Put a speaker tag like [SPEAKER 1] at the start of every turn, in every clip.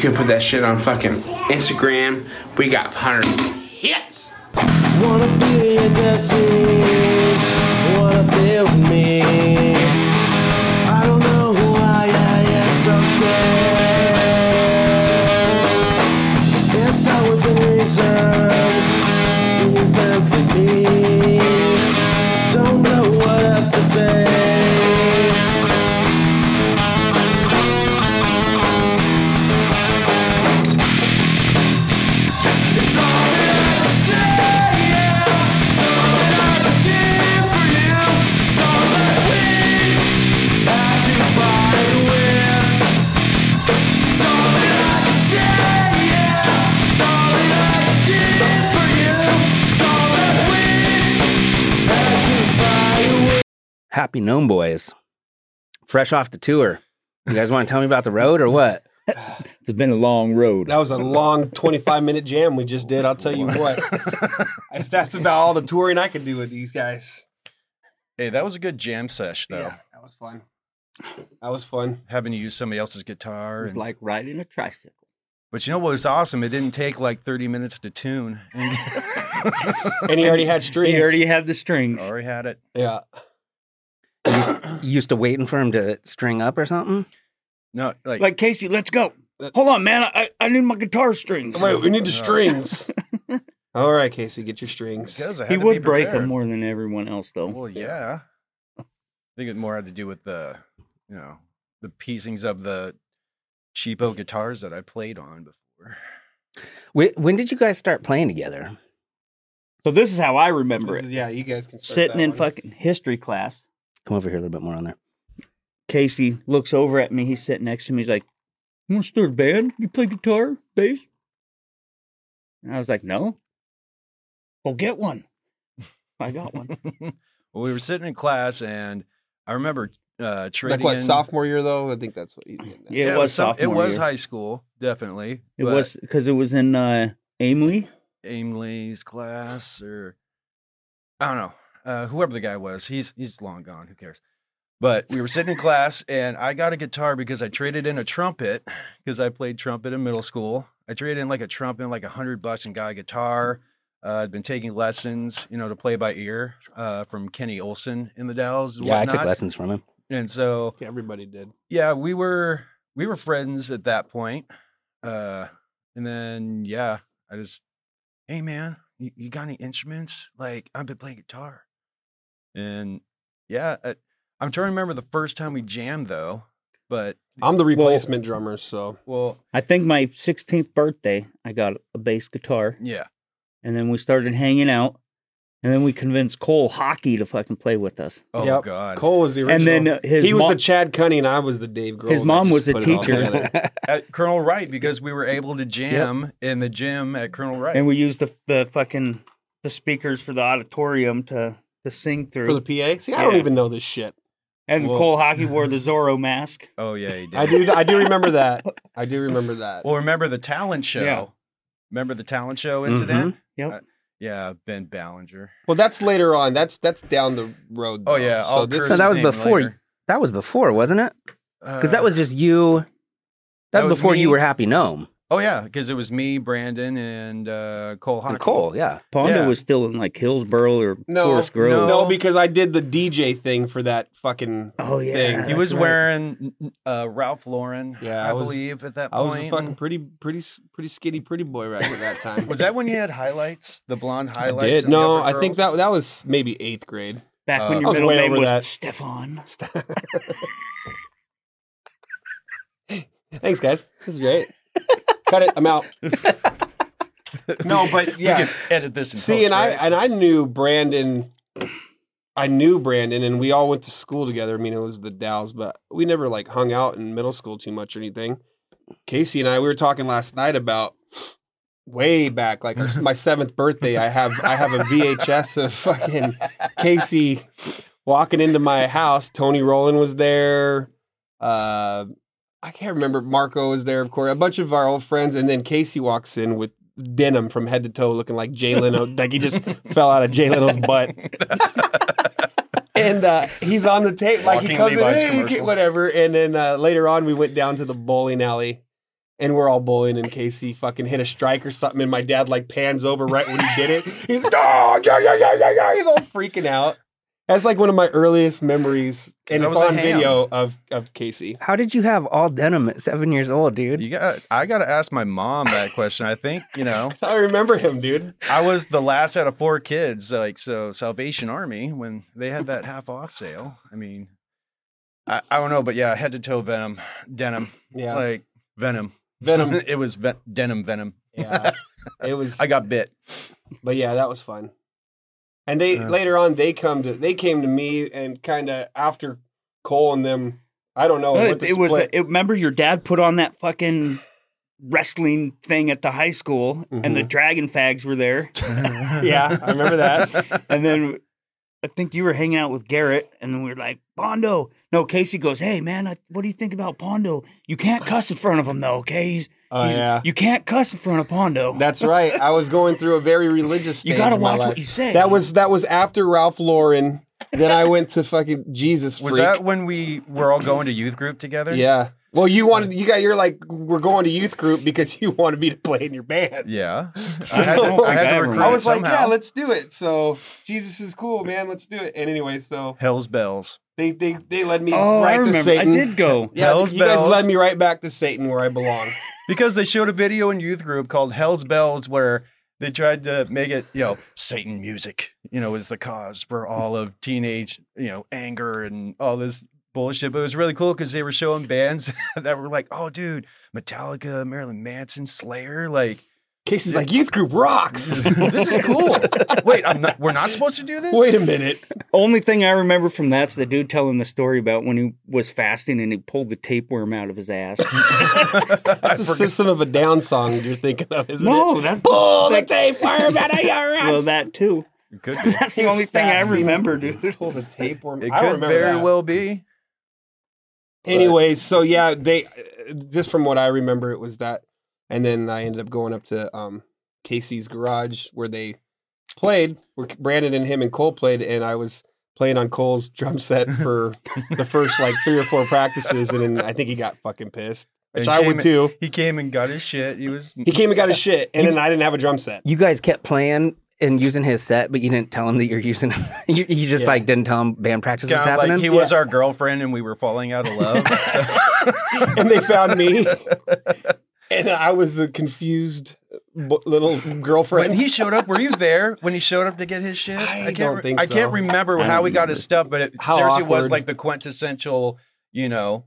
[SPEAKER 1] could put that shit on fucking Instagram. We got 100 hits.
[SPEAKER 2] Wanna feel your disease. Wanna feel me. I don't know why I am so scared. It's all within um, reason. Reasons to be. Don't know what else to say. It's all that I can say, yeah. It's all that I can do for you. It's all that I wish that you find a way. It's all that I can say, yeah. It's all that I can do for you. It's all that I wish that you find a way.
[SPEAKER 3] Happy Gnome Boys. Fresh off the tour. You guys want to tell me about the road or what?
[SPEAKER 4] It's been a long road.
[SPEAKER 5] That was a long 25 minute jam we just did. I'll tell you what. if that's about all the touring I can do with these guys.
[SPEAKER 6] Hey, that was a good jam sesh though.
[SPEAKER 5] Yeah, that was fun. That was fun.
[SPEAKER 6] Having to use somebody else's guitar.
[SPEAKER 4] It's
[SPEAKER 6] And,
[SPEAKER 4] like riding a tricycle.
[SPEAKER 6] but you know what was awesome? It didn't take like 30 minutes to tune. And
[SPEAKER 5] And he already had strings.
[SPEAKER 4] You already have the strings.
[SPEAKER 6] already had it.
[SPEAKER 5] yeah.
[SPEAKER 3] You used, you used to waiting for him to string up or something?
[SPEAKER 6] No, like,
[SPEAKER 4] Like Casey, let's go. Hold on, man. I, I need my guitar strings.
[SPEAKER 5] Wait, we need the
[SPEAKER 6] No.
[SPEAKER 5] strings. all right, Casey, get your strings.
[SPEAKER 6] because I had
[SPEAKER 4] He
[SPEAKER 6] to be
[SPEAKER 4] would break
[SPEAKER 6] prepared.
[SPEAKER 4] them more than everyone else, though.
[SPEAKER 6] Well, yeah. I think it more had to do with the, you know, the piecings of the cheapo guitars that I played on before.
[SPEAKER 3] Wh- When did you guys start playing together?
[SPEAKER 4] So this is how I remember
[SPEAKER 5] This
[SPEAKER 4] it.
[SPEAKER 5] is- yeah, you guys can start
[SPEAKER 4] Sitting
[SPEAKER 5] that
[SPEAKER 4] in
[SPEAKER 5] one.
[SPEAKER 4] fucking history class,
[SPEAKER 3] Come over here a little bit more on there.
[SPEAKER 4] Casey looks over at me. He's sitting next to me. He's like, "You want to start a band? You play guitar, bass?" And I was like, "No." Well, get one. I got one.
[SPEAKER 6] well, we were sitting in class, and I remember uh, trading.
[SPEAKER 5] like what
[SPEAKER 6] in-
[SPEAKER 5] sophomore year though? I think that's what you did.
[SPEAKER 4] Yeah, it was
[SPEAKER 6] some-
[SPEAKER 4] sophomore
[SPEAKER 6] It was
[SPEAKER 4] year.
[SPEAKER 6] high school, definitely.
[SPEAKER 4] It
[SPEAKER 6] but
[SPEAKER 4] was because it was in uh, Amelie.
[SPEAKER 6] Aimley's class, or I don't know, uh, whoever the guy was. He's he's long gone. Who cares? But we were sitting in class, and I got a guitar because I traded in a trumpet because I played trumpet in middle school. I traded in like a trumpet, like a hundred bucks, and got a guitar. Uh, I'd been taking lessons, you know, to play by ear uh, from Kenny Olson in the Dalles. and
[SPEAKER 3] Yeah, I took
[SPEAKER 6] whatnot.
[SPEAKER 3] lessons from him.
[SPEAKER 6] And so,
[SPEAKER 5] Yeah, everybody did.
[SPEAKER 6] yeah, we were we were friends at that point. Uh and then yeah, I just hey man, you, you got any instruments? Like I've been playing guitar. And yeah, I, I'm trying to remember the first time we jammed though, but
[SPEAKER 5] I'm the replacement drummer, so
[SPEAKER 6] well,
[SPEAKER 4] I think my 16th birthday, I got a bass guitar.
[SPEAKER 6] yeah.
[SPEAKER 4] and then we started hanging out, and then we convinced Cole Hockey to fucking play with us.
[SPEAKER 6] Oh
[SPEAKER 5] Yep.
[SPEAKER 6] god.
[SPEAKER 5] Cole was the
[SPEAKER 4] And
[SPEAKER 5] original.
[SPEAKER 4] then uh, his
[SPEAKER 5] he was
[SPEAKER 4] mom,
[SPEAKER 5] the Chad Cunning, and I was the Dave Grohl.
[SPEAKER 4] His
[SPEAKER 5] that
[SPEAKER 4] mom
[SPEAKER 5] just
[SPEAKER 4] was a
[SPEAKER 5] put it all
[SPEAKER 4] teacher.
[SPEAKER 5] together.
[SPEAKER 6] At Colonel Wright because we were able to jam in the gym at Colonel Wright.
[SPEAKER 4] and we used the the fucking the speakers for the auditorium to to sing through.
[SPEAKER 5] for the PA. See, I don't
[SPEAKER 4] Yeah.
[SPEAKER 5] even know this shit.
[SPEAKER 4] and
[SPEAKER 6] Well-
[SPEAKER 4] Cole Hockey wore the Zorro mask.
[SPEAKER 6] oh yeah, he did.
[SPEAKER 5] I do. I do remember that. I do remember that.
[SPEAKER 6] Well, remember the talent show?
[SPEAKER 4] Yeah.
[SPEAKER 6] Remember the talent show incident?
[SPEAKER 4] Yep.
[SPEAKER 6] Uh, yeah, Ben Ballinger.
[SPEAKER 5] Well, that's later on. That's that's down the road.
[SPEAKER 6] Oh
[SPEAKER 5] though.
[SPEAKER 6] yeah.
[SPEAKER 5] So this
[SPEAKER 3] So
[SPEAKER 5] is,
[SPEAKER 3] that was before
[SPEAKER 6] you.
[SPEAKER 3] That was before, wasn't it? Because that was just you. That,
[SPEAKER 6] Uh, that
[SPEAKER 3] was
[SPEAKER 6] was
[SPEAKER 3] before you
[SPEAKER 6] me.
[SPEAKER 3] were Happy Gnome.
[SPEAKER 6] Oh yeah, because it was me, Brandon, and uh, Cole. Hockey.
[SPEAKER 3] And Cole, yeah.
[SPEAKER 4] Ponda
[SPEAKER 6] Yeah.
[SPEAKER 4] was still in like Hillsboro or
[SPEAKER 5] No,
[SPEAKER 4] Forest Grove.
[SPEAKER 5] no, because I did the DJ thing for that fucking.
[SPEAKER 4] Oh yeah,
[SPEAKER 5] Thing.
[SPEAKER 6] He
[SPEAKER 4] that's
[SPEAKER 6] was
[SPEAKER 4] right.
[SPEAKER 6] wearing uh, Ralph Lauren.
[SPEAKER 5] Yeah,
[SPEAKER 6] I,
[SPEAKER 5] I was-
[SPEAKER 6] believe at that
[SPEAKER 5] I
[SPEAKER 6] point.
[SPEAKER 5] was a fucking pretty, pretty, s- pretty skinny, pretty boy right at that time.
[SPEAKER 6] Was that when you had highlights? The blonde
[SPEAKER 5] I
[SPEAKER 6] highlights.
[SPEAKER 5] did.
[SPEAKER 6] and the
[SPEAKER 5] No,
[SPEAKER 6] upper
[SPEAKER 5] I think
[SPEAKER 6] curls?
[SPEAKER 5] that that was maybe eighth grade.
[SPEAKER 4] back
[SPEAKER 6] uh,
[SPEAKER 4] when
[SPEAKER 6] I
[SPEAKER 4] your
[SPEAKER 5] was
[SPEAKER 4] middle
[SPEAKER 5] way
[SPEAKER 4] name
[SPEAKER 5] over
[SPEAKER 4] was
[SPEAKER 5] that.
[SPEAKER 4] Stefan.
[SPEAKER 5] Thanks, guys. This is great. Cut it. I'm out. no, but
[SPEAKER 6] You
[SPEAKER 5] yeah.
[SPEAKER 6] could edit this. In
[SPEAKER 5] See,
[SPEAKER 6] post,
[SPEAKER 5] and I
[SPEAKER 6] right?
[SPEAKER 5] and I knew Brandon. I knew Brandon, and we all went to school together. I mean, it was the Dows, but we never like hung out in middle school too much or anything. Casey and I, we were talking last night about way back, like our, my seventh birthday. I have I have a VHS of fucking Casey walking into my house. Tony Roland was there. Uh, I can't remember. Marco was there, of course. A bunch of our old friends, and then Casey walks in with denim from head to toe, looking like Jay Leno, like he just fell out of Jay Leno's butt. and uh, he's on the tape, like he
[SPEAKER 6] Walking
[SPEAKER 5] comes in,
[SPEAKER 6] Levi's
[SPEAKER 5] "Hey, you
[SPEAKER 6] commercial.
[SPEAKER 5] get whatever. And then uh, later on, we went down to the bowling alley. and we're all bullying in case he fucking hit a strike or something. And my dad like pans over right when he did it. He's like, oh, yeah, yeah, yeah, yeah, yeah. He's all freaking out. That's like one of my earliest memories, and
[SPEAKER 6] I
[SPEAKER 5] it's
[SPEAKER 6] was a
[SPEAKER 5] on
[SPEAKER 6] ham.
[SPEAKER 5] video of of Casey.
[SPEAKER 3] How did you have all denim at seven years old, dude?
[SPEAKER 6] You got. I got to ask my mom that question. I think you know.
[SPEAKER 5] I remember him, dude.
[SPEAKER 6] I was the last out of four kids. Like so, Salvation Army when they had that half off sale. I mean, I, I don't know, but yeah, head to toe venom, denim,
[SPEAKER 5] Yeah,
[SPEAKER 6] like venom,
[SPEAKER 5] Venom.
[SPEAKER 6] it was ve- denim venom.
[SPEAKER 5] Yeah, it was.
[SPEAKER 6] I got bit.
[SPEAKER 5] but yeah, that was fun. And they
[SPEAKER 6] Yeah.
[SPEAKER 5] later on they come to they came to me and kind of after Cole and them. I don't know.
[SPEAKER 4] No,
[SPEAKER 5] what
[SPEAKER 4] it,
[SPEAKER 5] Oh, the
[SPEAKER 4] it was.
[SPEAKER 5] split-
[SPEAKER 4] A, it, remember, your dad put on that fucking wrestling thing at the high school, and
[SPEAKER 5] Mm-hmm.
[SPEAKER 4] the dragon fags were there.
[SPEAKER 5] Yeah, I remember that.
[SPEAKER 4] and then I think you were hanging out with Garrett, and then we were like, Bondo. No, Casey goes, Hey, man, I, what do you think about Bondo? You can't cuss in front of him, though, okay? He's,
[SPEAKER 5] Oh
[SPEAKER 4] he's-
[SPEAKER 5] yeah,
[SPEAKER 4] You can't cuss in front of Pondo.
[SPEAKER 5] that's right. I was going through a very religious. Stage
[SPEAKER 4] you got to
[SPEAKER 5] in my
[SPEAKER 4] watch
[SPEAKER 5] life.
[SPEAKER 4] what you say.
[SPEAKER 5] That was that was after Ralph Lauren. Then I went to fucking Jesus. Freak.
[SPEAKER 6] Was that when we were all going to youth group together?
[SPEAKER 5] Yeah. Well, you wanted you got you're like we're going to youth group because you wanted me to play in your band.
[SPEAKER 6] Yeah.
[SPEAKER 5] So-
[SPEAKER 6] I had, I had to recruit
[SPEAKER 5] I was like,
[SPEAKER 6] somehow.
[SPEAKER 5] yeah, let's do it. So Jesus is cool, man. Let's do it. And anyway, so
[SPEAKER 6] Hell's bells.
[SPEAKER 5] they they they led me
[SPEAKER 4] Oh,
[SPEAKER 5] right
[SPEAKER 4] I
[SPEAKER 5] to
[SPEAKER 4] remember. I
[SPEAKER 5] Satan.
[SPEAKER 4] did go.
[SPEAKER 5] Yeah,
[SPEAKER 6] Hell's
[SPEAKER 5] you guys
[SPEAKER 6] bells.
[SPEAKER 5] led me right back to Satan where I belong.
[SPEAKER 6] Because they showed a video in youth group called Hell's Bells where they tried to make it, you know, Satan music, you know, is the cause for all of teenage, you know, anger and all this bullshit. But it was really cool because they were showing bands that were like, oh, dude, Metallica, Marilyn Manson, Slayer. Like,
[SPEAKER 5] Casey's like youth group rocks.
[SPEAKER 6] this is cool. Wait, I'm not, we're not supposed to do this?
[SPEAKER 5] Wait a minute.
[SPEAKER 4] Only thing I remember from that's the dude telling the story about when he was fasting and he pulled the tapeworm out of his ass.
[SPEAKER 5] That's a system of a down song you're thinking of, isn't it?
[SPEAKER 4] no, that's
[SPEAKER 5] Pull the
[SPEAKER 4] that-
[SPEAKER 5] tapeworm out of your ass.
[SPEAKER 4] well, that too.
[SPEAKER 6] It could be.
[SPEAKER 4] That's
[SPEAKER 5] He
[SPEAKER 4] the
[SPEAKER 5] was
[SPEAKER 4] only thing I
[SPEAKER 5] fasting.
[SPEAKER 4] remember, dude.
[SPEAKER 5] Pull the tapeworm.
[SPEAKER 6] It
[SPEAKER 5] I
[SPEAKER 6] could
[SPEAKER 5] remember
[SPEAKER 6] very
[SPEAKER 5] that.
[SPEAKER 6] well be.
[SPEAKER 5] Anyways, so yeah, they uh, just from what I remember, it was that, and then I ended up going up to um, Casey's garage where they played, where Brandon and him and Cole played, and I was playing on Cole's drum set for the first like three or four practices, and then I think he got fucking pissed, which
[SPEAKER 6] And
[SPEAKER 5] I
[SPEAKER 6] came
[SPEAKER 5] would
[SPEAKER 6] in-
[SPEAKER 5] too.
[SPEAKER 6] He came and got his shit. He was
[SPEAKER 5] He came and got his shit, and then I didn't have a drum set.
[SPEAKER 3] You guys kept playing and using his set, but you didn't tell him that you're using. you, you just
[SPEAKER 5] Yeah.
[SPEAKER 3] like didn't tell him band practice was
[SPEAKER 6] kind of like
[SPEAKER 3] happening.
[SPEAKER 6] he was our girlfriend and we were falling out of love.
[SPEAKER 5] and they found me, and I was a confused b- little
[SPEAKER 6] when
[SPEAKER 5] girlfriend.
[SPEAKER 6] he showed up, were you there when he showed up to get his shit?
[SPEAKER 5] I
[SPEAKER 6] can't
[SPEAKER 5] don't
[SPEAKER 6] re-
[SPEAKER 5] think
[SPEAKER 6] I
[SPEAKER 5] so.
[SPEAKER 6] can't remember how he got his stuff, but it
[SPEAKER 5] How
[SPEAKER 6] seriously was
[SPEAKER 5] awkward.
[SPEAKER 6] like the quintessential, you know,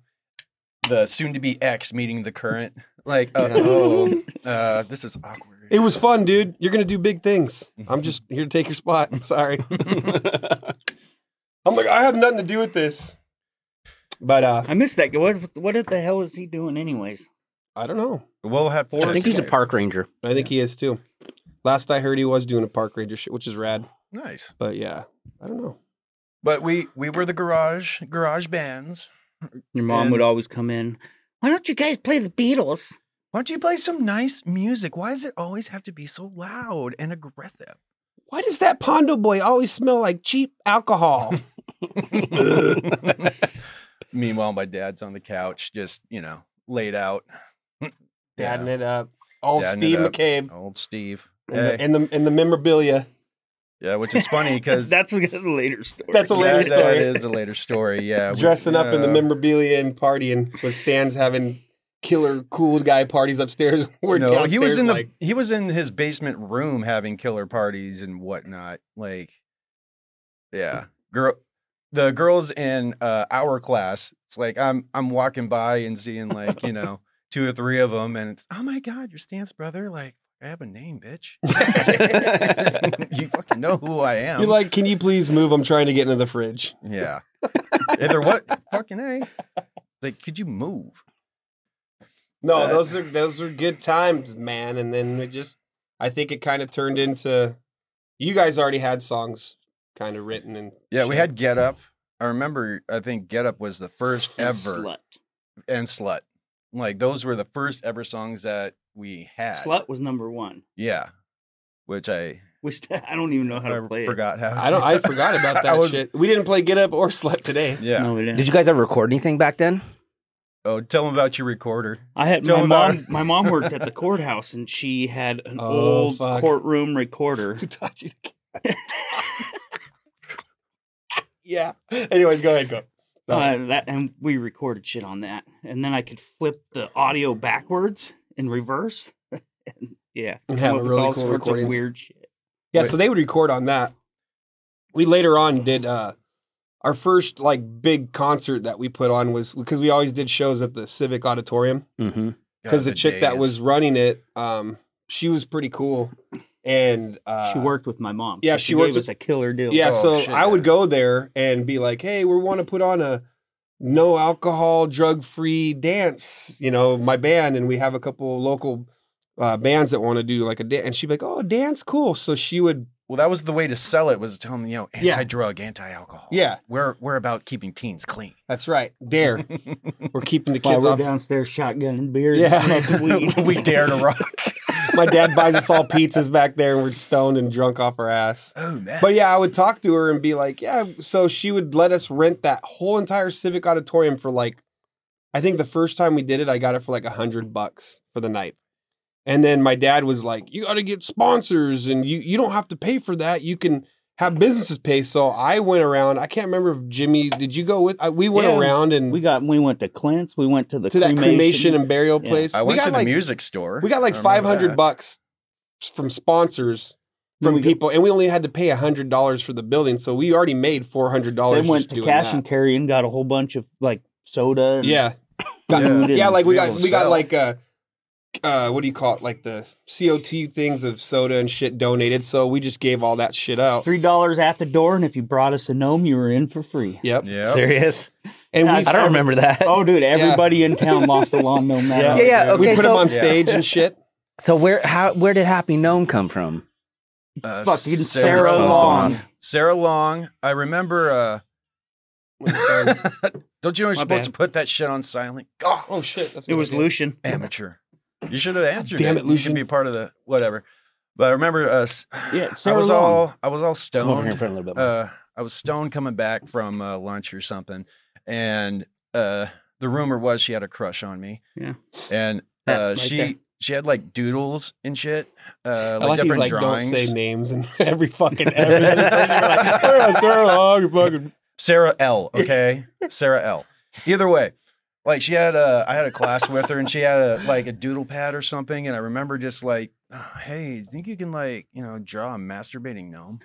[SPEAKER 6] the soon to be ex meeting the current. Like, uh, oh, uh, this is awkward.
[SPEAKER 5] It was fun, dude. You're gonna do big things. I'm just here to take your spot. I'm sorry. I'm like, I have nothing to do with this. But uh
[SPEAKER 4] I missed that. guy. What, what the hell is he doing, anyways?
[SPEAKER 5] I don't know.
[SPEAKER 6] we'll have four.
[SPEAKER 3] I think he's a park ranger.
[SPEAKER 5] I think he is too. Last I heard he was doing a park ranger shit, which is rad.
[SPEAKER 6] Nice.
[SPEAKER 5] But yeah, I don't know.
[SPEAKER 6] But we we were the garage garage bands.
[SPEAKER 4] Your mom
[SPEAKER 6] And-
[SPEAKER 4] would always come in. Why don't you guys play the Beatles?
[SPEAKER 6] Why don't you play some nice music? Why does it always have to be so loud and aggressive?
[SPEAKER 5] Why does that Pondo boy always smell like cheap alcohol?
[SPEAKER 6] Meanwhile, my dad's on the couch, just you know, laid out. Yeah.
[SPEAKER 5] Dadding it up. Old
[SPEAKER 6] Dadding it
[SPEAKER 5] Steve
[SPEAKER 6] up.
[SPEAKER 5] McCabe.
[SPEAKER 6] Old Steve.
[SPEAKER 5] And,
[SPEAKER 6] Hey.
[SPEAKER 5] the, and the and the memorabilia.
[SPEAKER 6] Yeah, which is funny because
[SPEAKER 4] That's a later story.
[SPEAKER 5] That's a later story.
[SPEAKER 6] That is a later story. Yeah, we-
[SPEAKER 5] Dressing up in the
[SPEAKER 6] yeah.
[SPEAKER 5] memorabilia and partying with Stan's having killer cool guy parties upstairs. We're
[SPEAKER 6] No, he was
[SPEAKER 5] downstairs
[SPEAKER 6] in the
[SPEAKER 5] like-
[SPEAKER 6] he was in his basement room having killer parties and whatnot. Like, yeah, girl, the girls in uh, our class. It's like I'm I'm walking by and seeing like you know two or three of them, and it's, oh my god, your stance brother. Like, I have a name, bitch. you fucking know who I am.
[SPEAKER 5] You're like, can you please move? I'm trying to get into the fridge.
[SPEAKER 6] yeah. Either what? Fucking a. Like, could you move?
[SPEAKER 5] No,
[SPEAKER 6] But-
[SPEAKER 5] those are those were good times, man. And then it just, I think it kind of turned into. You guys already had songs kind of written and
[SPEAKER 6] Yeah, we
[SPEAKER 5] shit.
[SPEAKER 6] had Get Up. I remember. I think Get Up was the first ever
[SPEAKER 4] Slut.
[SPEAKER 6] and Slut. Like those were the first ever songs that we had.
[SPEAKER 4] Slut was number one.
[SPEAKER 6] Yeah, which I,
[SPEAKER 4] We st- I don't even know how
[SPEAKER 6] I
[SPEAKER 4] to play it.
[SPEAKER 6] forgot how.
[SPEAKER 5] I don't. I forgot about
[SPEAKER 6] I
[SPEAKER 5] that
[SPEAKER 6] was-
[SPEAKER 5] shit. We didn't play Get Up or Slept today.
[SPEAKER 6] Yeah,
[SPEAKER 4] No, we didn't.
[SPEAKER 3] Did you guys ever record anything back then?
[SPEAKER 6] Oh, tell them about your recorder.
[SPEAKER 4] I had
[SPEAKER 6] Tell
[SPEAKER 4] my
[SPEAKER 6] him
[SPEAKER 4] mom.
[SPEAKER 6] about
[SPEAKER 4] My mom worked at the courthouse, and she had an
[SPEAKER 5] Oh,
[SPEAKER 4] old
[SPEAKER 5] fuck.
[SPEAKER 4] courtroom recorder.
[SPEAKER 5] Taught you to- yeah. Anyways, go ahead. Go. Sorry.
[SPEAKER 4] Uh, that and we recorded shit on that, and then I could flip the audio backwards in reverse. And, yeah,
[SPEAKER 5] And have
[SPEAKER 4] come up
[SPEAKER 5] a
[SPEAKER 4] with
[SPEAKER 5] really
[SPEAKER 4] all
[SPEAKER 5] cool
[SPEAKER 4] sorts of
[SPEAKER 5] recordings.
[SPEAKER 4] Weird shit.
[SPEAKER 5] Yeah, so they would record on that. We later on did uh our first like big concert that we put on was because we always did shows at the Civic Auditorium
[SPEAKER 3] Mm-hmm.
[SPEAKER 6] God,
[SPEAKER 5] because the, chick that
[SPEAKER 6] days.
[SPEAKER 5] was running it um she was pretty cool and uh
[SPEAKER 4] she worked with my mom.
[SPEAKER 5] yeah,
[SPEAKER 4] What
[SPEAKER 5] she
[SPEAKER 4] did
[SPEAKER 5] worked
[SPEAKER 4] was a killer deal.
[SPEAKER 5] Yeah,
[SPEAKER 6] Oh,
[SPEAKER 5] so
[SPEAKER 6] shit,
[SPEAKER 5] I would
[SPEAKER 6] yeah.
[SPEAKER 5] go there and be like, "Hey, we want to put on a no alcohol, drug free dance." You know, my band, and we have a couple local uh, bands that want to do like a dance. And she'd be like, "Oh, dance, cool." So she would,
[SPEAKER 6] well. That was the way to sell it. Was to tell them, you know,
[SPEAKER 5] Yeah.
[SPEAKER 6] anti-drug, anti-alcohol.
[SPEAKER 5] yeah,
[SPEAKER 6] we're we're about keeping teens clean.
[SPEAKER 5] that's right, dare. We're keeping the
[SPEAKER 4] While
[SPEAKER 5] kids
[SPEAKER 4] we're
[SPEAKER 5] off.
[SPEAKER 4] downstairs shotgunning beers
[SPEAKER 5] Yeah.
[SPEAKER 4] and smoking weed.
[SPEAKER 6] we dare to rock.
[SPEAKER 5] My dad buys us all pizzas back there, and we're stoned and drunk off our ass.
[SPEAKER 6] Oh man.
[SPEAKER 5] But yeah, I would talk to her and be like, yeah. So she would let us rent that whole entire civic auditorium for like, I think the first time we did it, I got it for like a hundred bucks for the night. And then my dad was like, you got to get sponsors and you, you don't have to pay for that. You can have businesses pay. So I went around. I can't remember if Jimmy, did you go with, I, we went
[SPEAKER 4] Yeah,
[SPEAKER 5] around and
[SPEAKER 4] We got. We went to Clint's. We went to the
[SPEAKER 5] to that cremation and burial
[SPEAKER 4] Yeah.
[SPEAKER 5] place.
[SPEAKER 6] I
[SPEAKER 5] we
[SPEAKER 6] went
[SPEAKER 5] got
[SPEAKER 6] to the
[SPEAKER 5] like,
[SPEAKER 6] music store.
[SPEAKER 5] we got like
[SPEAKER 6] I remember
[SPEAKER 5] 500
[SPEAKER 6] that.
[SPEAKER 5] bucks from sponsors
[SPEAKER 4] Then
[SPEAKER 5] from
[SPEAKER 4] we go-
[SPEAKER 5] people, and we only had to pay hundred dollars for the building, so we already made four hundred
[SPEAKER 4] They
[SPEAKER 5] dollars
[SPEAKER 4] went
[SPEAKER 5] just
[SPEAKER 4] to
[SPEAKER 5] doing
[SPEAKER 4] cash
[SPEAKER 5] that.
[SPEAKER 4] and carry and got a whole bunch of like soda. And
[SPEAKER 5] yeah,
[SPEAKER 4] food
[SPEAKER 5] got,
[SPEAKER 4] and-
[SPEAKER 5] yeah, like we
[SPEAKER 6] be
[SPEAKER 5] got
[SPEAKER 6] able to
[SPEAKER 5] we got
[SPEAKER 6] sell.
[SPEAKER 5] like uh, uh, what do you call it? Like the COT things of soda and shit donated, so we just gave all that shit out.
[SPEAKER 4] three dollars at the door, and if you brought us a gnome, you were in for free.
[SPEAKER 5] Yep,
[SPEAKER 6] Yeah.
[SPEAKER 3] Serious?
[SPEAKER 5] and
[SPEAKER 4] Yeah,
[SPEAKER 5] we
[SPEAKER 3] I don't remember that.
[SPEAKER 4] Oh, dude, everybody in town lost a lawn gnome. That
[SPEAKER 5] Yeah.
[SPEAKER 4] night.
[SPEAKER 3] yeah, yeah.
[SPEAKER 5] we
[SPEAKER 3] Okay,
[SPEAKER 5] put
[SPEAKER 3] so
[SPEAKER 5] them on stage and shit.
[SPEAKER 3] so where how where did Happy Gnome come from?
[SPEAKER 6] Uh,
[SPEAKER 4] Fucking Sarah
[SPEAKER 6] Long.
[SPEAKER 3] Long.
[SPEAKER 6] Sarah Long. I remember. uh Don't you know you're
[SPEAKER 4] My
[SPEAKER 6] supposed
[SPEAKER 4] bad.
[SPEAKER 6] to put that shit on silent? God,
[SPEAKER 5] oh shit, that's
[SPEAKER 4] It was
[SPEAKER 5] Luke.
[SPEAKER 4] Lucian.
[SPEAKER 6] amateur. You should have answered.
[SPEAKER 5] damn it,
[SPEAKER 6] You should
[SPEAKER 5] Lucian.
[SPEAKER 6] be part of the whatever. But I remember us.
[SPEAKER 4] Yeah,
[SPEAKER 6] I
[SPEAKER 4] Sarah
[SPEAKER 6] was
[SPEAKER 4] Long.
[SPEAKER 6] all I was all
[SPEAKER 3] Come over here in
[SPEAKER 6] stoned.
[SPEAKER 3] front a little bit. More.
[SPEAKER 6] Uh, I was stoned coming back from uh, lunch or something, and uh, the rumor was she had a crush on me.
[SPEAKER 4] Yeah.
[SPEAKER 6] and
[SPEAKER 4] That
[SPEAKER 6] uh,
[SPEAKER 4] right
[SPEAKER 6] she
[SPEAKER 4] there.
[SPEAKER 6] she had like doodles and shit, uh,
[SPEAKER 5] I
[SPEAKER 6] like,
[SPEAKER 5] like these
[SPEAKER 6] different
[SPEAKER 5] like
[SPEAKER 6] drawings.
[SPEAKER 5] don't say names and every fucking every other person we're like, "Oh, Sarah Long, you fucking
[SPEAKER 6] Sarah L. Okay, Sarah L. Either way, like she had a, I had a class with her, and she had a like a doodle pad or something, and I remember just like, oh, hey, think you can like you know draw a masturbating gnome?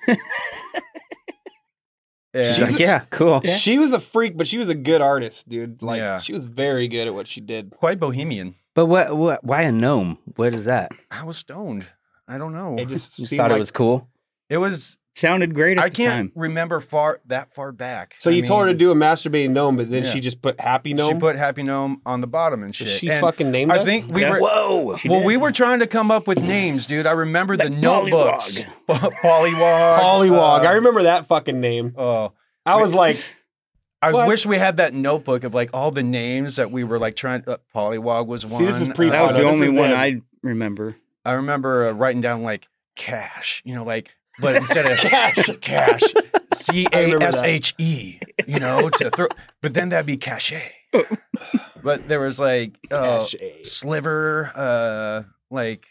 [SPEAKER 3] She's
[SPEAKER 6] and,
[SPEAKER 3] like, yeah, cool.
[SPEAKER 5] She was a freak, but she was a good artist, dude. Like
[SPEAKER 6] Yeah.
[SPEAKER 5] she was very good at what she did.
[SPEAKER 6] quite bohemian.
[SPEAKER 3] But what, what? Why a gnome? What is that?
[SPEAKER 6] I was stoned. I don't know.
[SPEAKER 5] It just
[SPEAKER 3] You
[SPEAKER 5] seemed
[SPEAKER 3] thought
[SPEAKER 5] like-
[SPEAKER 3] it was cool.
[SPEAKER 6] It was.
[SPEAKER 4] Sounded great at
[SPEAKER 6] I
[SPEAKER 4] the
[SPEAKER 6] can't
[SPEAKER 4] time.
[SPEAKER 6] remember far that far back.
[SPEAKER 5] So
[SPEAKER 6] I
[SPEAKER 5] you told her to
[SPEAKER 6] mean,
[SPEAKER 5] do a masturbating gnome, but then
[SPEAKER 6] Yeah.
[SPEAKER 5] she just put happy gnome.
[SPEAKER 6] She put Happy Gnome on the bottom and
[SPEAKER 5] She
[SPEAKER 6] shit. and
[SPEAKER 5] fucking named
[SPEAKER 6] I
[SPEAKER 5] us?
[SPEAKER 6] think we
[SPEAKER 4] Yeah.
[SPEAKER 6] were.
[SPEAKER 3] Whoa!
[SPEAKER 4] She
[SPEAKER 6] well,
[SPEAKER 4] did.
[SPEAKER 6] we were trying to come up with names, dude. I remember the
[SPEAKER 4] Like
[SPEAKER 6] notebooks. Pollywog.
[SPEAKER 5] Pollywog.
[SPEAKER 6] uh,
[SPEAKER 5] I remember that fucking name.
[SPEAKER 6] Oh,
[SPEAKER 5] I was like,
[SPEAKER 6] I
[SPEAKER 5] What?
[SPEAKER 6] wish we had that notebook of like all the names that we were like trying. Uh, Pollywog was one. uh,
[SPEAKER 5] See, this is pre-
[SPEAKER 4] That was
[SPEAKER 5] Oh,
[SPEAKER 4] the
[SPEAKER 5] this
[SPEAKER 4] only
[SPEAKER 5] is
[SPEAKER 4] one
[SPEAKER 5] them.
[SPEAKER 4] I remember.
[SPEAKER 6] I remember uh, writing down like cash, you know, like but instead of cash, cash, C A
[SPEAKER 5] remember that.
[SPEAKER 6] S H E, you know, to throw. But then that'd be cachet. But there was like uh,
[SPEAKER 5] "Cachet."
[SPEAKER 6] sliver, uh, like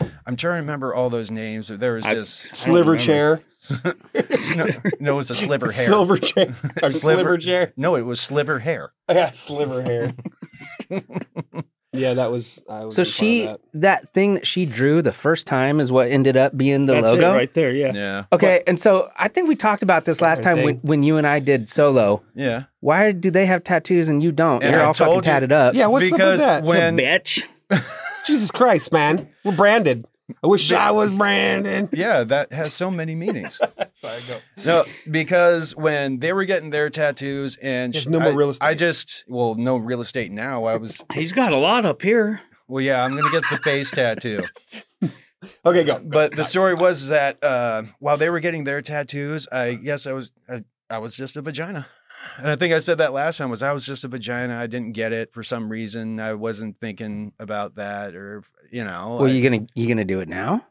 [SPEAKER 6] I'm trying to remember all those names. There was
[SPEAKER 4] I-
[SPEAKER 6] just
[SPEAKER 5] sliver
[SPEAKER 4] remember.
[SPEAKER 5] chair,
[SPEAKER 6] no, no, it was a sliver hair.
[SPEAKER 5] silver chair, or
[SPEAKER 6] Sliver.
[SPEAKER 5] sliver chair.
[SPEAKER 6] No, it was sliver hair.
[SPEAKER 5] Yeah, sliver hair. yeah, that was. I was
[SPEAKER 3] So
[SPEAKER 5] in front of
[SPEAKER 3] she
[SPEAKER 5] that.
[SPEAKER 3] that. thing that she drew the first time is what ended up being the
[SPEAKER 4] That's
[SPEAKER 3] logo.
[SPEAKER 4] it right there. Yeah.
[SPEAKER 6] Yeah,
[SPEAKER 3] Okay, and so I think we talked about this last time when,
[SPEAKER 5] Everything.
[SPEAKER 3] when you and I did solo.
[SPEAKER 6] yeah.
[SPEAKER 3] Why do they have tattoos and you don't?
[SPEAKER 6] And
[SPEAKER 3] You're
[SPEAKER 6] I
[SPEAKER 3] all fucking
[SPEAKER 6] told you-
[SPEAKER 3] tatted up.
[SPEAKER 5] Yeah, what's up with
[SPEAKER 6] because
[SPEAKER 5] that?
[SPEAKER 6] when
[SPEAKER 4] Bitch.
[SPEAKER 5] Jesus Christ, man, we're branded. I wish I was branded.
[SPEAKER 6] Yeah, that has so many meanings. No, because when they were getting their tattoos and
[SPEAKER 5] There's no more
[SPEAKER 6] I,
[SPEAKER 5] real
[SPEAKER 6] I
[SPEAKER 5] estate.
[SPEAKER 6] just well, no real estate now. I was
[SPEAKER 4] He's got a lot up here.
[SPEAKER 6] well, yeah, I'm gonna get the face tattoo.
[SPEAKER 5] Okay, go.
[SPEAKER 6] But the story was that uh, while they were getting their tattoos, I guess I was I, I was just a vagina. And I think I said that last time was I was just a vagina. I didn't get it for some reason. I wasn't thinking about that or you know.
[SPEAKER 3] Well,
[SPEAKER 6] I-
[SPEAKER 3] you gonna you gonna do it now?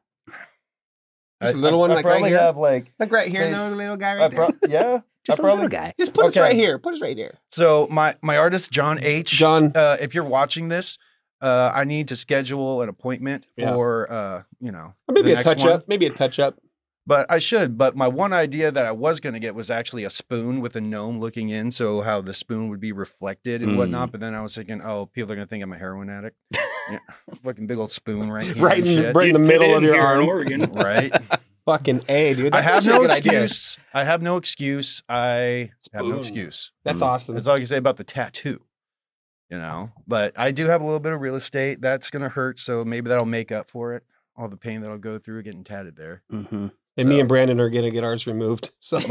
[SPEAKER 6] I,
[SPEAKER 5] Just a little one
[SPEAKER 6] I
[SPEAKER 5] like right
[SPEAKER 6] probably
[SPEAKER 5] here?
[SPEAKER 6] have like
[SPEAKER 5] Like right
[SPEAKER 6] here, no, the
[SPEAKER 5] little guy
[SPEAKER 6] I pro- yeah.
[SPEAKER 3] Just a
[SPEAKER 6] I probably-
[SPEAKER 3] little guy.
[SPEAKER 7] Just put us
[SPEAKER 6] Okay.
[SPEAKER 7] right here. Put us right here.
[SPEAKER 6] So my my artist John H.
[SPEAKER 5] John,
[SPEAKER 6] uh, if you're watching this, uh, I need to schedule an appointment
[SPEAKER 5] Yeah.
[SPEAKER 6] for uh, you know
[SPEAKER 5] maybe
[SPEAKER 6] the
[SPEAKER 5] a
[SPEAKER 6] next
[SPEAKER 5] touch
[SPEAKER 6] one.
[SPEAKER 5] up, maybe a touch up.
[SPEAKER 6] But I should. But my one idea that I was going to get was actually a spoon with a gnome looking in, so how the spoon would be reflected and
[SPEAKER 5] Hmm.
[SPEAKER 3] Mm.
[SPEAKER 6] whatnot. But then I was thinking, oh, people are going to think I'm a heroin addict. yeah. Fucking big old spoon right here.
[SPEAKER 5] Right
[SPEAKER 6] and
[SPEAKER 5] in the-
[SPEAKER 6] shit.
[SPEAKER 5] right in the
[SPEAKER 4] You'd fit
[SPEAKER 5] middle of
[SPEAKER 4] in
[SPEAKER 5] your
[SPEAKER 4] here in
[SPEAKER 5] arm.
[SPEAKER 4] Oregon.
[SPEAKER 6] right.
[SPEAKER 5] Fucking a, dude.
[SPEAKER 6] I
[SPEAKER 5] That's
[SPEAKER 6] have
[SPEAKER 5] actually
[SPEAKER 6] no
[SPEAKER 5] a good idea.
[SPEAKER 6] excuse. I have no excuse. I have no
[SPEAKER 5] Spoon.
[SPEAKER 6] excuse.
[SPEAKER 5] That's
[SPEAKER 3] Mm.
[SPEAKER 5] awesome.
[SPEAKER 6] That's all I can say about the tattoo. You know, but I do have a little bit of real estate. That's gonna hurt, so maybe that'll make up for it. All the pain that I'll go through getting tatted there.
[SPEAKER 3] Mm-hmm.
[SPEAKER 5] And me
[SPEAKER 6] So-
[SPEAKER 5] and Brandon are gonna get ours removed. So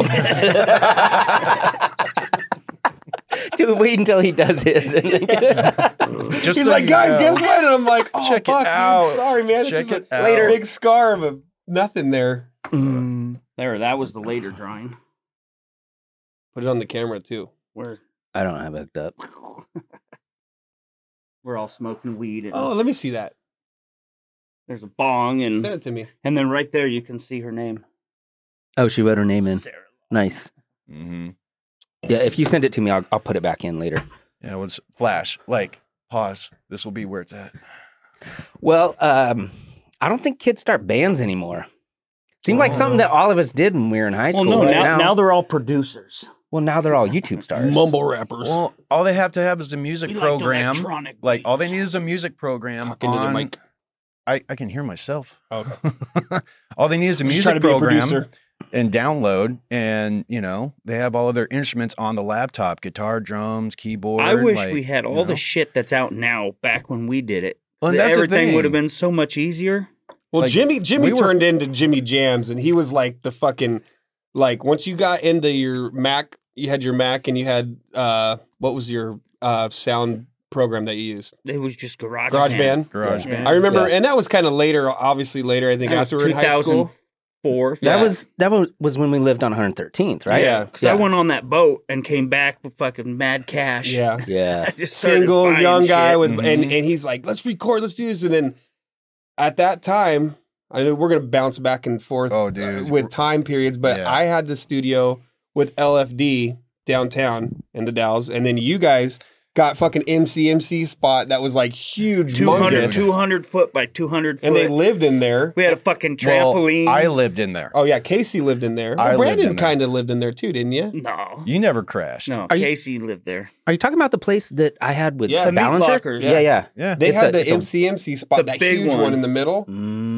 [SPEAKER 3] Dude, wait until he does his.
[SPEAKER 6] Just
[SPEAKER 5] he's
[SPEAKER 6] so
[SPEAKER 5] like,
[SPEAKER 6] you
[SPEAKER 5] guys,
[SPEAKER 6] know."
[SPEAKER 5] guess what? And I'm like, oh
[SPEAKER 6] Check it
[SPEAKER 5] fuck, dude,
[SPEAKER 6] out.
[SPEAKER 5] sorry, man.
[SPEAKER 6] Check
[SPEAKER 5] it's just
[SPEAKER 6] it
[SPEAKER 5] a
[SPEAKER 6] out.
[SPEAKER 5] later.
[SPEAKER 6] Later.
[SPEAKER 5] big scar of a nothing there.
[SPEAKER 3] Mm.
[SPEAKER 4] There, that was the later drawing.
[SPEAKER 5] Put it on the camera too.
[SPEAKER 4] Where
[SPEAKER 3] I don't have it hooked up.
[SPEAKER 4] we're all smoking weed and
[SPEAKER 5] Oh, let me see that.
[SPEAKER 4] there's a bong
[SPEAKER 5] Send
[SPEAKER 4] and
[SPEAKER 5] it to me.
[SPEAKER 4] and then right there you can see her name.
[SPEAKER 3] Oh, she wrote her name in.
[SPEAKER 4] Sarah.
[SPEAKER 3] Nice.
[SPEAKER 6] Mhm.
[SPEAKER 3] Yeah, if you send it to me, I'll, I'll put it back in later.
[SPEAKER 6] Yeah, let's flash, like, pause. This will be where it's at.
[SPEAKER 3] Well, um, I don't think kids start bands anymore. Seemed like
[SPEAKER 6] Oh.
[SPEAKER 3] something that all of us did when we were in high
[SPEAKER 4] Well,
[SPEAKER 3] school.
[SPEAKER 4] no,
[SPEAKER 3] Right
[SPEAKER 4] now, now they're all producers.
[SPEAKER 3] well now they're all YouTube stars.
[SPEAKER 5] Mumble rappers.
[SPEAKER 6] Well, all they have to have is a music
[SPEAKER 4] We liked
[SPEAKER 6] program.
[SPEAKER 4] electronic
[SPEAKER 6] like, all they
[SPEAKER 4] beats.
[SPEAKER 6] need is a music program.
[SPEAKER 5] Talk into the
[SPEAKER 6] on-
[SPEAKER 5] mic.
[SPEAKER 6] I, I can hear myself.
[SPEAKER 5] Oh, Okay.
[SPEAKER 6] all they need is a
[SPEAKER 5] Just try
[SPEAKER 6] music
[SPEAKER 5] to be a producer.
[SPEAKER 6] program and download, and you know they have all of their instruments on the laptop: guitar, drums, keyboard.
[SPEAKER 4] I wish
[SPEAKER 6] like,
[SPEAKER 4] we had
[SPEAKER 6] you
[SPEAKER 4] all
[SPEAKER 6] know.
[SPEAKER 4] the shit that's out now back when we did it.
[SPEAKER 6] Well, and
[SPEAKER 4] So
[SPEAKER 6] that's the
[SPEAKER 4] everything
[SPEAKER 6] thing.
[SPEAKER 4] would have been so much easier.
[SPEAKER 5] Well,
[SPEAKER 6] Like,
[SPEAKER 5] Jimmy Jimmy
[SPEAKER 6] we were-
[SPEAKER 5] turned into Jimmy Jams, and he was like the fucking like once you got into your Mac, you had your Mac, and you had uh what was your uh sound program that you used?
[SPEAKER 4] It was just garage.
[SPEAKER 5] GarageBand.
[SPEAKER 6] garage
[SPEAKER 4] Yeah.
[SPEAKER 6] band.
[SPEAKER 5] I remember,
[SPEAKER 3] Yeah.
[SPEAKER 5] and that was kind of later, obviously later. I think after we were in high school,
[SPEAKER 4] 2004.
[SPEAKER 3] That
[SPEAKER 5] Yeah.
[SPEAKER 3] was that was, was when we lived on 113th, right?
[SPEAKER 5] Yeah.
[SPEAKER 4] Because I went on that boat and came back with fucking mad cash.
[SPEAKER 5] yeah,
[SPEAKER 3] Yeah.
[SPEAKER 4] I just started
[SPEAKER 5] single
[SPEAKER 4] buying
[SPEAKER 5] young guy
[SPEAKER 4] shit.
[SPEAKER 5] with,
[SPEAKER 6] Mhm.
[SPEAKER 5] and and he's like, let's record, let's do this, and then at that time, I know we're gonna bounce back and forth uh,
[SPEAKER 6] Oh, dude.
[SPEAKER 5] with time periods, but
[SPEAKER 6] Yeah.
[SPEAKER 5] I had the studio with LFD downtown in the Dalles, and then you guys got fucking MCMC spot that was like huge,
[SPEAKER 4] 200,
[SPEAKER 5] humongous,
[SPEAKER 4] 200 foot by 200 foot.
[SPEAKER 5] and they lived in there.
[SPEAKER 4] we had a fucking
[SPEAKER 6] Well,
[SPEAKER 4] trampoline.
[SPEAKER 6] I lived in there.
[SPEAKER 5] Oh yeah, Casey lived in there. Well,
[SPEAKER 6] I lived in
[SPEAKER 5] Brandon
[SPEAKER 6] there.
[SPEAKER 5] kind of lived in there too, didn't you?
[SPEAKER 4] no.
[SPEAKER 6] You never crashed.
[SPEAKER 4] No,
[SPEAKER 3] Are you-
[SPEAKER 4] Casey lived there.
[SPEAKER 3] Are you talking about the place that I had with
[SPEAKER 5] Yeah,
[SPEAKER 3] the
[SPEAKER 5] the
[SPEAKER 4] meat
[SPEAKER 3] Ballinger?
[SPEAKER 4] lockers.
[SPEAKER 3] Yeah, yeah.
[SPEAKER 6] Yeah.
[SPEAKER 5] They
[SPEAKER 3] It's
[SPEAKER 5] had
[SPEAKER 3] a-
[SPEAKER 5] the
[SPEAKER 3] it's a-
[SPEAKER 5] MCMC spot,
[SPEAKER 4] the
[SPEAKER 5] that
[SPEAKER 4] big
[SPEAKER 5] huge one.
[SPEAKER 4] one.
[SPEAKER 5] in the middle.
[SPEAKER 3] Mm,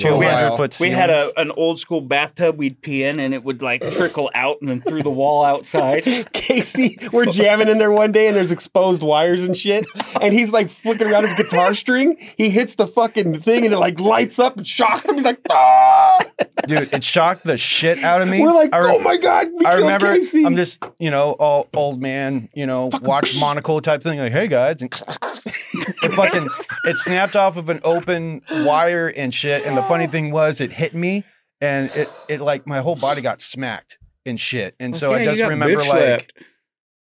[SPEAKER 5] For a
[SPEAKER 6] Two
[SPEAKER 5] while.
[SPEAKER 6] hundred foot.
[SPEAKER 4] We had a,
[SPEAKER 6] Oh, ceilings.
[SPEAKER 4] an old school bathtub we'd pee in, and it would like trickle out and then through the wall outside.
[SPEAKER 5] Casey, we're jamming in there one day and there's exposed wires and shit. And he's like flicking around his guitar string. He hits the fucking thing and it like lights up and shocks him. He's like, ah!
[SPEAKER 6] dude. It shocked the shit out of me.
[SPEAKER 5] We're like,
[SPEAKER 6] I re-
[SPEAKER 5] oh my God, we
[SPEAKER 6] I
[SPEAKER 5] killed
[SPEAKER 6] remember
[SPEAKER 5] Casey.
[SPEAKER 6] I'm just, you know, all old man, you know, watch monocle type thing, like, hey guys, and it fucking it snapped off of an open wire and shit. And the funny thing was it hit me and it it like my whole body got smacked and shit. And so
[SPEAKER 4] Yeah,
[SPEAKER 6] I
[SPEAKER 4] you
[SPEAKER 6] just
[SPEAKER 4] got
[SPEAKER 6] remember
[SPEAKER 4] bitch
[SPEAKER 6] like
[SPEAKER 4] slapped.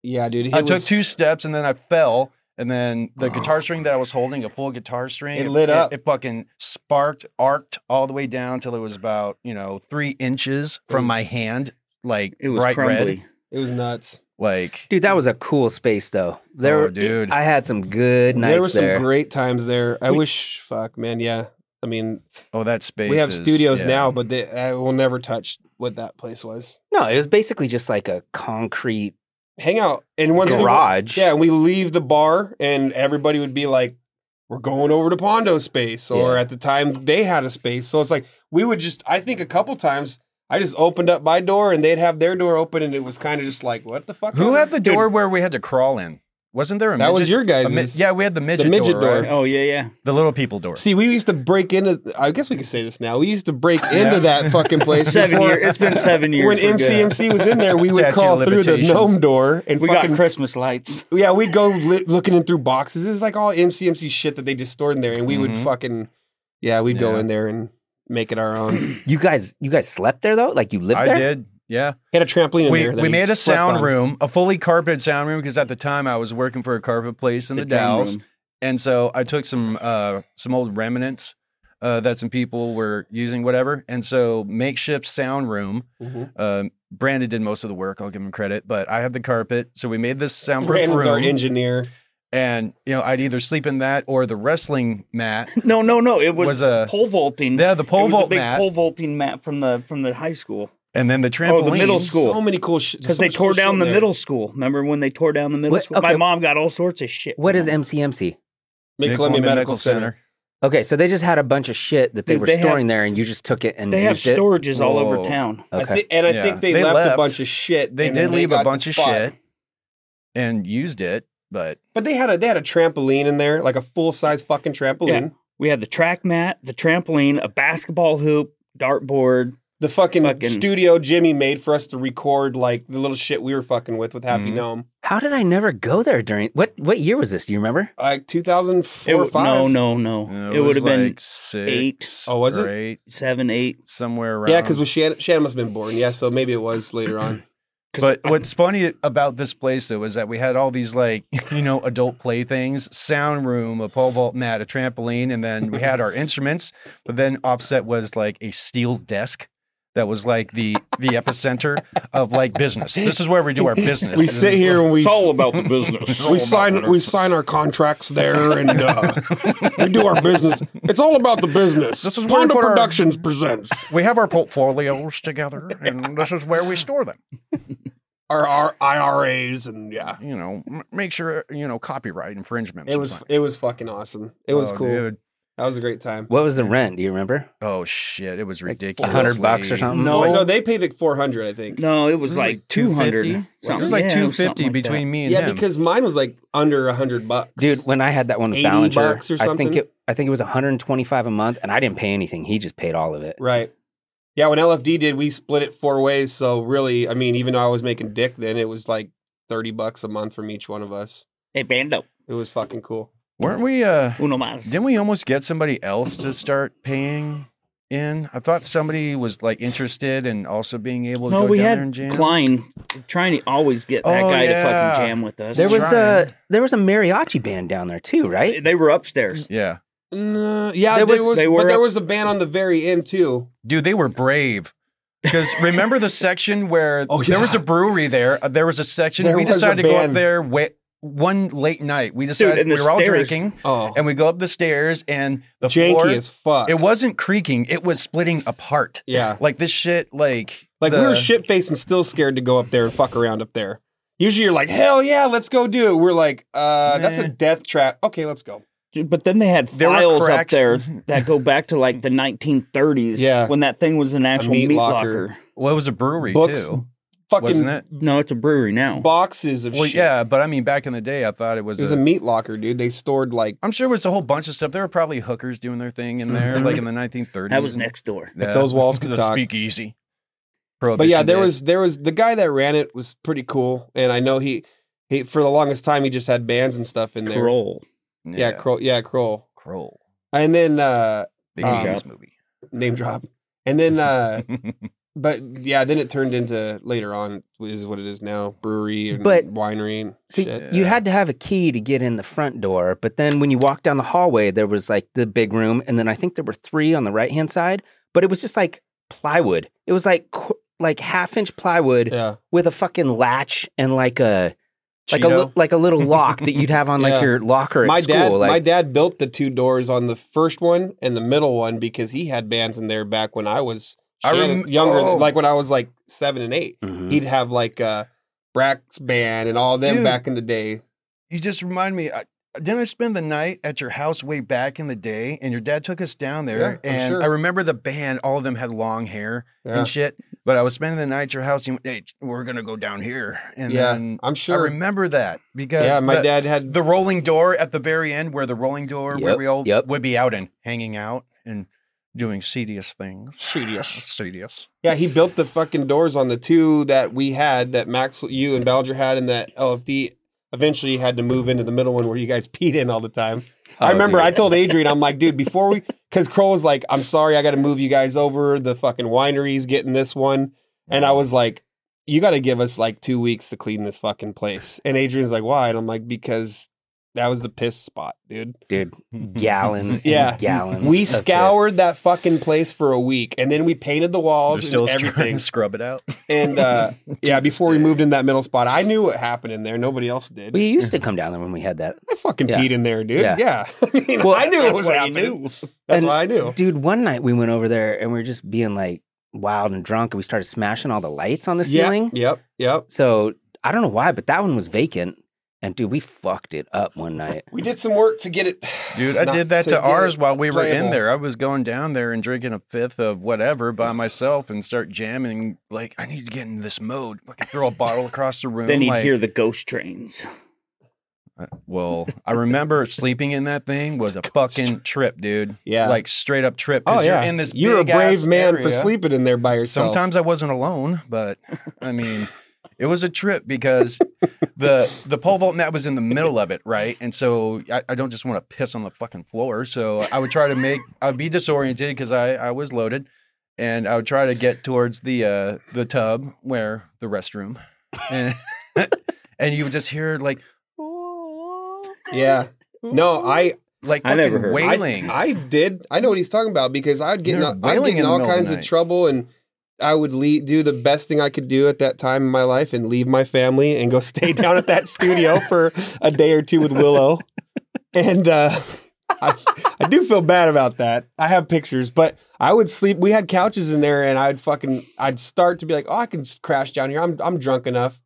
[SPEAKER 5] yeah, dude.
[SPEAKER 6] I
[SPEAKER 5] it
[SPEAKER 6] took
[SPEAKER 5] was-
[SPEAKER 6] two steps and then I fell. And then the guitar string that I was holding, a full guitar string,
[SPEAKER 5] It lit up.
[SPEAKER 6] It, fucking sparked, arced all the way down till it was about, you know, three inches from
[SPEAKER 5] was-
[SPEAKER 6] my hand, like
[SPEAKER 4] It was
[SPEAKER 6] bright red.
[SPEAKER 4] crumbly.
[SPEAKER 5] It was nuts.
[SPEAKER 6] Like,
[SPEAKER 3] Dude, that was a cool space though. There,
[SPEAKER 6] Oh, dude.
[SPEAKER 3] I had some good nights
[SPEAKER 5] there were some
[SPEAKER 3] there.
[SPEAKER 5] great times there. I wish, fuck, man. Yeah. I mean,
[SPEAKER 6] oh, that space.
[SPEAKER 5] we have
[SPEAKER 6] is-
[SPEAKER 5] studios
[SPEAKER 6] yeah.
[SPEAKER 5] now, but they, I will never touch what that place was.
[SPEAKER 3] no, it was basically just like a concrete
[SPEAKER 5] Hang out. And once we were-
[SPEAKER 3] garage.
[SPEAKER 5] Yeah, and we leave the bar, and everybody would be like, "We're going over to Pondo Space," or
[SPEAKER 3] Yeah.
[SPEAKER 5] at the time they had a space. So it's like we would just. I think a couple times I just opened up my door, and they'd have their door open, and it was kind of just like, "What the fuck?"
[SPEAKER 6] Who had the
[SPEAKER 4] Dude.
[SPEAKER 6] door where we had to crawl in? Wasn't there a
[SPEAKER 5] that
[SPEAKER 6] midget?
[SPEAKER 5] was your
[SPEAKER 6] a
[SPEAKER 5] guys.
[SPEAKER 6] mi- yeah, we had the midget,
[SPEAKER 5] midget
[SPEAKER 6] door,
[SPEAKER 5] door.
[SPEAKER 6] right?
[SPEAKER 4] Oh yeah, yeah.
[SPEAKER 6] the little people door.
[SPEAKER 5] See, we used to break into. I guess we could say this now. We used to break
[SPEAKER 6] Yeah.
[SPEAKER 5] into that fucking place.
[SPEAKER 4] Seven
[SPEAKER 5] before-
[SPEAKER 4] years. It's been seven years.
[SPEAKER 5] When
[SPEAKER 4] We're good.
[SPEAKER 5] MCMC was in there, we would
[SPEAKER 6] Statute
[SPEAKER 5] crawl
[SPEAKER 6] of
[SPEAKER 5] through the
[SPEAKER 6] limitations.
[SPEAKER 5] gnome door and
[SPEAKER 4] we got
[SPEAKER 5] fucking
[SPEAKER 4] Christmas lights.
[SPEAKER 5] Yeah, we'd go li- looking in through boxes. It's like all MCMC shit that they just stored in there, and we would
[SPEAKER 6] Mhm.
[SPEAKER 5] fucking yeah, we'd go
[SPEAKER 6] Yeah.
[SPEAKER 5] in there and make it our own.
[SPEAKER 3] You guys, you guys slept there though? Like you lived
[SPEAKER 6] I
[SPEAKER 3] there?
[SPEAKER 6] did. Yeah.
[SPEAKER 5] Had a trampoline in
[SPEAKER 6] we,
[SPEAKER 5] there. that
[SPEAKER 6] we made a
[SPEAKER 5] slept
[SPEAKER 6] sound
[SPEAKER 5] on.
[SPEAKER 6] room, a fully carpeted sound room, because at the time I was working for a carpet place in the,
[SPEAKER 4] drum
[SPEAKER 6] Dalles.
[SPEAKER 4] room.
[SPEAKER 6] And so I took some uh some old remnants uh, that some people were using, whatever. And so, makeshift sound room.
[SPEAKER 5] Mhm.
[SPEAKER 6] Um, Brandon did most of the work. I'll give him credit, but I had the carpet, so we made this soundproof
[SPEAKER 5] Brandon's
[SPEAKER 6] room.
[SPEAKER 5] our engineer.
[SPEAKER 6] and you know, I'd either sleep in that or the wrestling mat.
[SPEAKER 4] No, no, no. It was,
[SPEAKER 6] Was a-
[SPEAKER 4] pole vaulting.
[SPEAKER 6] Yeah, the
[SPEAKER 4] it
[SPEAKER 6] pole
[SPEAKER 4] was
[SPEAKER 6] vault
[SPEAKER 4] a big
[SPEAKER 6] mat,
[SPEAKER 4] pole vaulting mat from the from the high school
[SPEAKER 6] and then the
[SPEAKER 4] Oh,
[SPEAKER 6] trampoline.
[SPEAKER 4] the middle school.
[SPEAKER 5] So many cool shit.
[SPEAKER 4] because they tore down the middle school. Remember when they tore down the middle
[SPEAKER 3] What-
[SPEAKER 4] school? My
[SPEAKER 3] okay.
[SPEAKER 4] mom got all sorts of shit.
[SPEAKER 3] What
[SPEAKER 4] from
[SPEAKER 3] is
[SPEAKER 4] them.
[SPEAKER 3] MCMC?
[SPEAKER 5] Mid Columbia Medical Center.
[SPEAKER 3] Okay, so they just had a bunch of shit that they
[SPEAKER 4] Dude,
[SPEAKER 3] were
[SPEAKER 4] they have-
[SPEAKER 3] storing there, and you just took it and
[SPEAKER 4] They have
[SPEAKER 3] used it.
[SPEAKER 4] storages all over
[SPEAKER 6] Whoa.
[SPEAKER 4] town.
[SPEAKER 5] I
[SPEAKER 3] Okay.
[SPEAKER 5] thi- and I
[SPEAKER 6] Yeah.
[SPEAKER 5] think they,
[SPEAKER 6] They
[SPEAKER 5] left, a
[SPEAKER 6] left.
[SPEAKER 5] bunch of shit.
[SPEAKER 6] They
[SPEAKER 5] and
[SPEAKER 6] did
[SPEAKER 5] then they
[SPEAKER 6] leave
[SPEAKER 5] got
[SPEAKER 6] a
[SPEAKER 5] the
[SPEAKER 6] bunch of
[SPEAKER 5] spot.
[SPEAKER 6] shit and used it, but
[SPEAKER 5] But they had a they had a trampoline in there, like a full size fucking trampoline.
[SPEAKER 4] Yeah. We had the track mat, the trampoline, a basketball hoop, dartboard.
[SPEAKER 5] The fucking,
[SPEAKER 4] Fucking-
[SPEAKER 5] studio Jimmy made for us to record like the little shit we were fucking with with Happy
[SPEAKER 6] Mhm.
[SPEAKER 5] Gnome.
[SPEAKER 3] How did I never go there during what? What year was this? Do you remember?
[SPEAKER 5] Like 2004
[SPEAKER 4] It,
[SPEAKER 5] or five.
[SPEAKER 4] no, no, no. It, would have been
[SPEAKER 6] six,
[SPEAKER 4] eight.
[SPEAKER 5] Oh, was it?
[SPEAKER 6] or eight,
[SPEAKER 4] seven, eight.
[SPEAKER 6] somewhere around.
[SPEAKER 5] Yeah, because Shannon, Shannon must have been born. Yeah, so maybe it was later on.
[SPEAKER 6] But what's funny about this place though is that we had all these like you know adult playthings, sound room, a pole vault mat, a trampoline, and then we had our instruments. But then offset was like a steel desk that was like the the epicenter of like business. This is where we do our business. And it was
[SPEAKER 5] and we
[SPEAKER 4] It's all about the business.
[SPEAKER 6] all about business.
[SPEAKER 5] our contracts there and uh, we do our business. It's all about the business.
[SPEAKER 6] This is where we put our-
[SPEAKER 5] presents
[SPEAKER 6] we have our portfolios together, and this is where we store them.
[SPEAKER 5] our, our IRAs and
[SPEAKER 4] Ah.
[SPEAKER 5] yeah.
[SPEAKER 6] You know, m- make sure you know copyright infringement.
[SPEAKER 5] It was it was fucking awesome. It was cool. That was a great time.
[SPEAKER 3] What was the rent? Do you remember?
[SPEAKER 6] Oh shit! It was
[SPEAKER 3] Like
[SPEAKER 6] ridiculous.
[SPEAKER 3] 100 bucks or something?
[SPEAKER 5] No,
[SPEAKER 4] No.
[SPEAKER 5] no, they paid like four hundred, I think.
[SPEAKER 4] No, it was,
[SPEAKER 6] This is
[SPEAKER 4] like,
[SPEAKER 6] like
[SPEAKER 4] 200.
[SPEAKER 6] 250?
[SPEAKER 4] something.
[SPEAKER 6] It was like
[SPEAKER 4] Yeah,
[SPEAKER 6] two
[SPEAKER 4] something
[SPEAKER 6] fifty
[SPEAKER 4] like that.
[SPEAKER 6] between me and
[SPEAKER 5] Yeah,
[SPEAKER 6] him.
[SPEAKER 5] because mine was like under a hundred bucks,
[SPEAKER 3] Dude, when I had that one with
[SPEAKER 5] 80
[SPEAKER 3] Ballinger,
[SPEAKER 5] bucks or
[SPEAKER 3] I think
[SPEAKER 5] something?
[SPEAKER 3] it I think it was 125 a month, and I didn't pay anything. He just paid all of it.
[SPEAKER 5] right? Yeah, when LFD did, we split it four ways. So really, I mean, even though I was making dick then, it was like thirty bucks a month from each one of us.
[SPEAKER 4] Hey, Bando,
[SPEAKER 5] It was fucking cool.
[SPEAKER 6] weren't we? Uh,
[SPEAKER 4] uno mas.
[SPEAKER 6] didn't we almost get somebody else to start paying in? I thought somebody was like interested and also being able to
[SPEAKER 4] No,
[SPEAKER 6] go
[SPEAKER 4] we
[SPEAKER 6] down there and
[SPEAKER 4] had
[SPEAKER 6] jam.
[SPEAKER 4] Klein trying to always get that
[SPEAKER 6] Oh,
[SPEAKER 4] guy to
[SPEAKER 6] yeah.
[SPEAKER 4] fucking jam with us.
[SPEAKER 3] There was
[SPEAKER 6] Trying.
[SPEAKER 3] a there was a mariachi band down there too, right?
[SPEAKER 4] they were upstairs.
[SPEAKER 6] yeah,
[SPEAKER 5] No, uh, yeah,
[SPEAKER 4] There
[SPEAKER 5] there
[SPEAKER 4] was-
[SPEAKER 5] was,
[SPEAKER 4] they were
[SPEAKER 5] but there
[SPEAKER 4] up-
[SPEAKER 5] was a band on the very end too.
[SPEAKER 6] dude, they were brave. Because remember the section where
[SPEAKER 5] Oh,
[SPEAKER 6] there was
[SPEAKER 5] yeah.
[SPEAKER 6] a brewery there. uh, There was a section.
[SPEAKER 5] There
[SPEAKER 6] we
[SPEAKER 5] was a
[SPEAKER 6] decided to go up
[SPEAKER 5] band.
[SPEAKER 6] there wa- one late night. We decided
[SPEAKER 4] and
[SPEAKER 6] we
[SPEAKER 4] the
[SPEAKER 6] were all
[SPEAKER 4] stairs-
[SPEAKER 6] drinking,
[SPEAKER 5] Oh,
[SPEAKER 6] and we go up the stairs, and the
[SPEAKER 5] janky
[SPEAKER 6] floor.
[SPEAKER 5] as fuck.
[SPEAKER 6] It wasn't creaking. It was splitting apart.
[SPEAKER 5] yeah,
[SPEAKER 6] Like this shit, like
[SPEAKER 5] like
[SPEAKER 6] the-
[SPEAKER 5] we were shit faced and still scared to go up there and fuck around up there. Usually you're like, hell yeah, let's go do it. We're like, uh, that's a
[SPEAKER 6] Nah.
[SPEAKER 5] death trap. Okay, let's go.
[SPEAKER 4] But then they had
[SPEAKER 6] There were
[SPEAKER 4] files up
[SPEAKER 6] cracks.
[SPEAKER 4] there that go back to like the 1930s
[SPEAKER 5] Yeah.
[SPEAKER 4] when that thing was an actual meat,
[SPEAKER 5] meat
[SPEAKER 4] locker.
[SPEAKER 5] locker.
[SPEAKER 6] Well, it was a brewery
[SPEAKER 5] Books,
[SPEAKER 6] too,
[SPEAKER 5] Fucking
[SPEAKER 6] wasn't it?
[SPEAKER 4] No, it's a brewery now.
[SPEAKER 5] boxes of
[SPEAKER 6] Well,
[SPEAKER 5] shit.
[SPEAKER 6] yeah, but I mean, back in the day, I thought it was.
[SPEAKER 5] It was
[SPEAKER 6] a,
[SPEAKER 5] a meat locker, dude. They stored like
[SPEAKER 6] I'm sure it was a whole bunch of stuff. There were probably hookers doing their thing in there, like in the 1930s.
[SPEAKER 4] That was next door.
[SPEAKER 6] Yeah.
[SPEAKER 5] those walls could
[SPEAKER 6] The
[SPEAKER 5] talk.
[SPEAKER 6] Speakeasy.
[SPEAKER 5] But yeah, there
[SPEAKER 6] Prohibition
[SPEAKER 5] was there was the guy that ran it was pretty cool, and I know he he for the longest time he just had bands and stuff in there.
[SPEAKER 4] Kroll.
[SPEAKER 6] days.
[SPEAKER 5] Yeah, Kroll. Yeah, Kroll.
[SPEAKER 6] Kroll.
[SPEAKER 5] And then uh
[SPEAKER 6] Big
[SPEAKER 5] Um,
[SPEAKER 6] eighties movie.
[SPEAKER 5] name drop. And then uh but yeah, then it turned into later on is what it is now, brewery and
[SPEAKER 3] But-
[SPEAKER 5] winery and
[SPEAKER 3] See,
[SPEAKER 5] shit.
[SPEAKER 3] you
[SPEAKER 6] Yeah.
[SPEAKER 3] had to have a key to get in the front door, but then when you walked down the hallway, there was like the big room, and then I think there were three on the right hand side, but it was just like plywood. It was like qu- like half inch plywood
[SPEAKER 5] Yeah.
[SPEAKER 3] with a fucking latch and like a like a
[SPEAKER 6] Cheeto.
[SPEAKER 3] li- like a little lock that you'd have on like
[SPEAKER 5] Yeah.
[SPEAKER 3] your locker at
[SPEAKER 5] My
[SPEAKER 3] school.
[SPEAKER 5] dad
[SPEAKER 3] like,
[SPEAKER 5] my dad built the two doors on the first one and the middle one because he had bands in there back when I was
[SPEAKER 6] I
[SPEAKER 5] Shannon-
[SPEAKER 6] rem-
[SPEAKER 5] younger
[SPEAKER 6] oh.
[SPEAKER 5] like when I was like 7 and 8.
[SPEAKER 3] Mhm.
[SPEAKER 5] He'd have like uh Brax band and all them
[SPEAKER 6] Dude.
[SPEAKER 5] back in the day.
[SPEAKER 6] You just remind me. I, didn't I spend the night at your house way back in the day? And your dad took us down there,
[SPEAKER 5] Yeah, I'm
[SPEAKER 6] and
[SPEAKER 5] sure.
[SPEAKER 6] I remember the band. All of them had long hair.
[SPEAKER 5] Yeah.
[SPEAKER 6] and shit. But I was spending the night at your house. And, hey, we're gonna go down here, and
[SPEAKER 5] Yeah,
[SPEAKER 6] then
[SPEAKER 5] I'm
[SPEAKER 6] I
[SPEAKER 5] sure.
[SPEAKER 6] remember that because
[SPEAKER 5] Yeah, my
[SPEAKER 6] the,
[SPEAKER 5] dad had
[SPEAKER 6] the rolling door at the very end, where the rolling door where
[SPEAKER 3] Yep,
[SPEAKER 6] we all
[SPEAKER 3] yep.
[SPEAKER 6] would be out and hanging out and doing serious things. Uh, Serious.
[SPEAKER 5] Yeah, he built the fucking doors on the two that we had that Max, you and Balger had, and that LFD eventually had to move into the middle one where you guys peed in all the time. I
[SPEAKER 3] Oh,
[SPEAKER 5] remember
[SPEAKER 3] dude.
[SPEAKER 5] I told Adrian, I'm like, dude, before we, because Kroll was like, I'm sorry, I got to move you guys over. The fucking winery's getting this one. And I was like, you got to give us like two weeks to clean this fucking place. And Adrian's like, why? And I'm like, because that was the piss spot, dude.
[SPEAKER 3] dude. Gallons,
[SPEAKER 5] Yeah.
[SPEAKER 3] and gallons.
[SPEAKER 5] We
[SPEAKER 3] of piss.
[SPEAKER 5] scoured that fucking place for a week, and then we painted the
[SPEAKER 6] They're
[SPEAKER 5] walls
[SPEAKER 6] still
[SPEAKER 5] and
[SPEAKER 6] trying
[SPEAKER 5] everything.
[SPEAKER 6] to scrub it out.
[SPEAKER 5] and uh, yeah, before we moved in that middle spot, I knew what happened in there. Nobody else did.
[SPEAKER 3] We used to come down there when we had that.
[SPEAKER 5] I fucking
[SPEAKER 3] Yeah.
[SPEAKER 5] peed in there, dude.
[SPEAKER 3] Yeah.
[SPEAKER 5] Yeah, I, mean,
[SPEAKER 3] Well,
[SPEAKER 5] I knew it
[SPEAKER 4] that's
[SPEAKER 5] was
[SPEAKER 4] what you
[SPEAKER 5] happening.
[SPEAKER 4] knew.
[SPEAKER 5] That's
[SPEAKER 3] And
[SPEAKER 5] what I knew.
[SPEAKER 3] Dude, one night we went over there and we were just being like wild and drunk and we started smashing all the lights on the ceiling.
[SPEAKER 5] Yep, yep.
[SPEAKER 3] So I don't know why, but that one was vacant. And dude, we fucked it up one night.
[SPEAKER 5] We did some work to get it.
[SPEAKER 6] Dude, I
[SPEAKER 5] not
[SPEAKER 6] did that to
[SPEAKER 5] get
[SPEAKER 6] ours
[SPEAKER 5] it
[SPEAKER 6] while we were in
[SPEAKER 5] playable.
[SPEAKER 6] there. I was going down there and drinking a fifth of whatever by myself and start jamming. Like, I need to get in this mode. Like, throw a bottle across the room.
[SPEAKER 4] Then you
[SPEAKER 6] like,
[SPEAKER 4] hear the ghost trains.
[SPEAKER 6] Uh, Well, I remember sleeping in that thing was a fucking trip, dude.
[SPEAKER 5] Yeah.
[SPEAKER 6] Like, straight up trip.
[SPEAKER 5] Oh
[SPEAKER 6] 'cause
[SPEAKER 5] yeah,
[SPEAKER 6] You're in this
[SPEAKER 5] You're a
[SPEAKER 6] big-ass
[SPEAKER 5] brave man for
[SPEAKER 6] area.
[SPEAKER 5] sleeping in there by yourself.
[SPEAKER 6] Sometimes I wasn't alone, but I mean, it was a trip because the the pole vault net was in the middle of it, right? And so I, I don't just want to piss on the fucking floor. So I would try to make I'd be disoriented because I I was loaded, and I would try to get towards the uh the tub where the restroom, and and you would just hear like.
[SPEAKER 5] Yeah. No, I
[SPEAKER 6] Like
[SPEAKER 4] I never
[SPEAKER 6] fucking
[SPEAKER 4] heard.
[SPEAKER 5] I-
[SPEAKER 6] wailing.
[SPEAKER 5] I, did. I know what he's talking about because I'd get in,
[SPEAKER 6] You're
[SPEAKER 5] I'd get
[SPEAKER 6] wailing
[SPEAKER 5] in
[SPEAKER 6] in the
[SPEAKER 5] all
[SPEAKER 6] middle of the
[SPEAKER 5] kinds of
[SPEAKER 6] night.
[SPEAKER 5] trouble, and I would le- do the best thing I could do at that time in my life and leave my family and go stay down at that studio for a day or two with Willow. And uh, I, I do feel bad about that. I have pictures, but I would sleep. We had couches in there, and I'd fucking I'd start to be like, oh, I can s- crash down here. I'm I'm drunk enough,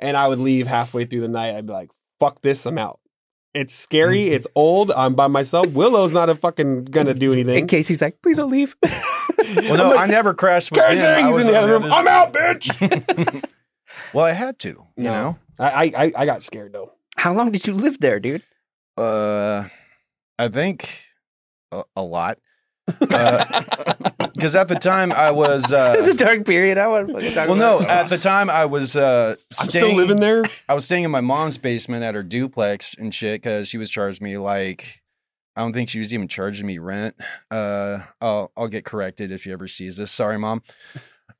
[SPEAKER 5] and I would leave halfway through the night. I'd be like, fuck this, I'm out. It's scary.
[SPEAKER 6] Mm-hmm.
[SPEAKER 5] It's old. I'm by myself. Willow's not a fucking gonna do
[SPEAKER 3] And
[SPEAKER 5] anything.
[SPEAKER 3] Casey's like, please don't leave.
[SPEAKER 6] well, no, I never crashed with him. I
[SPEAKER 5] Everything's
[SPEAKER 6] was
[SPEAKER 5] in the
[SPEAKER 6] on
[SPEAKER 5] other room. I'm out, bitch.
[SPEAKER 6] Well, I had to, you
[SPEAKER 5] No.
[SPEAKER 6] know.
[SPEAKER 5] I, I I got scared though.
[SPEAKER 3] How long did you live there, dude?
[SPEAKER 6] Uh, I think a, a lot. Because at the time I was.
[SPEAKER 3] It was a
[SPEAKER 6] Uh,
[SPEAKER 3] dark period. I want to fucking talk
[SPEAKER 6] well,
[SPEAKER 3] about
[SPEAKER 6] no,
[SPEAKER 3] it.
[SPEAKER 6] at the time I was. Uh,
[SPEAKER 5] I'm
[SPEAKER 6] staying,
[SPEAKER 5] still living there.
[SPEAKER 6] I was staying in my mom's basement at her duplex and shit because she was charging me like. I don't think she was even charging me rent. Uh, I'll I'll get corrected if she ever sees this. Sorry, mom.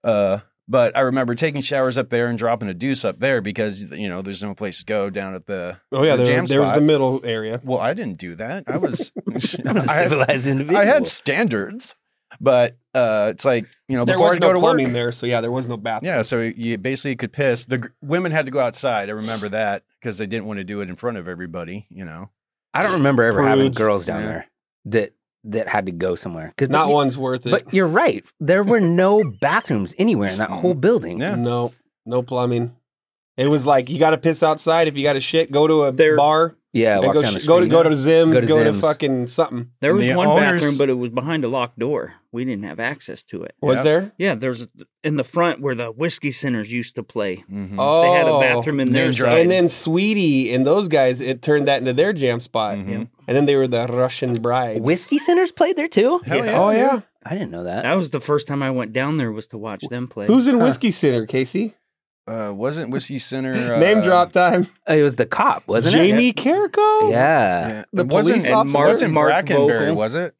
[SPEAKER 6] Uh, but I remember taking showers up there and dropping a deuce up there because you know there's no place to go down at the.
[SPEAKER 5] Oh yeah,
[SPEAKER 6] the
[SPEAKER 5] there,
[SPEAKER 6] jam
[SPEAKER 5] there was
[SPEAKER 6] spot.
[SPEAKER 5] the middle area.
[SPEAKER 6] Well, I didn't do that. I was
[SPEAKER 3] I was a
[SPEAKER 6] I had-
[SPEAKER 3] civilized individual.
[SPEAKER 6] I had standards, but uh, it's like you know
[SPEAKER 5] There
[SPEAKER 6] before I
[SPEAKER 5] was
[SPEAKER 6] would go
[SPEAKER 5] no
[SPEAKER 6] to
[SPEAKER 5] plumbing
[SPEAKER 6] work.
[SPEAKER 5] there, so yeah, there was no bathroom.
[SPEAKER 6] Yeah, so you basically could piss. The gr- women had to go outside. I remember that because they didn't want to do it in front of everybody. You know,
[SPEAKER 3] I don't remember ever having
[SPEAKER 5] Prudes.
[SPEAKER 3] girls down
[SPEAKER 6] Yeah.
[SPEAKER 3] there that that had to go somewhere. 'Cause-
[SPEAKER 5] Not
[SPEAKER 3] but you-
[SPEAKER 5] one's worth it.
[SPEAKER 3] But you're right. There were no bathrooms anywhere in that whole
[SPEAKER 5] Mm-hmm.
[SPEAKER 3] building.
[SPEAKER 6] yeah.
[SPEAKER 5] No, no plumbing. It was like you got to piss outside if you got to shit. Go to a
[SPEAKER 4] There-
[SPEAKER 5] bar.
[SPEAKER 3] Yeah,
[SPEAKER 5] then
[SPEAKER 3] walk
[SPEAKER 5] go,
[SPEAKER 3] down the
[SPEAKER 5] sh- go to
[SPEAKER 3] street.
[SPEAKER 5] go to Zim's.
[SPEAKER 3] Go
[SPEAKER 5] Go
[SPEAKER 3] to
[SPEAKER 5] to,
[SPEAKER 3] Zim's.
[SPEAKER 5] fucking something.
[SPEAKER 4] There
[SPEAKER 6] And
[SPEAKER 4] was
[SPEAKER 6] the
[SPEAKER 4] one
[SPEAKER 6] owners-
[SPEAKER 4] bathroom, but it was behind a locked door. We didn't have access to it.
[SPEAKER 5] Was
[SPEAKER 6] Yeah.
[SPEAKER 5] there?
[SPEAKER 4] Yeah, there's in the front where the whiskey centers used to play.
[SPEAKER 6] Mhm.
[SPEAKER 5] Oh,
[SPEAKER 4] Mm-hmm. They had a bathroom in there.
[SPEAKER 6] Name
[SPEAKER 4] so-
[SPEAKER 6] drop.
[SPEAKER 5] And then Sweetie and those guys, it turned that into their jam spot.
[SPEAKER 6] Mhm.
[SPEAKER 5] And then they were the Russian brides.
[SPEAKER 3] Mm-hmm. Whiskey Center's played there too.
[SPEAKER 6] Hell yeah.
[SPEAKER 5] Oh yeah.
[SPEAKER 3] I didn't know that.
[SPEAKER 4] that was the first time I went down there was to watch them play.
[SPEAKER 5] Who's in Whiskey Center, Casey?
[SPEAKER 6] Uh, wasn't Whiskey Center uh,
[SPEAKER 5] Name drop time.
[SPEAKER 3] Oh, It was the cop, wasn't
[SPEAKER 5] Jamie
[SPEAKER 3] it?
[SPEAKER 5] Carrico.
[SPEAKER 3] Yeah.
[SPEAKER 6] Yeah.
[SPEAKER 5] The
[SPEAKER 6] It wasn't
[SPEAKER 5] police officer?
[SPEAKER 6] Mark, wasn't
[SPEAKER 4] Mark
[SPEAKER 6] Brackenberry?
[SPEAKER 4] Vogel.
[SPEAKER 6] Was it?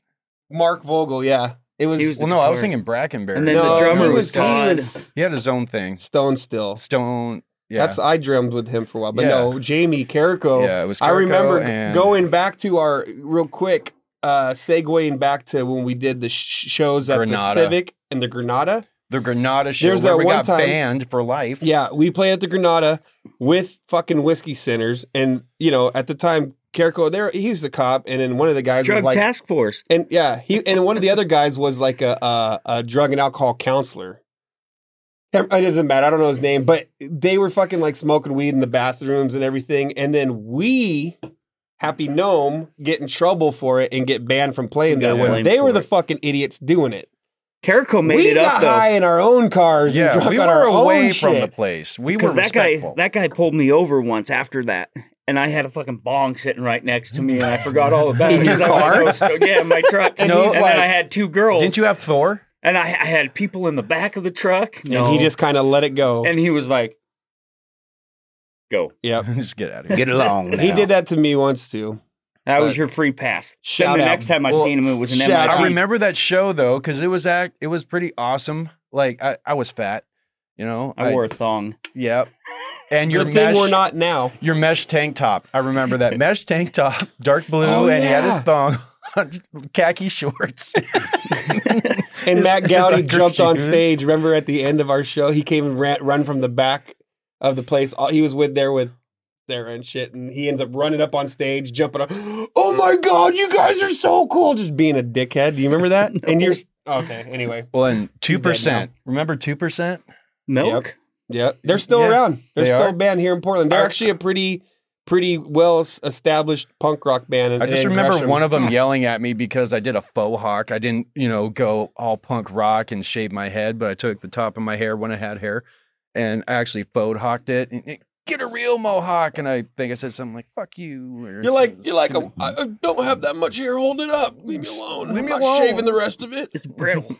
[SPEAKER 5] Mark Vogel. Yeah. It was.
[SPEAKER 4] He was-
[SPEAKER 6] Well, no, I was
[SPEAKER 4] guitarist.
[SPEAKER 6] thinking Brackenberry.
[SPEAKER 4] And then the
[SPEAKER 5] no,
[SPEAKER 4] drummer
[SPEAKER 5] he
[SPEAKER 4] was
[SPEAKER 5] he
[SPEAKER 4] Todd.
[SPEAKER 5] was
[SPEAKER 6] He had his own thing.
[SPEAKER 5] Stone Still.
[SPEAKER 6] Stone. Yeah.
[SPEAKER 5] That's I drummed with him for a while, but
[SPEAKER 6] Yeah.
[SPEAKER 5] no, Jamie Carrico.
[SPEAKER 6] yeah. It was.
[SPEAKER 5] I
[SPEAKER 6] Kirko
[SPEAKER 5] remember
[SPEAKER 6] and-
[SPEAKER 5] going back to our real quick uh segueing back to when we did the sh- shows at
[SPEAKER 6] Granada.
[SPEAKER 5] the Civic and the Granada.
[SPEAKER 6] the Granada show.
[SPEAKER 5] There's
[SPEAKER 6] where
[SPEAKER 5] that
[SPEAKER 6] we
[SPEAKER 5] one
[SPEAKER 6] got
[SPEAKER 5] time-
[SPEAKER 6] banned for life.
[SPEAKER 5] Yeah, we played at the Granada with fucking whiskey centers, and you know at the time Carrico there he's the cop, and then one of the guys
[SPEAKER 4] Drug
[SPEAKER 5] was like,
[SPEAKER 4] Task Force.
[SPEAKER 5] and yeah, he and one of the other guys was like a a, a drug and alcohol counselor. It doesn't matter. I don't know his name, but they were fucking like smoking weed in the bathrooms and everything. And then we, Happy Gnome, get in trouble for it and get banned from playing
[SPEAKER 4] Got
[SPEAKER 5] there when
[SPEAKER 4] blamed
[SPEAKER 5] they were
[SPEAKER 4] for
[SPEAKER 5] the
[SPEAKER 4] it.
[SPEAKER 5] fucking idiots doing it.
[SPEAKER 4] Carico made
[SPEAKER 5] we
[SPEAKER 4] it
[SPEAKER 5] got
[SPEAKER 4] up though.
[SPEAKER 5] high in our own cars. and
[SPEAKER 6] Yeah,
[SPEAKER 5] drunk
[SPEAKER 6] we
[SPEAKER 5] on our
[SPEAKER 6] were
[SPEAKER 5] own
[SPEAKER 6] away
[SPEAKER 5] shit.
[SPEAKER 6] from the place. We were
[SPEAKER 4] Because that guy
[SPEAKER 6] respectful.
[SPEAKER 4] that guy pulled me over once after that. And I had a fucking bong sitting right next to me, and I forgot all about it.
[SPEAKER 5] In your
[SPEAKER 4] 'cause I was
[SPEAKER 5] car?
[SPEAKER 4] so stoked. yeah, in my truck.
[SPEAKER 5] And
[SPEAKER 4] And,
[SPEAKER 5] he's like-
[SPEAKER 4] then I had two girls.
[SPEAKER 6] Didn't you have Thor?
[SPEAKER 4] and I, I had people in the back of the truck.
[SPEAKER 5] And he just kind of let it go.
[SPEAKER 4] and he was like, "Go."
[SPEAKER 5] yep.
[SPEAKER 6] Just get out of here.
[SPEAKER 3] Get along.
[SPEAKER 5] He
[SPEAKER 3] now.
[SPEAKER 5] did that to me once too.
[SPEAKER 4] That
[SPEAKER 5] But-
[SPEAKER 4] was your free pass.
[SPEAKER 5] Shout
[SPEAKER 4] then the
[SPEAKER 5] out.
[SPEAKER 4] next time I
[SPEAKER 5] Well,
[SPEAKER 4] seen him, it was an
[SPEAKER 5] shout
[SPEAKER 4] MIT.
[SPEAKER 5] out.
[SPEAKER 6] I remember that show though, because it was act, it was pretty awesome. Like I, I was fat, You know,
[SPEAKER 4] I wore a thong.
[SPEAKER 6] Yep. And your
[SPEAKER 5] Good thing
[SPEAKER 6] mesh,
[SPEAKER 5] we're not now.
[SPEAKER 6] your mesh tank top. I remember that mesh tank top, dark blue,
[SPEAKER 5] Oh,
[SPEAKER 6] and he had his
[SPEAKER 5] yeah.
[SPEAKER 6] thong, on, khaki shorts.
[SPEAKER 5] And
[SPEAKER 6] His-
[SPEAKER 5] Matt
[SPEAKER 6] his
[SPEAKER 5] Gowdy
[SPEAKER 6] Uggs
[SPEAKER 5] jumped on
[SPEAKER 6] shoes.
[SPEAKER 5] stage. Remember at the end of our show, he came and ran, run from the back of the place. All- He was with there with there and shit, and he ends up running up on stage, jumping up. Oh my god, you guys are so cool! Just being a dickhead. Do you remember that? And you're okay. Anyway,
[SPEAKER 6] Well, and two
[SPEAKER 5] He's dead
[SPEAKER 6] percent. Remember two percent?
[SPEAKER 4] Milk?
[SPEAKER 5] yeah, they're still
[SPEAKER 6] Yeah,
[SPEAKER 5] around. They're
[SPEAKER 6] they
[SPEAKER 5] still
[SPEAKER 6] are.
[SPEAKER 5] a band here in Portland. They're
[SPEAKER 6] Are-
[SPEAKER 5] actually a pretty, pretty well s- established punk rock band. in-
[SPEAKER 6] I just
[SPEAKER 5] in
[SPEAKER 6] remember
[SPEAKER 5] Gresham.
[SPEAKER 6] one of them yelling at me because I did a faux hawk. I didn't, you know, go all punk rock and shave my head, but I took the top of my hair when I had hair, and I actually faux hawked it. And, and, Get a real mohawk, and I think I said something like "fuck you." Or
[SPEAKER 5] You're like
[SPEAKER 6] some
[SPEAKER 5] you're like a,
[SPEAKER 6] stupid-
[SPEAKER 5] I I don't have that much hair. Hold it up. Leave me alone.
[SPEAKER 6] Leave me
[SPEAKER 5] I'm
[SPEAKER 6] alone.
[SPEAKER 5] not shaving the rest of it.
[SPEAKER 4] It's brittle.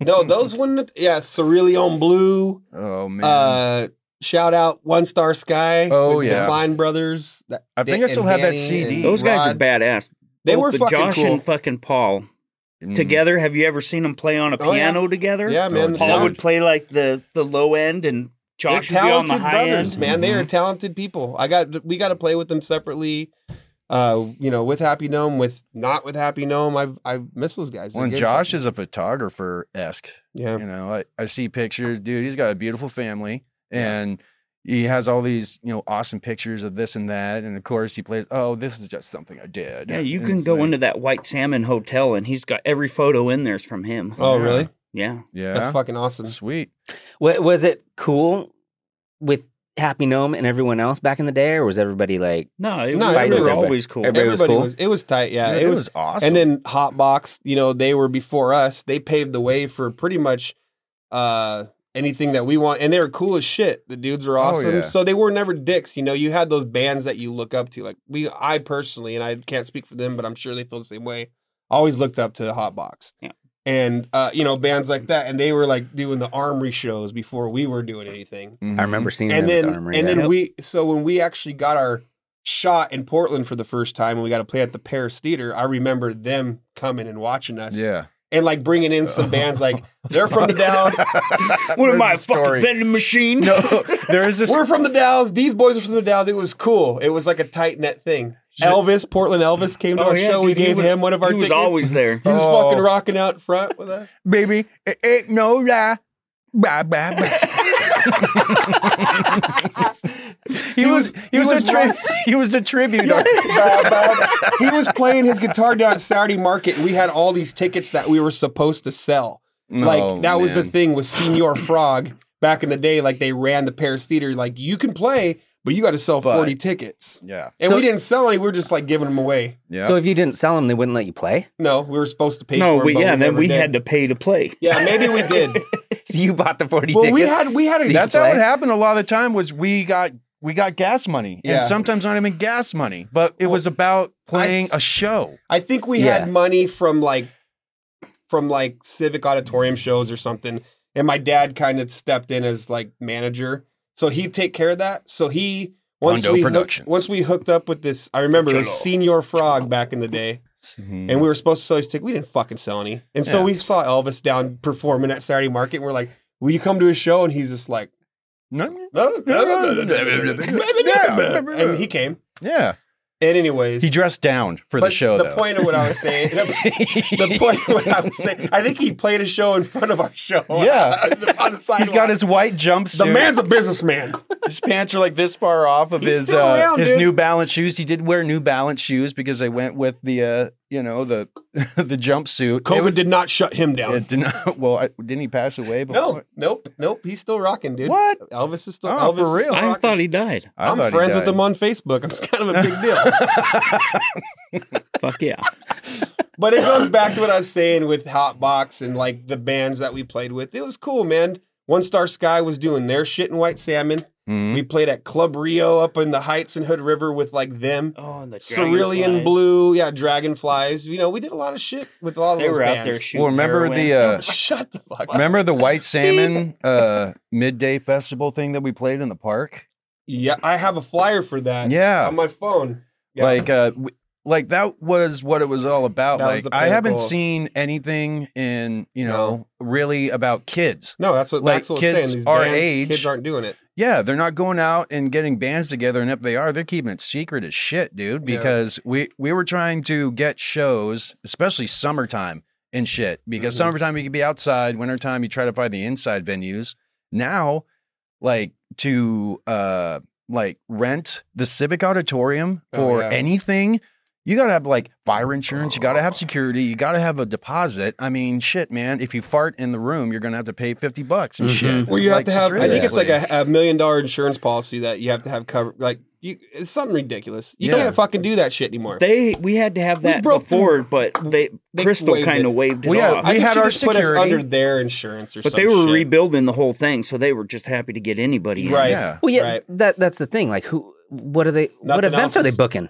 [SPEAKER 5] No, those wouldn't. Yeah, Cerulean Blue.
[SPEAKER 6] oh man.
[SPEAKER 5] Uh, shout out One Star Sky.
[SPEAKER 6] Oh,
[SPEAKER 5] with
[SPEAKER 6] yeah.
[SPEAKER 5] the Klein Brothers. That-
[SPEAKER 6] I think I
[SPEAKER 5] and
[SPEAKER 6] still have
[SPEAKER 5] Danny
[SPEAKER 6] that CD.
[SPEAKER 5] and-
[SPEAKER 4] Those guys are
[SPEAKER 5] Rod.
[SPEAKER 4] badass.
[SPEAKER 5] They
[SPEAKER 4] Both
[SPEAKER 5] were
[SPEAKER 4] Oh, the
[SPEAKER 5] fucking
[SPEAKER 4] Josh
[SPEAKER 5] cool. Mm-hmm.
[SPEAKER 4] and fucking Paul
[SPEAKER 6] Mm.
[SPEAKER 4] together. Have you ever seen them play on a
[SPEAKER 5] Oh, yeah.
[SPEAKER 4] piano together?
[SPEAKER 5] yeah, man.
[SPEAKER 6] Oh,
[SPEAKER 4] Paul
[SPEAKER 5] they're-
[SPEAKER 4] would play like the the low end, and
[SPEAKER 5] they're
[SPEAKER 4] Josh would be on
[SPEAKER 5] talented
[SPEAKER 4] the high
[SPEAKER 5] brothers,
[SPEAKER 4] end.
[SPEAKER 5] man. They are talented people. I got we got to play with them separately. Uh, you know, with Happy Gnome, with not with Happy Gnome. I've I miss those guys.
[SPEAKER 6] Well, and
[SPEAKER 5] They're good.
[SPEAKER 6] Josh is a photographer esque.
[SPEAKER 5] yeah.
[SPEAKER 6] You know, I, I see pictures, dude. He's got a beautiful family, and he has all these you know awesome pictures of this and that. And of course, he plays. Oh, this is just something I did.
[SPEAKER 4] Yeah, you
[SPEAKER 6] And
[SPEAKER 4] can
[SPEAKER 6] it's
[SPEAKER 4] go
[SPEAKER 6] like,
[SPEAKER 4] into that White Salmon Hotel, and he's got every photo in there's from him.
[SPEAKER 5] Oh,
[SPEAKER 6] Yeah.
[SPEAKER 5] really?
[SPEAKER 4] Yeah,
[SPEAKER 6] Yeah,
[SPEAKER 5] That's fucking awesome.
[SPEAKER 6] sweet.
[SPEAKER 3] Wa- was it cool with Happy Gnome and everyone else back in the day, or was everybody like,
[SPEAKER 4] no, it
[SPEAKER 5] No, everybody
[SPEAKER 4] was always,
[SPEAKER 5] was back-
[SPEAKER 4] always cool.
[SPEAKER 3] everybody- was
[SPEAKER 5] Everybody
[SPEAKER 3] cool.
[SPEAKER 5] was, it was tight. Yeah,
[SPEAKER 6] Dude,
[SPEAKER 5] it was
[SPEAKER 6] awesome.
[SPEAKER 5] And then Hotbox, you know, they were before us. They paved the way for pretty much uh anything that we want. And they were cool as shit. The dudes were
[SPEAKER 6] Oh,
[SPEAKER 5] awesome.
[SPEAKER 6] yeah.
[SPEAKER 5] So they were never dicks. You know, you had those bands that you look up to. Like we I personally, and I can't speak for them, but I'm sure they feel the same way. Always looked up to Hotbox.
[SPEAKER 4] Yeah.
[SPEAKER 5] And uh, you know, bands like that. And they were like doing the armory shows before we were doing anything
[SPEAKER 6] Mhm.
[SPEAKER 3] I remember seeing
[SPEAKER 5] Mm-hmm. and
[SPEAKER 3] them at
[SPEAKER 5] then
[SPEAKER 3] the armory.
[SPEAKER 5] and
[SPEAKER 3] yeah.
[SPEAKER 5] then we so when we actually got our shot in Portland for the first time and we got to play at the Paris Theater, I remember them coming and watching us
[SPEAKER 6] Yeah,
[SPEAKER 5] and like bringing in some bands like they're from the Dallas,
[SPEAKER 4] What
[SPEAKER 6] There's
[SPEAKER 4] am I,
[SPEAKER 6] a
[SPEAKER 4] a fucking
[SPEAKER 6] story.
[SPEAKER 4] vending machine?
[SPEAKER 6] No, there is this.
[SPEAKER 5] we're from the Dallas, these boys are from the Dallas. It was cool. It was like a tight knit thing.
[SPEAKER 6] Shit.
[SPEAKER 5] Elvis, Portland Elvis came to
[SPEAKER 4] Oh,
[SPEAKER 5] our
[SPEAKER 4] yeah,
[SPEAKER 5] show. we
[SPEAKER 4] dude, he
[SPEAKER 5] gave
[SPEAKER 4] was-
[SPEAKER 5] him one of our
[SPEAKER 4] he was
[SPEAKER 5] tickets.
[SPEAKER 4] always there.
[SPEAKER 5] he was
[SPEAKER 6] Oh.
[SPEAKER 5] fucking rocking out front with us.
[SPEAKER 6] baby. It ain't no lie. Bye bye bye. he, was, he was a tri- he was a tribute. artist.
[SPEAKER 5] Bob, Bob. he was playing his guitar down at Saturday Market, and we had all these tickets that we were supposed to sell.
[SPEAKER 6] No,
[SPEAKER 5] like that was the
[SPEAKER 6] man.
[SPEAKER 5] thing with Senior Frog back in the day. Like they ran the Paris Theater. Like you can play, but you got to sell
[SPEAKER 6] But-
[SPEAKER 5] forty tickets.
[SPEAKER 6] Yeah,
[SPEAKER 5] And
[SPEAKER 3] So-
[SPEAKER 5] we didn't sell any. We were just like giving them away.
[SPEAKER 6] yeah.
[SPEAKER 3] So if you didn't sell them, they wouldn't let you play.
[SPEAKER 5] No, we were supposed to pay.
[SPEAKER 4] No,
[SPEAKER 5] for
[SPEAKER 4] we, yeah, then we had
[SPEAKER 5] to.
[SPEAKER 4] to pay to play.
[SPEAKER 5] Yeah, maybe we did.
[SPEAKER 3] So you bought the forty
[SPEAKER 5] well,
[SPEAKER 3] tickets.
[SPEAKER 5] we had we had a
[SPEAKER 3] See,
[SPEAKER 6] That's
[SPEAKER 3] could
[SPEAKER 6] how
[SPEAKER 3] play.
[SPEAKER 6] it happened a lot of the time was we got we got gas money and
[SPEAKER 5] Yeah.
[SPEAKER 6] sometimes not even gas money, but it was about playing a show.
[SPEAKER 5] I think we
[SPEAKER 3] Yeah.
[SPEAKER 5] had money from like from like civic
[SPEAKER 6] Mm.
[SPEAKER 5] auditorium shows or something. And my dad kind of stepped in as like manager. So he'd take care of that. So he once
[SPEAKER 6] Pondo
[SPEAKER 5] we
[SPEAKER 6] Productions.
[SPEAKER 5] hooked, once we hooked up with this, I remember it was
[SPEAKER 6] Cholo.
[SPEAKER 5] Senior Frog back in the day. And we were supposed to sell his ticket. We didn't fucking sell any. And so
[SPEAKER 6] Mm-hmm. Yeah.
[SPEAKER 5] we saw Elvis down performing at Saturday Market and we're like, Will you come to his show? And he's just like,
[SPEAKER 6] No?
[SPEAKER 5] and he came.
[SPEAKER 6] yeah,
[SPEAKER 5] And anyways,
[SPEAKER 6] he dressed down for the
[SPEAKER 5] but
[SPEAKER 6] show.
[SPEAKER 5] The
[SPEAKER 6] though.
[SPEAKER 5] point of what I was saying, the point of what I was saying. I think he played a show in front of our show.
[SPEAKER 6] Yeah.
[SPEAKER 5] on the sidewalk.
[SPEAKER 6] He's got his white jumpsuit.
[SPEAKER 5] The man's a businessman.
[SPEAKER 6] his pants are like this far off of
[SPEAKER 5] He's
[SPEAKER 6] his
[SPEAKER 5] still
[SPEAKER 6] uh,
[SPEAKER 5] around,
[SPEAKER 6] his
[SPEAKER 5] dude.
[SPEAKER 6] New Balance shoes. He did wear New Balance shoes because they went with the uh, you know the the jumpsuit. It
[SPEAKER 5] COVID
[SPEAKER 6] was-
[SPEAKER 5] did not shut him down.
[SPEAKER 6] It did not, well, I, didn't he pass away before?
[SPEAKER 5] no, nope, nope. He's still rocking, dude.
[SPEAKER 6] What?
[SPEAKER 5] Elvis is still
[SPEAKER 6] Oh,
[SPEAKER 5] Elvis.
[SPEAKER 6] for real?
[SPEAKER 5] Is still
[SPEAKER 6] I
[SPEAKER 4] I
[SPEAKER 5] rocking.
[SPEAKER 4] thought he died.
[SPEAKER 6] I
[SPEAKER 5] I'm
[SPEAKER 6] thought he
[SPEAKER 5] friends with
[SPEAKER 6] died.
[SPEAKER 5] him on Facebook. It's kind of a big deal.
[SPEAKER 4] Fuck yeah.
[SPEAKER 5] but it goes back to what I was saying with Hotbox and like the bands that we played with. It was cool, man. One Star Sky was doing their shit in White Salmon.
[SPEAKER 6] Mhm.
[SPEAKER 5] We played at Club Rio up in the Heights and Hood River with like them.
[SPEAKER 4] Oh, and the
[SPEAKER 5] Cerulean Blue, yeah, Dragonflies. You know, we did a lot of shit with all
[SPEAKER 4] They
[SPEAKER 5] those
[SPEAKER 4] were out there
[SPEAKER 5] bands.
[SPEAKER 4] shooting.
[SPEAKER 6] Well, remember the
[SPEAKER 4] heroin.
[SPEAKER 6] uh,
[SPEAKER 5] Shut the fuck up.
[SPEAKER 6] remember the white salmon uh, midday festival thing that we played in the park?
[SPEAKER 5] Yeah, I have a flyer for that.
[SPEAKER 6] Yeah,
[SPEAKER 5] on my phone. Yeah.
[SPEAKER 6] like uh, w- like that was what it was all about.
[SPEAKER 5] That was
[SPEAKER 6] like
[SPEAKER 5] the
[SPEAKER 6] I haven't
[SPEAKER 5] pinnacle.
[SPEAKER 6] seen anything in you know really about kids.
[SPEAKER 5] No, that's what
[SPEAKER 6] Like,
[SPEAKER 5] Maxwell was
[SPEAKER 6] kids
[SPEAKER 5] saying. These
[SPEAKER 6] our
[SPEAKER 5] bands,
[SPEAKER 6] age-
[SPEAKER 5] kids aren't doing it.
[SPEAKER 6] Yeah, they're not going out and getting bands together, and if they are, they're keeping it secret as shit, dude.
[SPEAKER 5] Yeah.
[SPEAKER 6] Because we we were trying to get shows, especially summertime and shit. Because
[SPEAKER 5] Mhm.
[SPEAKER 6] summertime you can be outside, wintertime you try to find the inside venues. Now, like to uh like rent the Civic Auditorium
[SPEAKER 5] Oh,
[SPEAKER 6] for
[SPEAKER 5] yeah.
[SPEAKER 6] anything. You gotta have like fire insurance. You gotta have security. You gotta have a deposit. I mean, shit, man. If you fart in the room, you're gonna have to pay fifty bucks and shit.
[SPEAKER 1] Mhm.
[SPEAKER 5] Well, you have
[SPEAKER 6] Like,
[SPEAKER 5] to have. I think it's like
[SPEAKER 6] seriously.
[SPEAKER 5] a, a million dollar insurance policy that you have to have cover. Like you, it's something ridiculous. You
[SPEAKER 6] Yeah.
[SPEAKER 5] can't fucking do that shit anymore.
[SPEAKER 4] They we had to have
[SPEAKER 5] We
[SPEAKER 4] that
[SPEAKER 5] broke
[SPEAKER 4] before, but they,
[SPEAKER 5] They
[SPEAKER 4] Crystal
[SPEAKER 5] waived
[SPEAKER 4] kind
[SPEAKER 5] it.
[SPEAKER 4] of waved it
[SPEAKER 6] Well, yeah,
[SPEAKER 4] off.
[SPEAKER 5] I
[SPEAKER 6] we
[SPEAKER 5] think
[SPEAKER 6] had
[SPEAKER 5] she
[SPEAKER 6] our
[SPEAKER 5] just put us
[SPEAKER 6] security.
[SPEAKER 5] under their insurance or
[SPEAKER 4] but
[SPEAKER 5] some
[SPEAKER 4] they were
[SPEAKER 5] shit.
[SPEAKER 4] rebuilding the whole thing, so they were just happy to get anybody. In.
[SPEAKER 5] Right.
[SPEAKER 6] Yeah.
[SPEAKER 3] Well, yeah,
[SPEAKER 5] Right.
[SPEAKER 3] that that's the thing. Like, who? What are they? what
[SPEAKER 5] Nothing else
[SPEAKER 3] events are they
[SPEAKER 5] is-
[SPEAKER 3] booking?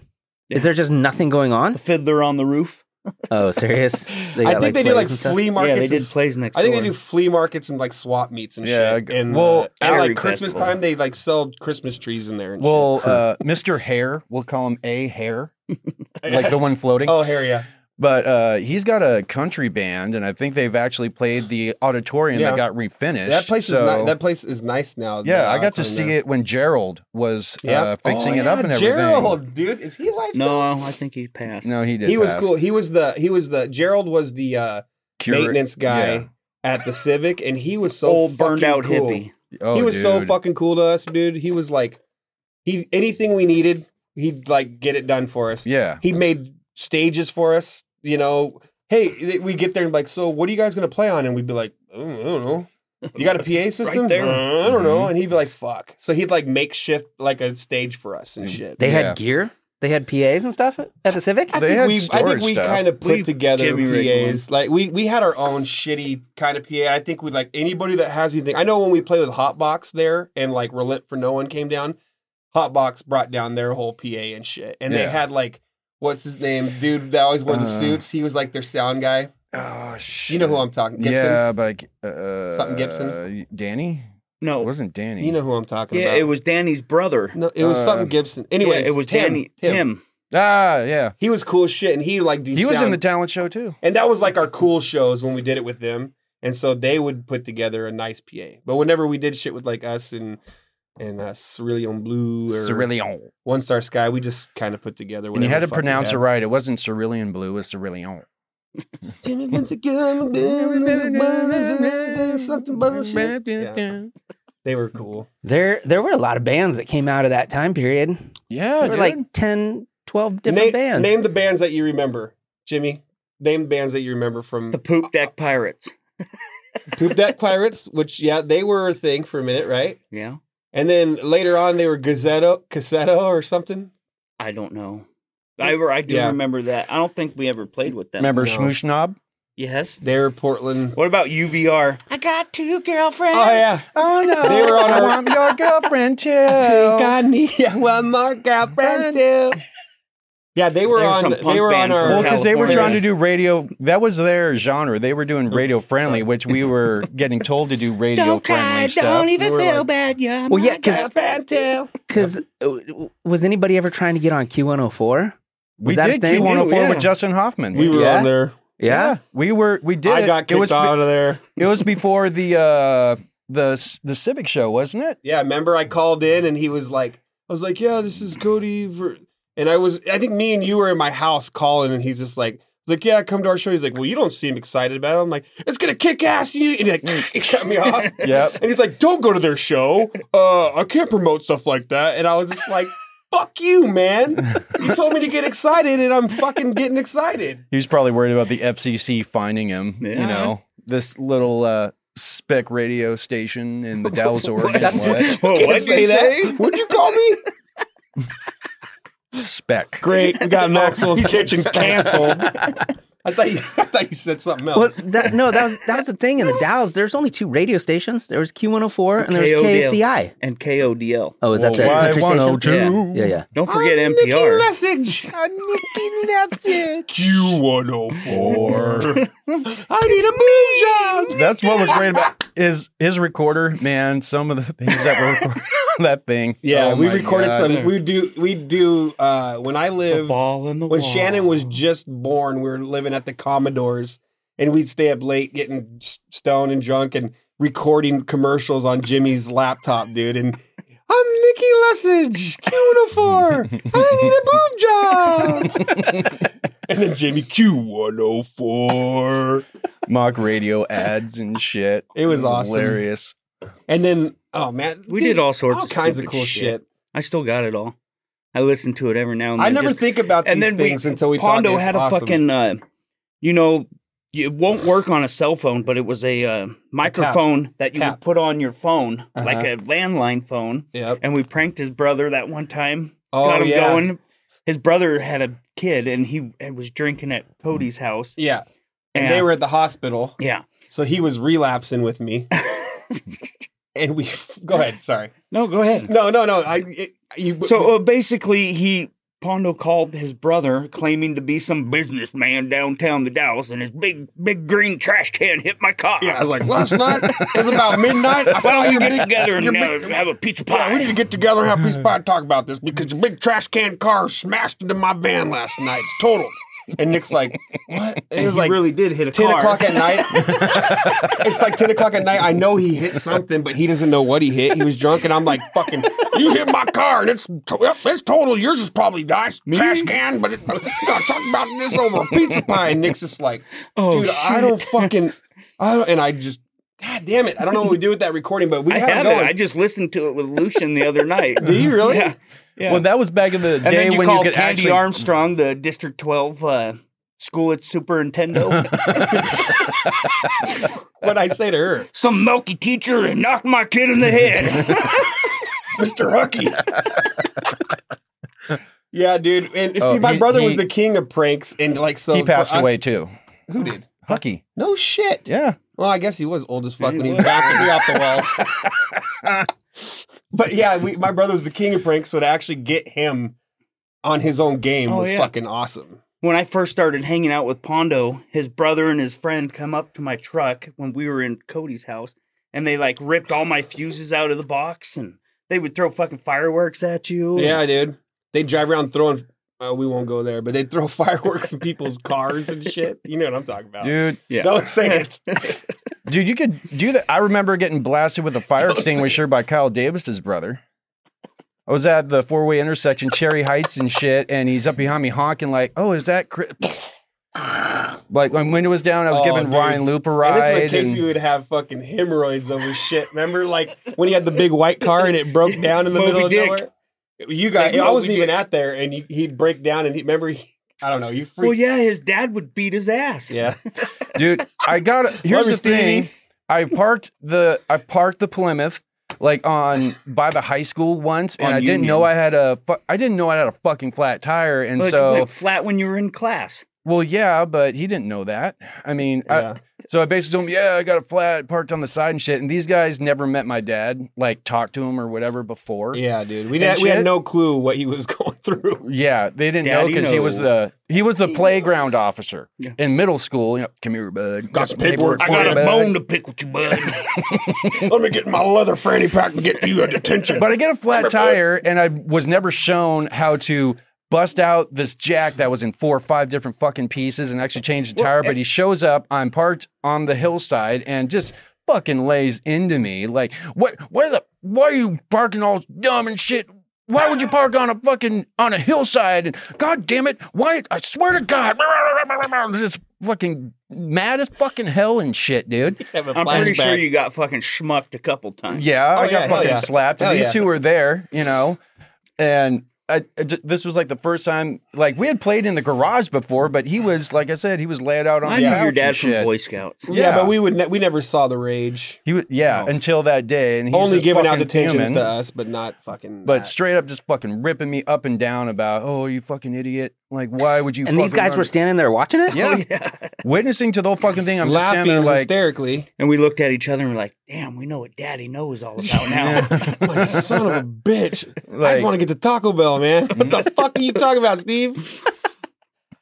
[SPEAKER 4] Yeah.
[SPEAKER 3] Is there just nothing going on?
[SPEAKER 4] The fiddler on the roof.
[SPEAKER 3] Oh, serious? They
[SPEAKER 5] I
[SPEAKER 3] got,
[SPEAKER 5] think they do
[SPEAKER 3] plays
[SPEAKER 5] like
[SPEAKER 3] and stuff?
[SPEAKER 5] flea
[SPEAKER 4] Yeah,
[SPEAKER 5] markets.
[SPEAKER 4] they
[SPEAKER 5] and
[SPEAKER 4] did
[SPEAKER 5] s-
[SPEAKER 4] plays next.
[SPEAKER 5] I think
[SPEAKER 4] door.
[SPEAKER 5] they do flea markets and like swap meets and
[SPEAKER 6] Yeah,
[SPEAKER 5] shit.
[SPEAKER 6] I g-
[SPEAKER 5] And
[SPEAKER 6] well,
[SPEAKER 5] well, at
[SPEAKER 4] Every
[SPEAKER 5] like Christmas
[SPEAKER 4] festival.
[SPEAKER 5] time, they like sell Christmas trees in there. And
[SPEAKER 6] Well, uh, Mr. Hare, we'll call him A Hare,
[SPEAKER 5] shit.
[SPEAKER 6] like the one floating.
[SPEAKER 5] oh, Harry, yeah,
[SPEAKER 6] But uh, he's got a country band, and I think they've actually played the auditorium that
[SPEAKER 5] Yeah.
[SPEAKER 6] got refinished.
[SPEAKER 5] that place is
[SPEAKER 6] so-
[SPEAKER 5] ni- that place is nice now.
[SPEAKER 6] yeah,
[SPEAKER 5] the
[SPEAKER 6] I got to
[SPEAKER 5] Alcon
[SPEAKER 6] see
[SPEAKER 5] there.
[SPEAKER 6] it when Gerald was
[SPEAKER 5] Yeah,
[SPEAKER 6] uh, fixing
[SPEAKER 5] Oh,
[SPEAKER 6] it up
[SPEAKER 5] yeah,
[SPEAKER 6] and everything.
[SPEAKER 5] Gerald, dude, is he alive?
[SPEAKER 4] No, I think he passed.
[SPEAKER 6] No, he did.
[SPEAKER 5] he was
[SPEAKER 6] pass.
[SPEAKER 5] cool. He was the he was the Gerald was the uh,
[SPEAKER 6] Cure-
[SPEAKER 5] maintenance guy
[SPEAKER 6] yeah.
[SPEAKER 5] at the Civic, and he was so
[SPEAKER 4] Old burned
[SPEAKER 5] fucking
[SPEAKER 4] out
[SPEAKER 5] cool.
[SPEAKER 4] hippie.
[SPEAKER 6] Oh,
[SPEAKER 5] he was so
[SPEAKER 6] dude.
[SPEAKER 5] fucking cool to us, dude. He was like, he anything we needed, he'd like get it done for us.
[SPEAKER 6] Yeah.
[SPEAKER 5] He made stages for us. You know, hey, th- we get there and be like, so what are you guys gonna play on? And we'd be like, "Oh, I don't know. You got a PA system?
[SPEAKER 4] there.
[SPEAKER 5] "Uh, I don't know.
[SPEAKER 6] Mhm.
[SPEAKER 5] And he'd be like, fuck. So he'd like makeshift like a stage for us and shit.
[SPEAKER 3] They
[SPEAKER 6] Yeah.
[SPEAKER 3] had gear. They had PAs and stuff at the Civic.
[SPEAKER 5] I
[SPEAKER 6] They
[SPEAKER 5] think
[SPEAKER 6] had
[SPEAKER 5] we, I
[SPEAKER 6] storage
[SPEAKER 5] think we
[SPEAKER 6] stuff.
[SPEAKER 5] kind of put
[SPEAKER 4] We-
[SPEAKER 5] together
[SPEAKER 4] Jimmy rigged
[SPEAKER 5] PAs. Like we, we had our own shitty kind of PA. I think we like anybody that has anything. I know when we play with Hotbox there and like Relent for No One came down, Hotbox brought down their whole PA and shit. And they
[SPEAKER 6] Yeah.
[SPEAKER 5] had like what's his name, dude that always wore the
[SPEAKER 6] Uh,
[SPEAKER 5] suits. He was like their sound guy.
[SPEAKER 6] Oh, shit.
[SPEAKER 5] You know who I'm talking. Gibson.
[SPEAKER 6] Yeah, but uh,
[SPEAKER 5] Something Gibson? Oh.
[SPEAKER 6] Danny? It
[SPEAKER 4] No,
[SPEAKER 6] wasn't Danny.
[SPEAKER 5] You know who I'm talking
[SPEAKER 4] yeah,
[SPEAKER 5] about.
[SPEAKER 4] it was Danny's brother.
[SPEAKER 5] no, it was
[SPEAKER 6] uh,
[SPEAKER 5] something Gibson. Anyways,
[SPEAKER 4] yeah, it was
[SPEAKER 5] Tim,
[SPEAKER 4] Danny
[SPEAKER 5] Tim.
[SPEAKER 4] Tim.
[SPEAKER 6] Ah, yeah.
[SPEAKER 5] He was cool as shit, and he like
[SPEAKER 6] He was in the talent show too.
[SPEAKER 5] And that was like our cool shows when we did it with them. And so they would put together a nice PA. But whenever we did shit with like us and and uh, Cerulean Blue or
[SPEAKER 6] Cerulean.
[SPEAKER 5] One Star Sky, we just kind of put together.
[SPEAKER 6] And you had
[SPEAKER 5] whatever the
[SPEAKER 6] to
[SPEAKER 5] fuck
[SPEAKER 6] pronounce
[SPEAKER 5] we
[SPEAKER 6] it right. It wasn't Cerulean Blue, it was Cerulean.
[SPEAKER 5] had. Something bullshit. Yeah. They were cool.
[SPEAKER 3] There there were a lot of bands that came out of that time period. There
[SPEAKER 6] Yeah,
[SPEAKER 3] were
[SPEAKER 6] dude.
[SPEAKER 3] like 10, 12 different
[SPEAKER 5] Oh, name,
[SPEAKER 3] bands.
[SPEAKER 5] Name the bands that you remember, Jimmy. Name the bands that you remember from
[SPEAKER 4] The poop deck pirates.
[SPEAKER 5] Poop Deck Pirates, which yeah, they were a thing for a minute, right?
[SPEAKER 4] Yeah,
[SPEAKER 5] And then later on, they were Gazzetto, Cassetto or something.
[SPEAKER 4] I don't know. I, re- I do
[SPEAKER 5] Yeah.
[SPEAKER 4] remember that. I don't think we ever played with them.
[SPEAKER 6] Remember
[SPEAKER 5] No.
[SPEAKER 6] Smoosh Knob?
[SPEAKER 4] Yes.
[SPEAKER 5] They were Portland.
[SPEAKER 4] What about UVR?
[SPEAKER 5] Oh yeah,
[SPEAKER 6] Oh no.
[SPEAKER 5] They were on
[SPEAKER 6] I
[SPEAKER 5] our-
[SPEAKER 6] want your girlfriend too. Oh.
[SPEAKER 5] need one more girlfriend too. Yeah, they were
[SPEAKER 4] They were
[SPEAKER 5] on.
[SPEAKER 4] some punk
[SPEAKER 5] They were on
[SPEAKER 4] band
[SPEAKER 5] our.
[SPEAKER 4] from
[SPEAKER 6] Well, because they were
[SPEAKER 4] California.
[SPEAKER 6] trying to do radio. That was their genre. They were doing radio friendly, which we were getting told to do radio friendly stuff.
[SPEAKER 5] even feel bad.
[SPEAKER 3] well, yeah, because
[SPEAKER 5] Girlfriend too.
[SPEAKER 3] was anybody ever trying to get on Q104?
[SPEAKER 6] we
[SPEAKER 3] Was that a
[SPEAKER 6] did
[SPEAKER 3] thing?
[SPEAKER 6] Q104
[SPEAKER 4] Yeah.
[SPEAKER 6] with Justin Hoffman.
[SPEAKER 5] We were
[SPEAKER 3] Yeah.
[SPEAKER 5] on there.
[SPEAKER 6] yeah, we were. We did.
[SPEAKER 5] I
[SPEAKER 6] it.
[SPEAKER 5] got kicked
[SPEAKER 6] it was,
[SPEAKER 5] out of there.
[SPEAKER 6] It was before the uh, the the Civic show, wasn't it?
[SPEAKER 5] Yeah, remember I called in and he was like, I was like, yeah, this is Cody. Ver-. And I was, I think me and you were in my house calling, and he's just like, I was like, yeah, come to our show. He's like, well, you don't seem excited about it. I'm like, it's gonna kick ass. You and he like, it cut me off.
[SPEAKER 6] Yep.
[SPEAKER 5] And he's like, "Don't go to their show. Uh, I can't promote stuff like that." And I was just like, "Fuck you, man! You told me to get excited, and I'm fucking getting excited."
[SPEAKER 6] He was probably worried about the FCC finding him.
[SPEAKER 4] Yeah.
[SPEAKER 6] You know, this little uh, spec radio station in the Dallas, Oregon.
[SPEAKER 5] That's-
[SPEAKER 6] what?
[SPEAKER 4] Whoa,
[SPEAKER 5] Can't
[SPEAKER 4] what'd you
[SPEAKER 5] that? Would you call me?
[SPEAKER 6] Spec.
[SPEAKER 5] Great, we got Maxwell's kitchen canceled. I thought you, I thought you said something
[SPEAKER 3] Well,
[SPEAKER 5] else.
[SPEAKER 3] that, no, that was that was the thing in the Dallas. There's only two radio stations. There was Q104 and there was
[SPEAKER 4] KODL.
[SPEAKER 3] KCI.
[SPEAKER 4] And KODL.
[SPEAKER 3] Oh, is that the
[SPEAKER 6] Well,
[SPEAKER 3] country
[SPEAKER 6] why
[SPEAKER 3] station?
[SPEAKER 6] 102?
[SPEAKER 3] Yeah, yeah.
[SPEAKER 4] Don't forget
[SPEAKER 5] I'm Nikki
[SPEAKER 4] NPR.
[SPEAKER 5] message.
[SPEAKER 6] That's
[SPEAKER 5] Q104. I need a moon job.
[SPEAKER 6] what was great about his his recorder, man. Some of the things that were recorded. that thing.
[SPEAKER 5] Yeah,
[SPEAKER 6] Oh
[SPEAKER 5] we
[SPEAKER 6] my
[SPEAKER 5] recorded
[SPEAKER 6] God.
[SPEAKER 5] some. We do. We do. Uh, when I lived,
[SPEAKER 4] ball in the
[SPEAKER 5] when
[SPEAKER 4] wall.
[SPEAKER 5] Shannon was just born, we were living at the Commodores, and we'd stay up late getting s- stoned and drunk and recording commercials on Jimmy's laptop, dude. And I'm Nikki Lessage, Q104. I need a boob job. and then Jimmy Q104.
[SPEAKER 6] mock radio ads and shit.
[SPEAKER 5] It was awesome.
[SPEAKER 6] hilarious.
[SPEAKER 5] And then, oh man,
[SPEAKER 4] we
[SPEAKER 5] dude,
[SPEAKER 4] did all sorts
[SPEAKER 5] all
[SPEAKER 4] of
[SPEAKER 5] kinds of
[SPEAKER 4] stupid
[SPEAKER 5] cool shit.
[SPEAKER 4] I still got it all. I listen to it every now and then.
[SPEAKER 5] I never
[SPEAKER 4] just-
[SPEAKER 5] think about these
[SPEAKER 4] and then
[SPEAKER 5] things
[SPEAKER 4] we,
[SPEAKER 5] until we
[SPEAKER 4] Pondo
[SPEAKER 5] talk. It's
[SPEAKER 4] had a
[SPEAKER 5] awesome.
[SPEAKER 4] fucking, uh, you know, it won't work on a cell phone, but it was a uh, microphone that you
[SPEAKER 5] Tap.
[SPEAKER 4] would put on your phone,
[SPEAKER 1] Uh-huh.
[SPEAKER 4] like a landline phone.
[SPEAKER 5] Yep.
[SPEAKER 4] And we pranked his brother that one time.
[SPEAKER 5] Oh,
[SPEAKER 4] got him
[SPEAKER 5] yeah.
[SPEAKER 4] going. His brother had a kid, and he was drinking at Cody's house.
[SPEAKER 5] Yeah. And they
[SPEAKER 4] Yeah.
[SPEAKER 5] were at the hospital.
[SPEAKER 4] Yeah.
[SPEAKER 5] So he was relapsing with me. and we go ahead, sorry.
[SPEAKER 4] No, go ahead.
[SPEAKER 5] No, no, no. I it, you
[SPEAKER 4] So uh, basically, he Pondo called his brother, claiming to be some businessman downtown the Dallas, and his big, big green trash can hit my car.
[SPEAKER 5] yeah, I was like, last night it was about midnight. I saw
[SPEAKER 4] Why don't
[SPEAKER 5] you
[SPEAKER 4] we get
[SPEAKER 5] big,
[SPEAKER 4] together and
[SPEAKER 5] your
[SPEAKER 4] uh,
[SPEAKER 5] big-
[SPEAKER 4] have a pizza
[SPEAKER 5] yeah,
[SPEAKER 4] pie?
[SPEAKER 5] we need to get together and have a piece of pie and talk about this because your big trash can car smashed into my van last night. It's total. And Nick's like, what? It was
[SPEAKER 4] he
[SPEAKER 5] like
[SPEAKER 4] really did hit a
[SPEAKER 5] 10
[SPEAKER 4] car.
[SPEAKER 5] o'clock at night. it's like 10 o'clock at night. I know he hit something, but he doesn't know what he hit. He was drunk, and I'm like, fucking, you hit my car, and it's to- yep, it's total. Yours is probably nice, trash can, but it, you gotta talk about this over a pizza pie. And Nick's just like,
[SPEAKER 4] Oh,
[SPEAKER 5] dude, I don't fucking, I don't, and I just, God damn it. I don't know what we do with that recording, but we
[SPEAKER 4] I
[SPEAKER 5] had it
[SPEAKER 4] have it.
[SPEAKER 5] going.
[SPEAKER 4] I just listened to it with Lucian the other night.
[SPEAKER 5] do you really?
[SPEAKER 4] Yeah. yeah.
[SPEAKER 6] Well, that was back in the
[SPEAKER 4] and
[SPEAKER 6] day
[SPEAKER 4] then you
[SPEAKER 6] when you
[SPEAKER 4] called
[SPEAKER 6] could
[SPEAKER 4] Candy
[SPEAKER 6] actually.
[SPEAKER 4] Armstrong, the District 12 uh, school at Super Nintendo.
[SPEAKER 5] What I say to her,
[SPEAKER 4] some milky teacher knocked my kid in the head.
[SPEAKER 5] Mr. Hucky. yeah, dude. And see,
[SPEAKER 6] Oh,
[SPEAKER 5] my
[SPEAKER 6] he-
[SPEAKER 5] brother was
[SPEAKER 6] he-
[SPEAKER 5] the king of pranks, and like, so
[SPEAKER 6] He
[SPEAKER 5] for
[SPEAKER 6] passed
[SPEAKER 5] us-
[SPEAKER 6] away too.
[SPEAKER 5] Who did?
[SPEAKER 6] Hucky.
[SPEAKER 5] No shit.
[SPEAKER 6] Yeah.
[SPEAKER 5] Well, I guess he was old as fuck
[SPEAKER 4] He
[SPEAKER 5] when he was
[SPEAKER 4] was.
[SPEAKER 5] bouncing me off the wall. but yeah, we, my brother was the king of pranks, so to actually get him on his own game
[SPEAKER 4] Oh,
[SPEAKER 5] was
[SPEAKER 4] yeah.
[SPEAKER 5] fucking awesome.
[SPEAKER 4] when I first started hanging out with Pondo, his brother and his friend come up to my truck when we were in Cody's house, and they like ripped all my fuses out of the box, and they would throw fucking fireworks at you.
[SPEAKER 5] Yeah, dude. They drive around throwing. Uh, we won't go there, but they throw fireworks in people's cars and shit. You know what I'm talking about?
[SPEAKER 6] Dude,
[SPEAKER 4] yeah.
[SPEAKER 5] Don't say it.
[SPEAKER 6] dude, you could do that. I remember getting blasted with a fire
[SPEAKER 5] Don't say
[SPEAKER 6] extinguisher by Kyle Davis's brother. I was at the four way intersection, Cherry Heights and shit, and he's up behind me honking like, "Oh, is that?" Chris? like my window was down. I was
[SPEAKER 5] Oh,
[SPEAKER 6] giving
[SPEAKER 5] dude.
[SPEAKER 6] Ryan Loop a
[SPEAKER 5] And this is
[SPEAKER 6] ride.
[SPEAKER 5] when Casey
[SPEAKER 6] and-
[SPEAKER 5] would have fucking hemorrhoids over shit. Remember, like when he had the big white car and it broke down in the
[SPEAKER 4] Moby
[SPEAKER 5] middle of
[SPEAKER 4] Dick.
[SPEAKER 5] nowhere. You guys,
[SPEAKER 4] Big
[SPEAKER 5] I
[SPEAKER 4] Moby
[SPEAKER 5] wasn't even
[SPEAKER 4] Dick.
[SPEAKER 5] out there, and he, he'd break down and he remember. He, I don't know. You freaked.
[SPEAKER 4] Well, yeah, his dad would beat his ass.
[SPEAKER 5] yeah.
[SPEAKER 6] dude i got here's
[SPEAKER 5] you,
[SPEAKER 6] the thing i parked the i parked the plymouth like on by the high school once and
[SPEAKER 4] On
[SPEAKER 6] i didn't
[SPEAKER 4] Union.
[SPEAKER 6] know i had a fu- i didn't know i had a fucking flat tire and
[SPEAKER 4] Like,
[SPEAKER 6] so
[SPEAKER 4] went flat when you were in class.
[SPEAKER 6] well yeah but he didn't know that i mean
[SPEAKER 5] Yeah.
[SPEAKER 6] I, so i basically told him yeah i got a flat parked on the side and shit and these guys never met my dad like talked to him or whatever before
[SPEAKER 5] Yeah, dude. We
[SPEAKER 6] And
[SPEAKER 5] had, we had
[SPEAKER 6] shit.
[SPEAKER 5] no clue what he was going through.
[SPEAKER 6] Yeah, they didn't know
[SPEAKER 4] Daddy
[SPEAKER 6] because he was
[SPEAKER 4] knows.
[SPEAKER 6] the he was the playground officer
[SPEAKER 4] Yeah.
[SPEAKER 6] in middle school. You know, come here, bud.
[SPEAKER 5] Got some paperwork
[SPEAKER 4] I
[SPEAKER 5] for
[SPEAKER 4] got
[SPEAKER 5] you,
[SPEAKER 4] a
[SPEAKER 6] bud."
[SPEAKER 4] bone to pick with you, bud.
[SPEAKER 5] Let me get my leather fanny pack and get you a detention.
[SPEAKER 6] But I get a flat tire, and I was never shown how to bust out this jack that was in four or five different fucking pieces and actually change the tire. But he shows up. I'm parked on the hillside and just fucking lays into me. Like, what? Where the? Why are you parking all dumb and shit? Why would you park on a fucking on a hillside? And God damn it! Why? I swear to God, just fucking mad as fucking hell and shit, dude.
[SPEAKER 5] Have a
[SPEAKER 4] I'm pretty sure
[SPEAKER 5] flashback.
[SPEAKER 4] you got fucking schmucked a couple times.
[SPEAKER 6] Yeah, I
[SPEAKER 5] Oh,
[SPEAKER 6] got
[SPEAKER 5] yeah, hell
[SPEAKER 6] fucking
[SPEAKER 5] yeah.
[SPEAKER 6] slapped.
[SPEAKER 5] Hell
[SPEAKER 6] and these
[SPEAKER 5] yeah.
[SPEAKER 6] two were there, you know, and I, I ju- this was like the first time. Like we had played in the garage before, but he was like I said, he was laid out on
[SPEAKER 4] I
[SPEAKER 6] the
[SPEAKER 4] knew
[SPEAKER 6] couch
[SPEAKER 4] your
[SPEAKER 6] and
[SPEAKER 4] dad from
[SPEAKER 6] shit.
[SPEAKER 4] Boy Scouts.
[SPEAKER 5] Yeah,
[SPEAKER 6] Yeah.
[SPEAKER 5] but we would ne- we never saw the rage.
[SPEAKER 6] He was yeah
[SPEAKER 4] No.
[SPEAKER 6] until that day, and he's
[SPEAKER 5] Oh. Only
[SPEAKER 6] just
[SPEAKER 5] giving out
[SPEAKER 6] fucking
[SPEAKER 5] detentions
[SPEAKER 6] fuming,
[SPEAKER 5] to uh, us, but not fucking.
[SPEAKER 6] But
[SPEAKER 5] that.
[SPEAKER 6] straight up, just fucking ripping me up and down about, oh, you fucking idiot! Like, why would you?
[SPEAKER 3] And these
[SPEAKER 6] fucking
[SPEAKER 3] guys
[SPEAKER 6] run-"
[SPEAKER 3] were standing there watching it.
[SPEAKER 6] yeah,
[SPEAKER 4] oh, yeah.
[SPEAKER 6] witnessing to the whole fucking thing. I'm just
[SPEAKER 5] laughing
[SPEAKER 6] standing there like,
[SPEAKER 5] hysterically.
[SPEAKER 4] And we looked at each other and we're like, damn, we know what daddy knows all about now.
[SPEAKER 5] My son of a bitch. I
[SPEAKER 6] like
[SPEAKER 5] just want to get to Taco Bell, man. What the fuck are you talking about, Steve?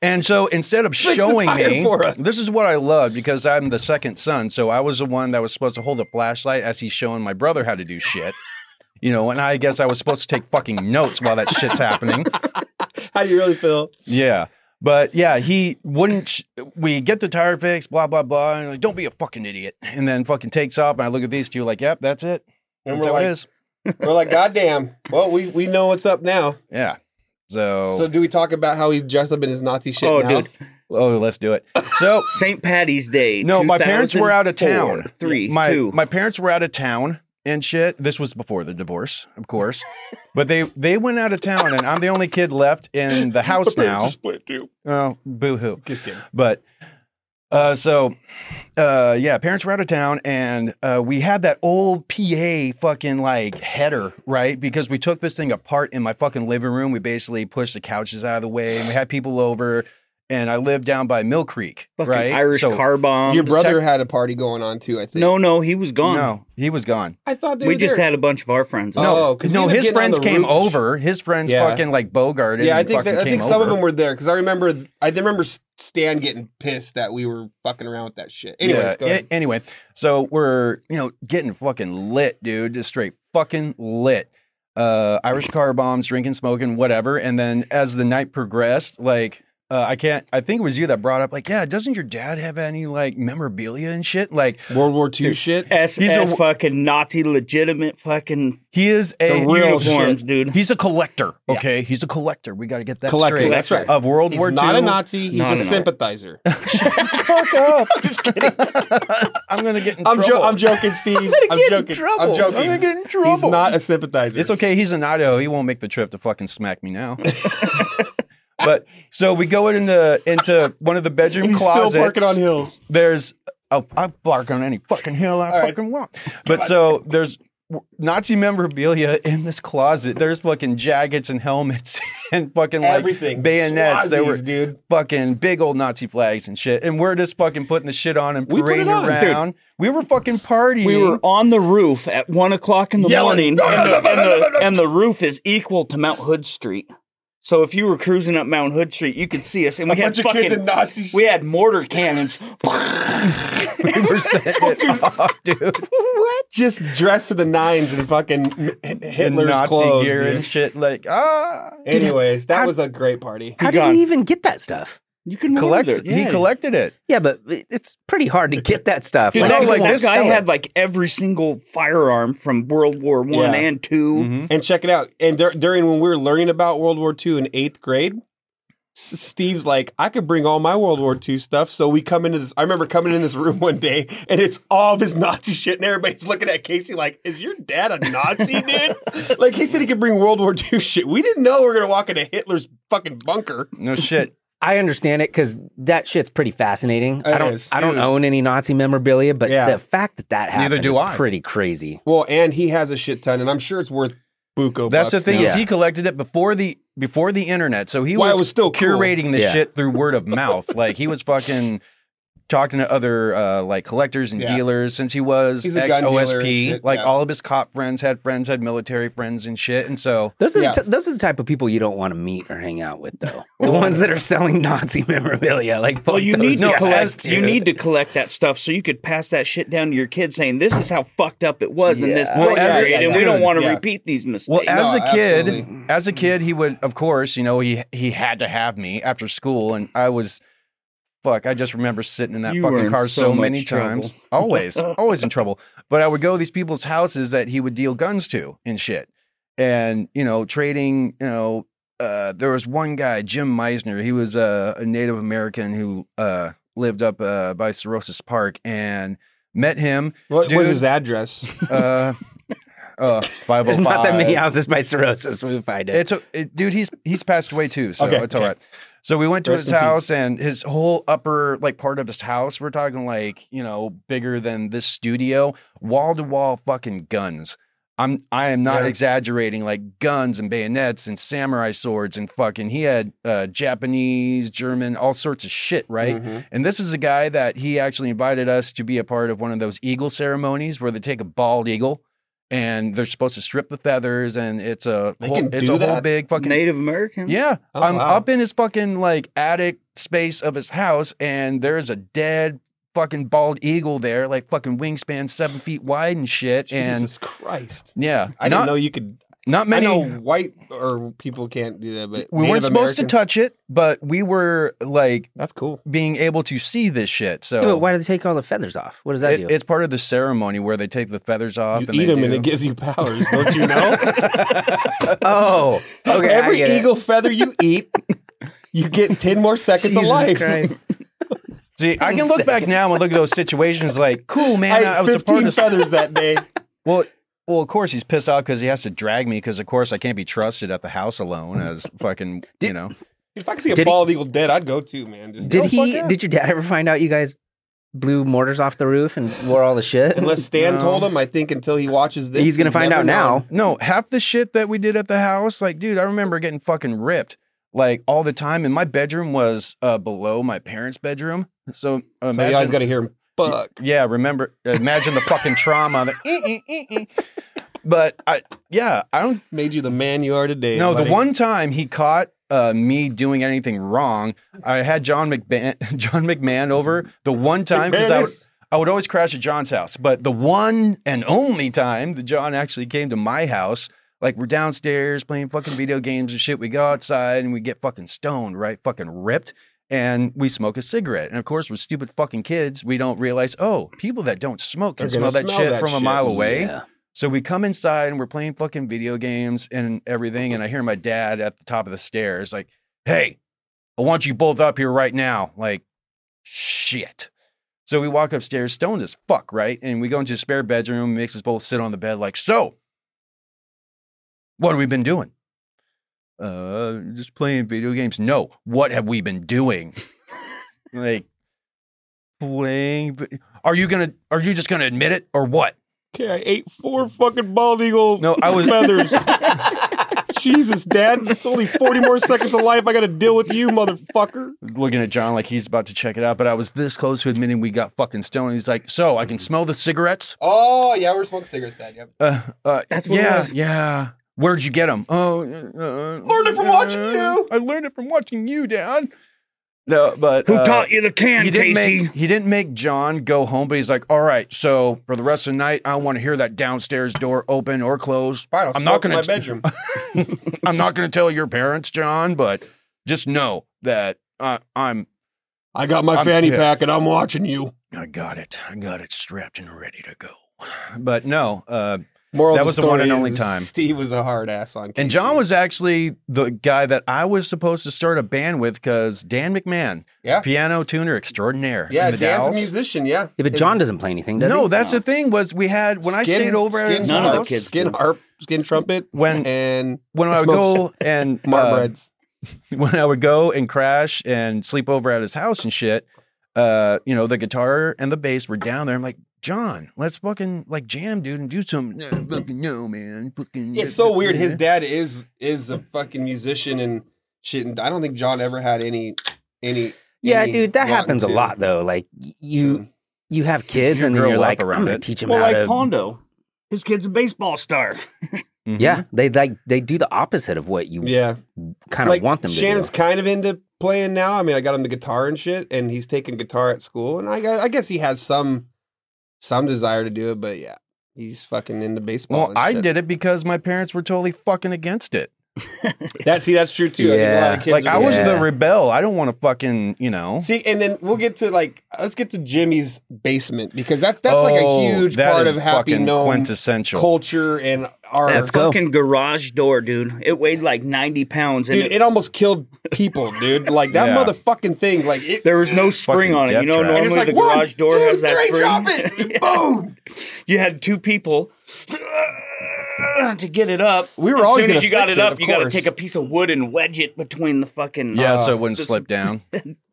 [SPEAKER 6] And so instead of
[SPEAKER 5] the
[SPEAKER 6] showing
[SPEAKER 5] tire
[SPEAKER 6] me,
[SPEAKER 5] for us.
[SPEAKER 6] this is what I loved because I'm the second son. So I was the one that was supposed to hold the flashlight as he's showing my brother how to do shit. You know, and I guess I was supposed to take fucking notes while that shit's happening.
[SPEAKER 5] How do you really feel?
[SPEAKER 6] Yeah. But yeah, he wouldn't. sh- We get the tire fixed, blah, blah, blah. And like, don't be a fucking idiot. And then fucking takes off. And I look at these two, like, yep, that's it.
[SPEAKER 5] And
[SPEAKER 6] That's
[SPEAKER 5] we're
[SPEAKER 6] how it
[SPEAKER 5] like,
[SPEAKER 6] is.
[SPEAKER 5] we're like, goddamn. Well, we we know what's up now.
[SPEAKER 6] Yeah. So,
[SPEAKER 5] So do we talk about how he dressed up in his Nazi shit?
[SPEAKER 4] Oh,
[SPEAKER 5] now?
[SPEAKER 4] dude.
[SPEAKER 6] oh, let's do it. So,
[SPEAKER 4] St. Patty's Day.
[SPEAKER 6] No, my parents were out of town.
[SPEAKER 4] 2004. Three,
[SPEAKER 6] my
[SPEAKER 4] two.
[SPEAKER 6] my parents were out of town and shit. This was before the divorce, of course. but they they went out of town, and I'm the only kid left in the house now. Oh, boo hoo.
[SPEAKER 5] Just kidding.
[SPEAKER 6] But uh, so uh, yeah, parents were out of town, and uh, we had that old PA fucking like header, right? Because we took this thing apart in my fucking living room. We basically pushed the couches out of the way, and we had people over. And I lived down by Mill Creek,
[SPEAKER 4] Fucking
[SPEAKER 6] right?
[SPEAKER 4] Irish
[SPEAKER 6] So-
[SPEAKER 4] car bomb.
[SPEAKER 5] Your brother had a party going on too. I think.
[SPEAKER 4] Um, no, no, he was gone.
[SPEAKER 6] No, he was gone.
[SPEAKER 5] I thought they
[SPEAKER 4] we
[SPEAKER 5] were
[SPEAKER 4] just
[SPEAKER 5] there.
[SPEAKER 4] had a bunch of our friends.
[SPEAKER 5] Oh,
[SPEAKER 6] No,
[SPEAKER 5] 'cause
[SPEAKER 6] no,
[SPEAKER 5] we ended up
[SPEAKER 6] his
[SPEAKER 5] getting on
[SPEAKER 6] friends
[SPEAKER 5] the
[SPEAKER 6] came
[SPEAKER 5] roof.
[SPEAKER 6] over. His friends
[SPEAKER 5] Yeah.
[SPEAKER 6] fucking like bogarted.
[SPEAKER 5] Yeah, I
[SPEAKER 6] and
[SPEAKER 5] think
[SPEAKER 6] fucking
[SPEAKER 5] that, I think
[SPEAKER 6] came
[SPEAKER 5] some of
[SPEAKER 6] over.
[SPEAKER 5] them were there because I remember I remember Stan getting pissed that we were fucking around with that shit. Anyways,
[SPEAKER 6] yeah.
[SPEAKER 5] go ahead.
[SPEAKER 6] a- anyway, so we're you know getting fucking lit, dude, just straight fucking lit. Uh, Irish car bombs, drinking, smoking, whatever. And then as the night progressed, like uh, I can't. I think it was you that brought up, like, yeah, doesn't your dad have any like memorabilia and shit? Like
[SPEAKER 5] World War II shit.
[SPEAKER 4] S
[SPEAKER 6] These
[SPEAKER 4] S
[SPEAKER 6] are-
[SPEAKER 4] fucking Nazi legitimate fucking
[SPEAKER 6] he is
[SPEAKER 4] the
[SPEAKER 6] a
[SPEAKER 4] real
[SPEAKER 6] uniform-
[SPEAKER 4] forms, dude.
[SPEAKER 6] He's a collector. Okay, he's a collector. We got to get that
[SPEAKER 5] Collector,
[SPEAKER 6] straight.
[SPEAKER 5] that's right.
[SPEAKER 6] Of World
[SPEAKER 5] He's
[SPEAKER 6] War
[SPEAKER 5] not a
[SPEAKER 6] II.
[SPEAKER 5] Nazi. He's
[SPEAKER 4] Not
[SPEAKER 5] a
[SPEAKER 4] a Nazi.
[SPEAKER 5] sympathizer.
[SPEAKER 6] fuck up. Just kidding. I'm gonna get in
[SPEAKER 5] I'm,
[SPEAKER 6] trouble.
[SPEAKER 5] jo- I'm joking, Steve. I'm,
[SPEAKER 6] get in
[SPEAKER 5] joking.
[SPEAKER 6] trouble.
[SPEAKER 5] I'm joking.
[SPEAKER 6] I'm gonna get in
[SPEAKER 5] He's
[SPEAKER 6] trouble.
[SPEAKER 5] not a sympathizer.
[SPEAKER 6] it's okay. He's in Idaho. He won't make the trip to fucking smack me now. but so we go into into one of the bedroom
[SPEAKER 5] He's
[SPEAKER 6] closets.
[SPEAKER 5] still parking on hills.
[SPEAKER 6] There's oh, I bark on any fucking hill I
[SPEAKER 5] right.
[SPEAKER 6] fucking want. But so there's Nazi memorabilia in this closet. There's fucking jackets and helmets and fucking like
[SPEAKER 5] Everything.
[SPEAKER 6] bayonets.
[SPEAKER 5] Swazis,
[SPEAKER 6] There were
[SPEAKER 5] dude.
[SPEAKER 6] fucking big old Nazi flags and shit. And we're just fucking putting the shit on and
[SPEAKER 5] We put
[SPEAKER 6] parading
[SPEAKER 5] it on, dude.
[SPEAKER 6] around. We were fucking partying.
[SPEAKER 4] We were on the roof at one o'clock in the
[SPEAKER 5] Yelling,
[SPEAKER 4] morning, and the, and, the, and the roof is equal to Mount Hood Street. So if you were cruising up Mount Hood Street, you could see us, and we
[SPEAKER 5] A
[SPEAKER 4] had
[SPEAKER 5] bunch of
[SPEAKER 4] fucking
[SPEAKER 5] kids in Nazi shit.
[SPEAKER 4] we had mortar cannons.
[SPEAKER 6] we were setting it off, dude.
[SPEAKER 5] What? Just dressed to the nines in fucking
[SPEAKER 6] In
[SPEAKER 5] Hitler's
[SPEAKER 6] Nazi
[SPEAKER 5] clothes.
[SPEAKER 6] gear
[SPEAKER 5] dude.
[SPEAKER 6] and shit. Like, ah.
[SPEAKER 5] Anyways, that was a great party.
[SPEAKER 3] How
[SPEAKER 4] Be
[SPEAKER 3] did
[SPEAKER 4] gone.
[SPEAKER 3] we even get that stuff?
[SPEAKER 4] You can
[SPEAKER 6] Collect,
[SPEAKER 4] collect.
[SPEAKER 6] He collected it.
[SPEAKER 3] Yeah, but it's pretty hard to get that stuff.
[SPEAKER 6] Dude,
[SPEAKER 3] Like,
[SPEAKER 4] that,
[SPEAKER 6] No, like
[SPEAKER 4] that
[SPEAKER 6] this-
[SPEAKER 4] guy
[SPEAKER 6] sell it.
[SPEAKER 4] had like every single firearm from World War One
[SPEAKER 5] Yeah.
[SPEAKER 4] and 2
[SPEAKER 5] And check it out. And dur- during when we were learning about World War II in eighth grade, S- Steve's like, I could bring all my World War II stuff. So we come into this. I remember coming in this room one day, and it's all of his Nazi shit, and everybody's looking at Casey like, "Is your dad a Nazi, dude?" like he said, he could bring World War II shit. We didn't know we were gonna walk into Hitler's fucking bunker.
[SPEAKER 6] No shit.
[SPEAKER 3] I understand it because that shit's pretty fascinating. I
[SPEAKER 5] It
[SPEAKER 3] don't,
[SPEAKER 5] is.
[SPEAKER 3] I don't
[SPEAKER 5] Dude.
[SPEAKER 3] own any Nazi memorabilia, but
[SPEAKER 5] Yeah.
[SPEAKER 3] the fact that that happened
[SPEAKER 6] Neither do
[SPEAKER 3] is
[SPEAKER 6] I.
[SPEAKER 3] pretty crazy.
[SPEAKER 5] Well, and he has a shit ton, and I'm sure it's worth buco.
[SPEAKER 6] That's the
[SPEAKER 5] bucks
[SPEAKER 6] thing
[SPEAKER 5] now.
[SPEAKER 6] is he collected it before the before the internet. So he
[SPEAKER 5] Why
[SPEAKER 6] was,
[SPEAKER 5] it was still cool.
[SPEAKER 6] curating this
[SPEAKER 3] Yeah.
[SPEAKER 6] shit through word of mouth. like he was fucking talking to other uh, like collectors and
[SPEAKER 5] Yeah.
[SPEAKER 6] dealers since he was
[SPEAKER 5] He's
[SPEAKER 6] ex
[SPEAKER 5] a gun dealer and
[SPEAKER 6] OSP.
[SPEAKER 5] shit,
[SPEAKER 6] Like
[SPEAKER 5] yeah.
[SPEAKER 6] all of his cop friends had friends, had military friends and shit. And so
[SPEAKER 3] Those are,
[SPEAKER 5] Yeah.
[SPEAKER 3] the t- those are the type of people you don't want to meet or hang out with, though. the ones that are selling Nazi memorabilia, like fuck
[SPEAKER 4] Well, you
[SPEAKER 3] those
[SPEAKER 4] need to
[SPEAKER 3] guys,
[SPEAKER 4] collect. You
[SPEAKER 3] dude.
[SPEAKER 4] need to collect that stuff so you could pass that shit down to your kids, saying this is how fucked up it was in this
[SPEAKER 3] Yeah.
[SPEAKER 4] time
[SPEAKER 6] Well, as-
[SPEAKER 4] period, and we
[SPEAKER 6] dude,
[SPEAKER 4] don't want to
[SPEAKER 5] yeah.
[SPEAKER 4] repeat these mistakes.
[SPEAKER 6] well as
[SPEAKER 5] No,
[SPEAKER 6] a kid
[SPEAKER 5] absolutely.
[SPEAKER 6] as a kid he would of course, you know, he he had to have me after school and I was fuck, I just remember sitting in that
[SPEAKER 4] You were
[SPEAKER 6] fucking
[SPEAKER 4] in
[SPEAKER 6] car
[SPEAKER 4] so
[SPEAKER 6] so,
[SPEAKER 4] much
[SPEAKER 6] many
[SPEAKER 4] trouble.
[SPEAKER 6] times. Always, always in trouble. But I would go to these people's houses that he would deal guns to and shit. And, you know, trading, you know, uh, there was one guy, Jim Meisner. He was uh, a Native American who uh, lived up uh, by Cirrhosis Park and met him.
[SPEAKER 5] What
[SPEAKER 6] Dude.
[SPEAKER 5] was his address?
[SPEAKER 6] Uh, uh, 505.
[SPEAKER 3] There's not that many houses by cirrhosis. We find it.
[SPEAKER 6] It's a, it, dude. He's he's passed away too, so
[SPEAKER 5] Okay,
[SPEAKER 6] it's all
[SPEAKER 5] okay.
[SPEAKER 6] right. So we went to
[SPEAKER 5] Rest
[SPEAKER 6] his
[SPEAKER 5] in peace.
[SPEAKER 6] house, and his whole upper like part of his house. We're talking like you know bigger than this studio, wall to wall fucking guns. I'm I am not
[SPEAKER 5] Yeah.
[SPEAKER 6] exaggerating. Like guns and bayonets and samurai swords and fucking. He had uh, Japanese, German, all sorts of shit, right?
[SPEAKER 5] Mhm.
[SPEAKER 6] And this is a guy that he actually invited us to be a part of one of those eagle ceremonies where they take a bald eagle and they're supposed to strip the feathers and it's a
[SPEAKER 5] They
[SPEAKER 6] whole,
[SPEAKER 5] can
[SPEAKER 6] it's
[SPEAKER 5] do
[SPEAKER 6] a whole
[SPEAKER 5] that?
[SPEAKER 6] big fucking
[SPEAKER 4] Native Americans.
[SPEAKER 6] yeah.
[SPEAKER 5] Oh,
[SPEAKER 6] I'm
[SPEAKER 5] wow.
[SPEAKER 6] up in his fucking like attic space of his house and there's a dead fucking bald eagle there, like fucking wingspan seven feet wide and shit. And
[SPEAKER 5] Jesus Christ.
[SPEAKER 6] yeah,
[SPEAKER 5] I
[SPEAKER 6] not,
[SPEAKER 5] didn't know you could.
[SPEAKER 6] not many.
[SPEAKER 5] I know white or people can't do that, but
[SPEAKER 6] we
[SPEAKER 5] Native
[SPEAKER 6] weren't supposed to
[SPEAKER 5] American-
[SPEAKER 6] touch it, but we were like
[SPEAKER 5] That's cool.
[SPEAKER 6] being able to see this shit. So
[SPEAKER 3] Yeah, but why do they take all the feathers off? What does that
[SPEAKER 6] It-
[SPEAKER 3] do?
[SPEAKER 6] it's part of the ceremony where they take the feathers off
[SPEAKER 5] You
[SPEAKER 6] and
[SPEAKER 5] eat
[SPEAKER 6] they
[SPEAKER 5] them and
[SPEAKER 6] do-
[SPEAKER 5] it gives you powers. Don't you know?
[SPEAKER 3] Oh, okay. I
[SPEAKER 5] Every
[SPEAKER 3] get it.
[SPEAKER 5] eagle feather you eat, you get ten more seconds of
[SPEAKER 3] Jesus
[SPEAKER 5] life.
[SPEAKER 3] Christ.
[SPEAKER 6] See, I can look back now and look at those situations like, cool, man, uh, I,
[SPEAKER 5] I, ate
[SPEAKER 6] was a part
[SPEAKER 5] fifteen
[SPEAKER 6] of.
[SPEAKER 5] feathers that day.
[SPEAKER 6] Well, well, of course he's pissed off because he has to drag me because, of course, I can't be trusted at the house alone as fucking, you know.
[SPEAKER 5] If I could see a
[SPEAKER 3] Did he-
[SPEAKER 5] bald eagle dead, I'd go too, man. Just
[SPEAKER 3] Did
[SPEAKER 5] Oh, fuck
[SPEAKER 3] he?
[SPEAKER 5] yeah.
[SPEAKER 3] Did your dad ever find out you guys blew mortars off the roof and wore all the shit?
[SPEAKER 5] Unless Stan
[SPEAKER 6] No.
[SPEAKER 5] told him, I think until he watches this,
[SPEAKER 3] He's gonna
[SPEAKER 5] he'd
[SPEAKER 3] find
[SPEAKER 5] never
[SPEAKER 3] out now.
[SPEAKER 6] No, half the shit that we did at the house, like, dude, I remember getting fucking ripped like all the time. And my bedroom was uh, below my parents' bedroom. So,
[SPEAKER 5] known. So you always
[SPEAKER 6] imagine-
[SPEAKER 5] got to hear him. Fuck.
[SPEAKER 6] Yeah, remember, imagine the fucking trauma. The, "Eh, eh, eh, eh." But I, yeah, I don't
[SPEAKER 5] Made you the man you are today.
[SPEAKER 6] No,
[SPEAKER 5] buddy.
[SPEAKER 6] the one time he caught uh, me doing anything wrong, I had John McMahon, John McMahon over the one time because I would,
[SPEAKER 5] McManus.
[SPEAKER 6] I would always crash at John's house. But the one and only time that John actually came to my house, like we're downstairs playing fucking video games and shit. We go outside and we get fucking stoned, right? Fucking ripped. And we smoke a cigarette. And of course, we're stupid fucking kids. We don't realize, oh, people that don't smoke can
[SPEAKER 5] They're gonna
[SPEAKER 6] smell that
[SPEAKER 5] smell
[SPEAKER 6] shit
[SPEAKER 5] that
[SPEAKER 6] from a
[SPEAKER 5] shit.
[SPEAKER 6] mile away.
[SPEAKER 3] Yeah.
[SPEAKER 6] So we come inside and we're playing fucking video games and everything. And I hear my dad at the top of the stairs, like, hey, I want you both up here right now. Like, shit. So we walk upstairs, stoned as fuck, right? And we go into the spare bedroom, makes us both sit on the bed, like, so, what have we been doing? Uh, just playing video games. No, what have we been doing? like, playing. vi- Are you gonna, are you just gonna admit it or what?
[SPEAKER 5] Okay, I ate four fucking bald eagle.
[SPEAKER 6] No, I was-
[SPEAKER 5] feathers. Jesus, Dad, it's only forty more seconds of life. I got to deal with you, motherfucker.
[SPEAKER 6] looking at John like he's about to check it out, but I was this close to admitting we got fucking stoned. He's like, "So I can smell the cigarettes."
[SPEAKER 5] Oh yeah, we're smoking cigarettes, Dad. Yep.
[SPEAKER 6] Uh, uh,
[SPEAKER 4] That's what it
[SPEAKER 6] yeah,
[SPEAKER 4] was.
[SPEAKER 6] yeah. Where'd you get them? Oh, uh,
[SPEAKER 5] Learned it from watching you.
[SPEAKER 6] I learned it from watching you, Dad. No, but
[SPEAKER 4] Who
[SPEAKER 6] uh,
[SPEAKER 4] taught you the can,
[SPEAKER 6] He didn't
[SPEAKER 4] Casey?
[SPEAKER 6] make he didn't make John go home, but he's like, "All right, so for the rest of the night, I want to hear that downstairs door open or closed.
[SPEAKER 5] Fine, I'll
[SPEAKER 6] I'm not
[SPEAKER 5] smoke in
[SPEAKER 6] gonna-
[SPEAKER 5] my bedroom.
[SPEAKER 6] I'm not going to tell your parents, John, but just know that uh, I'm
[SPEAKER 5] I got my
[SPEAKER 6] I'm
[SPEAKER 5] fanny
[SPEAKER 6] pissed.
[SPEAKER 5] pack and I'm watching you.
[SPEAKER 6] I got it. I got it strapped and ready to go. But no, uh,
[SPEAKER 5] Moral
[SPEAKER 6] That
[SPEAKER 5] of
[SPEAKER 6] was the one
[SPEAKER 5] story
[SPEAKER 6] and only
[SPEAKER 5] is
[SPEAKER 6] time.
[SPEAKER 5] Steve was a hard ass on.
[SPEAKER 6] and
[SPEAKER 5] Casey.
[SPEAKER 6] John was actually the guy that I was supposed to start a band with because Dan McMahon,
[SPEAKER 5] Yeah.
[SPEAKER 6] piano tuner extraordinaire,
[SPEAKER 5] yeah,
[SPEAKER 6] in the
[SPEAKER 5] Dan's a
[SPEAKER 6] Dalles.
[SPEAKER 5] musician. Yeah,
[SPEAKER 3] Yeah, but John doesn't play anything, does he?
[SPEAKER 6] no, that's the thing was we had when I
[SPEAKER 5] Skin-
[SPEAKER 6] stayed over at
[SPEAKER 5] skin
[SPEAKER 6] his
[SPEAKER 4] None of the
[SPEAKER 6] house,
[SPEAKER 4] kids
[SPEAKER 5] skin
[SPEAKER 4] do.
[SPEAKER 5] harp, skin trumpet,
[SPEAKER 6] When-
[SPEAKER 5] and
[SPEAKER 6] when I would go
[SPEAKER 5] smokes.
[SPEAKER 6] and uh,
[SPEAKER 5] Marbreds.
[SPEAKER 6] when I would go and crash and sleep over at his house and shit, uh, you know, the guitar and the bass were down there. I'm like, John, let's fucking like jam, dude, and do something. No, fucking no, man. Fucking,
[SPEAKER 5] It's so weird. His dad is is a fucking musician and shit. And I don't think John ever had any any.
[SPEAKER 3] Yeah,
[SPEAKER 5] any
[SPEAKER 3] dude, that
[SPEAKER 5] rotten
[SPEAKER 3] happens a
[SPEAKER 5] tune.
[SPEAKER 3] lot though. Like y-
[SPEAKER 5] Hmm.
[SPEAKER 3] you, you have kids,
[SPEAKER 6] You
[SPEAKER 3] and then
[SPEAKER 6] grow
[SPEAKER 3] you're
[SPEAKER 6] up
[SPEAKER 3] like,
[SPEAKER 6] around
[SPEAKER 3] I'm gonna
[SPEAKER 6] it.
[SPEAKER 3] teach them
[SPEAKER 4] Well,
[SPEAKER 3] how
[SPEAKER 4] like
[SPEAKER 3] to.
[SPEAKER 4] Pondo, his kid's a baseball star.
[SPEAKER 6] Mhm.
[SPEAKER 3] Yeah, they like they do the opposite of what you
[SPEAKER 5] Yeah,
[SPEAKER 3] kind of
[SPEAKER 5] like
[SPEAKER 3] want them
[SPEAKER 5] Shannon's
[SPEAKER 3] to do.
[SPEAKER 5] kind of into playing now. I mean, I got him the guitar and shit, and he's taking guitar at school. And I, gu- I guess he has some some desire to do it, but yeah, he's fucking into baseball.
[SPEAKER 6] Well,
[SPEAKER 5] and
[SPEAKER 6] I
[SPEAKER 5] shit.
[SPEAKER 6] did it because my parents were totally fucking against it.
[SPEAKER 5] That see, that's true too. I think a lot
[SPEAKER 3] Yeah.
[SPEAKER 5] of kids
[SPEAKER 6] like
[SPEAKER 5] are
[SPEAKER 6] I was
[SPEAKER 5] really-
[SPEAKER 6] the rebel. I don't want to fucking, you know.
[SPEAKER 5] See, and then we'll get to like let's get to Jimmy's basement because that's that's like a
[SPEAKER 6] Oh,
[SPEAKER 5] huge
[SPEAKER 6] that
[SPEAKER 5] part
[SPEAKER 6] is
[SPEAKER 5] of happy
[SPEAKER 6] fucking
[SPEAKER 5] gnome
[SPEAKER 6] quintessential.
[SPEAKER 5] culture and our
[SPEAKER 3] That's Go.
[SPEAKER 4] Fucking garage door, dude. It weighed like 90 pounds. And
[SPEAKER 5] dude.
[SPEAKER 4] it,
[SPEAKER 5] It almost killed people, dude. Like that
[SPEAKER 6] Yeah.
[SPEAKER 5] motherfucking thing. Like it,
[SPEAKER 4] there was no spring
[SPEAKER 6] Fucking
[SPEAKER 4] on it.
[SPEAKER 6] death
[SPEAKER 4] You know,
[SPEAKER 6] trap.
[SPEAKER 5] and it's
[SPEAKER 4] normally
[SPEAKER 5] like
[SPEAKER 4] the
[SPEAKER 5] one,
[SPEAKER 4] garage door
[SPEAKER 5] two,
[SPEAKER 4] has that
[SPEAKER 5] three, drop
[SPEAKER 4] spring.
[SPEAKER 5] it, boom.
[SPEAKER 4] You had two people to get it up.
[SPEAKER 5] We were
[SPEAKER 4] as
[SPEAKER 5] always
[SPEAKER 4] soon as
[SPEAKER 5] gonna
[SPEAKER 4] you got
[SPEAKER 5] fix
[SPEAKER 4] it
[SPEAKER 5] it,
[SPEAKER 4] up,
[SPEAKER 5] of
[SPEAKER 4] you got to
[SPEAKER 5] course.
[SPEAKER 4] take a piece of wood and wedge it between the fucking.
[SPEAKER 6] yeah, so
[SPEAKER 5] Uh,
[SPEAKER 6] it wouldn't
[SPEAKER 4] this-
[SPEAKER 6] slip down.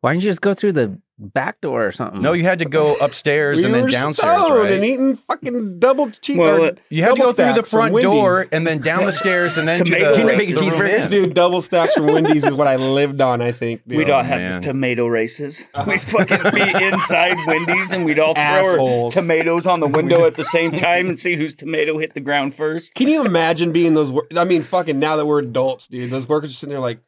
[SPEAKER 3] Why don't you just go through the back door or something?
[SPEAKER 6] No, you had to go upstairs
[SPEAKER 5] We
[SPEAKER 6] and then
[SPEAKER 5] were
[SPEAKER 6] downstairs,
[SPEAKER 5] stoned
[SPEAKER 6] right?
[SPEAKER 5] and eating fucking double cheese.
[SPEAKER 4] Well,
[SPEAKER 5] or
[SPEAKER 4] uh,
[SPEAKER 6] you had to
[SPEAKER 5] double
[SPEAKER 6] go through the
[SPEAKER 5] stacks from
[SPEAKER 6] front door
[SPEAKER 5] Wendy's.
[SPEAKER 6] and then down the stairs and then
[SPEAKER 4] To
[SPEAKER 6] to,
[SPEAKER 4] make-
[SPEAKER 6] the,
[SPEAKER 4] to
[SPEAKER 3] make
[SPEAKER 6] the
[SPEAKER 3] a
[SPEAKER 6] room
[SPEAKER 3] cheeseburger.
[SPEAKER 6] in.
[SPEAKER 5] Dude, double stacks from Wendy's is what I lived on. I think. dude.
[SPEAKER 4] We'd all have
[SPEAKER 6] man.
[SPEAKER 4] the tomato races. We'd fucking be inside Wendy's and we'd all throw our
[SPEAKER 5] Assholes.
[SPEAKER 4] tomatoes on the window at the same time and see whose tomato hit the ground first.
[SPEAKER 5] Can you imagine being those? wor- I mean, fucking. Now that we're adults, dude, those workers are sitting there like,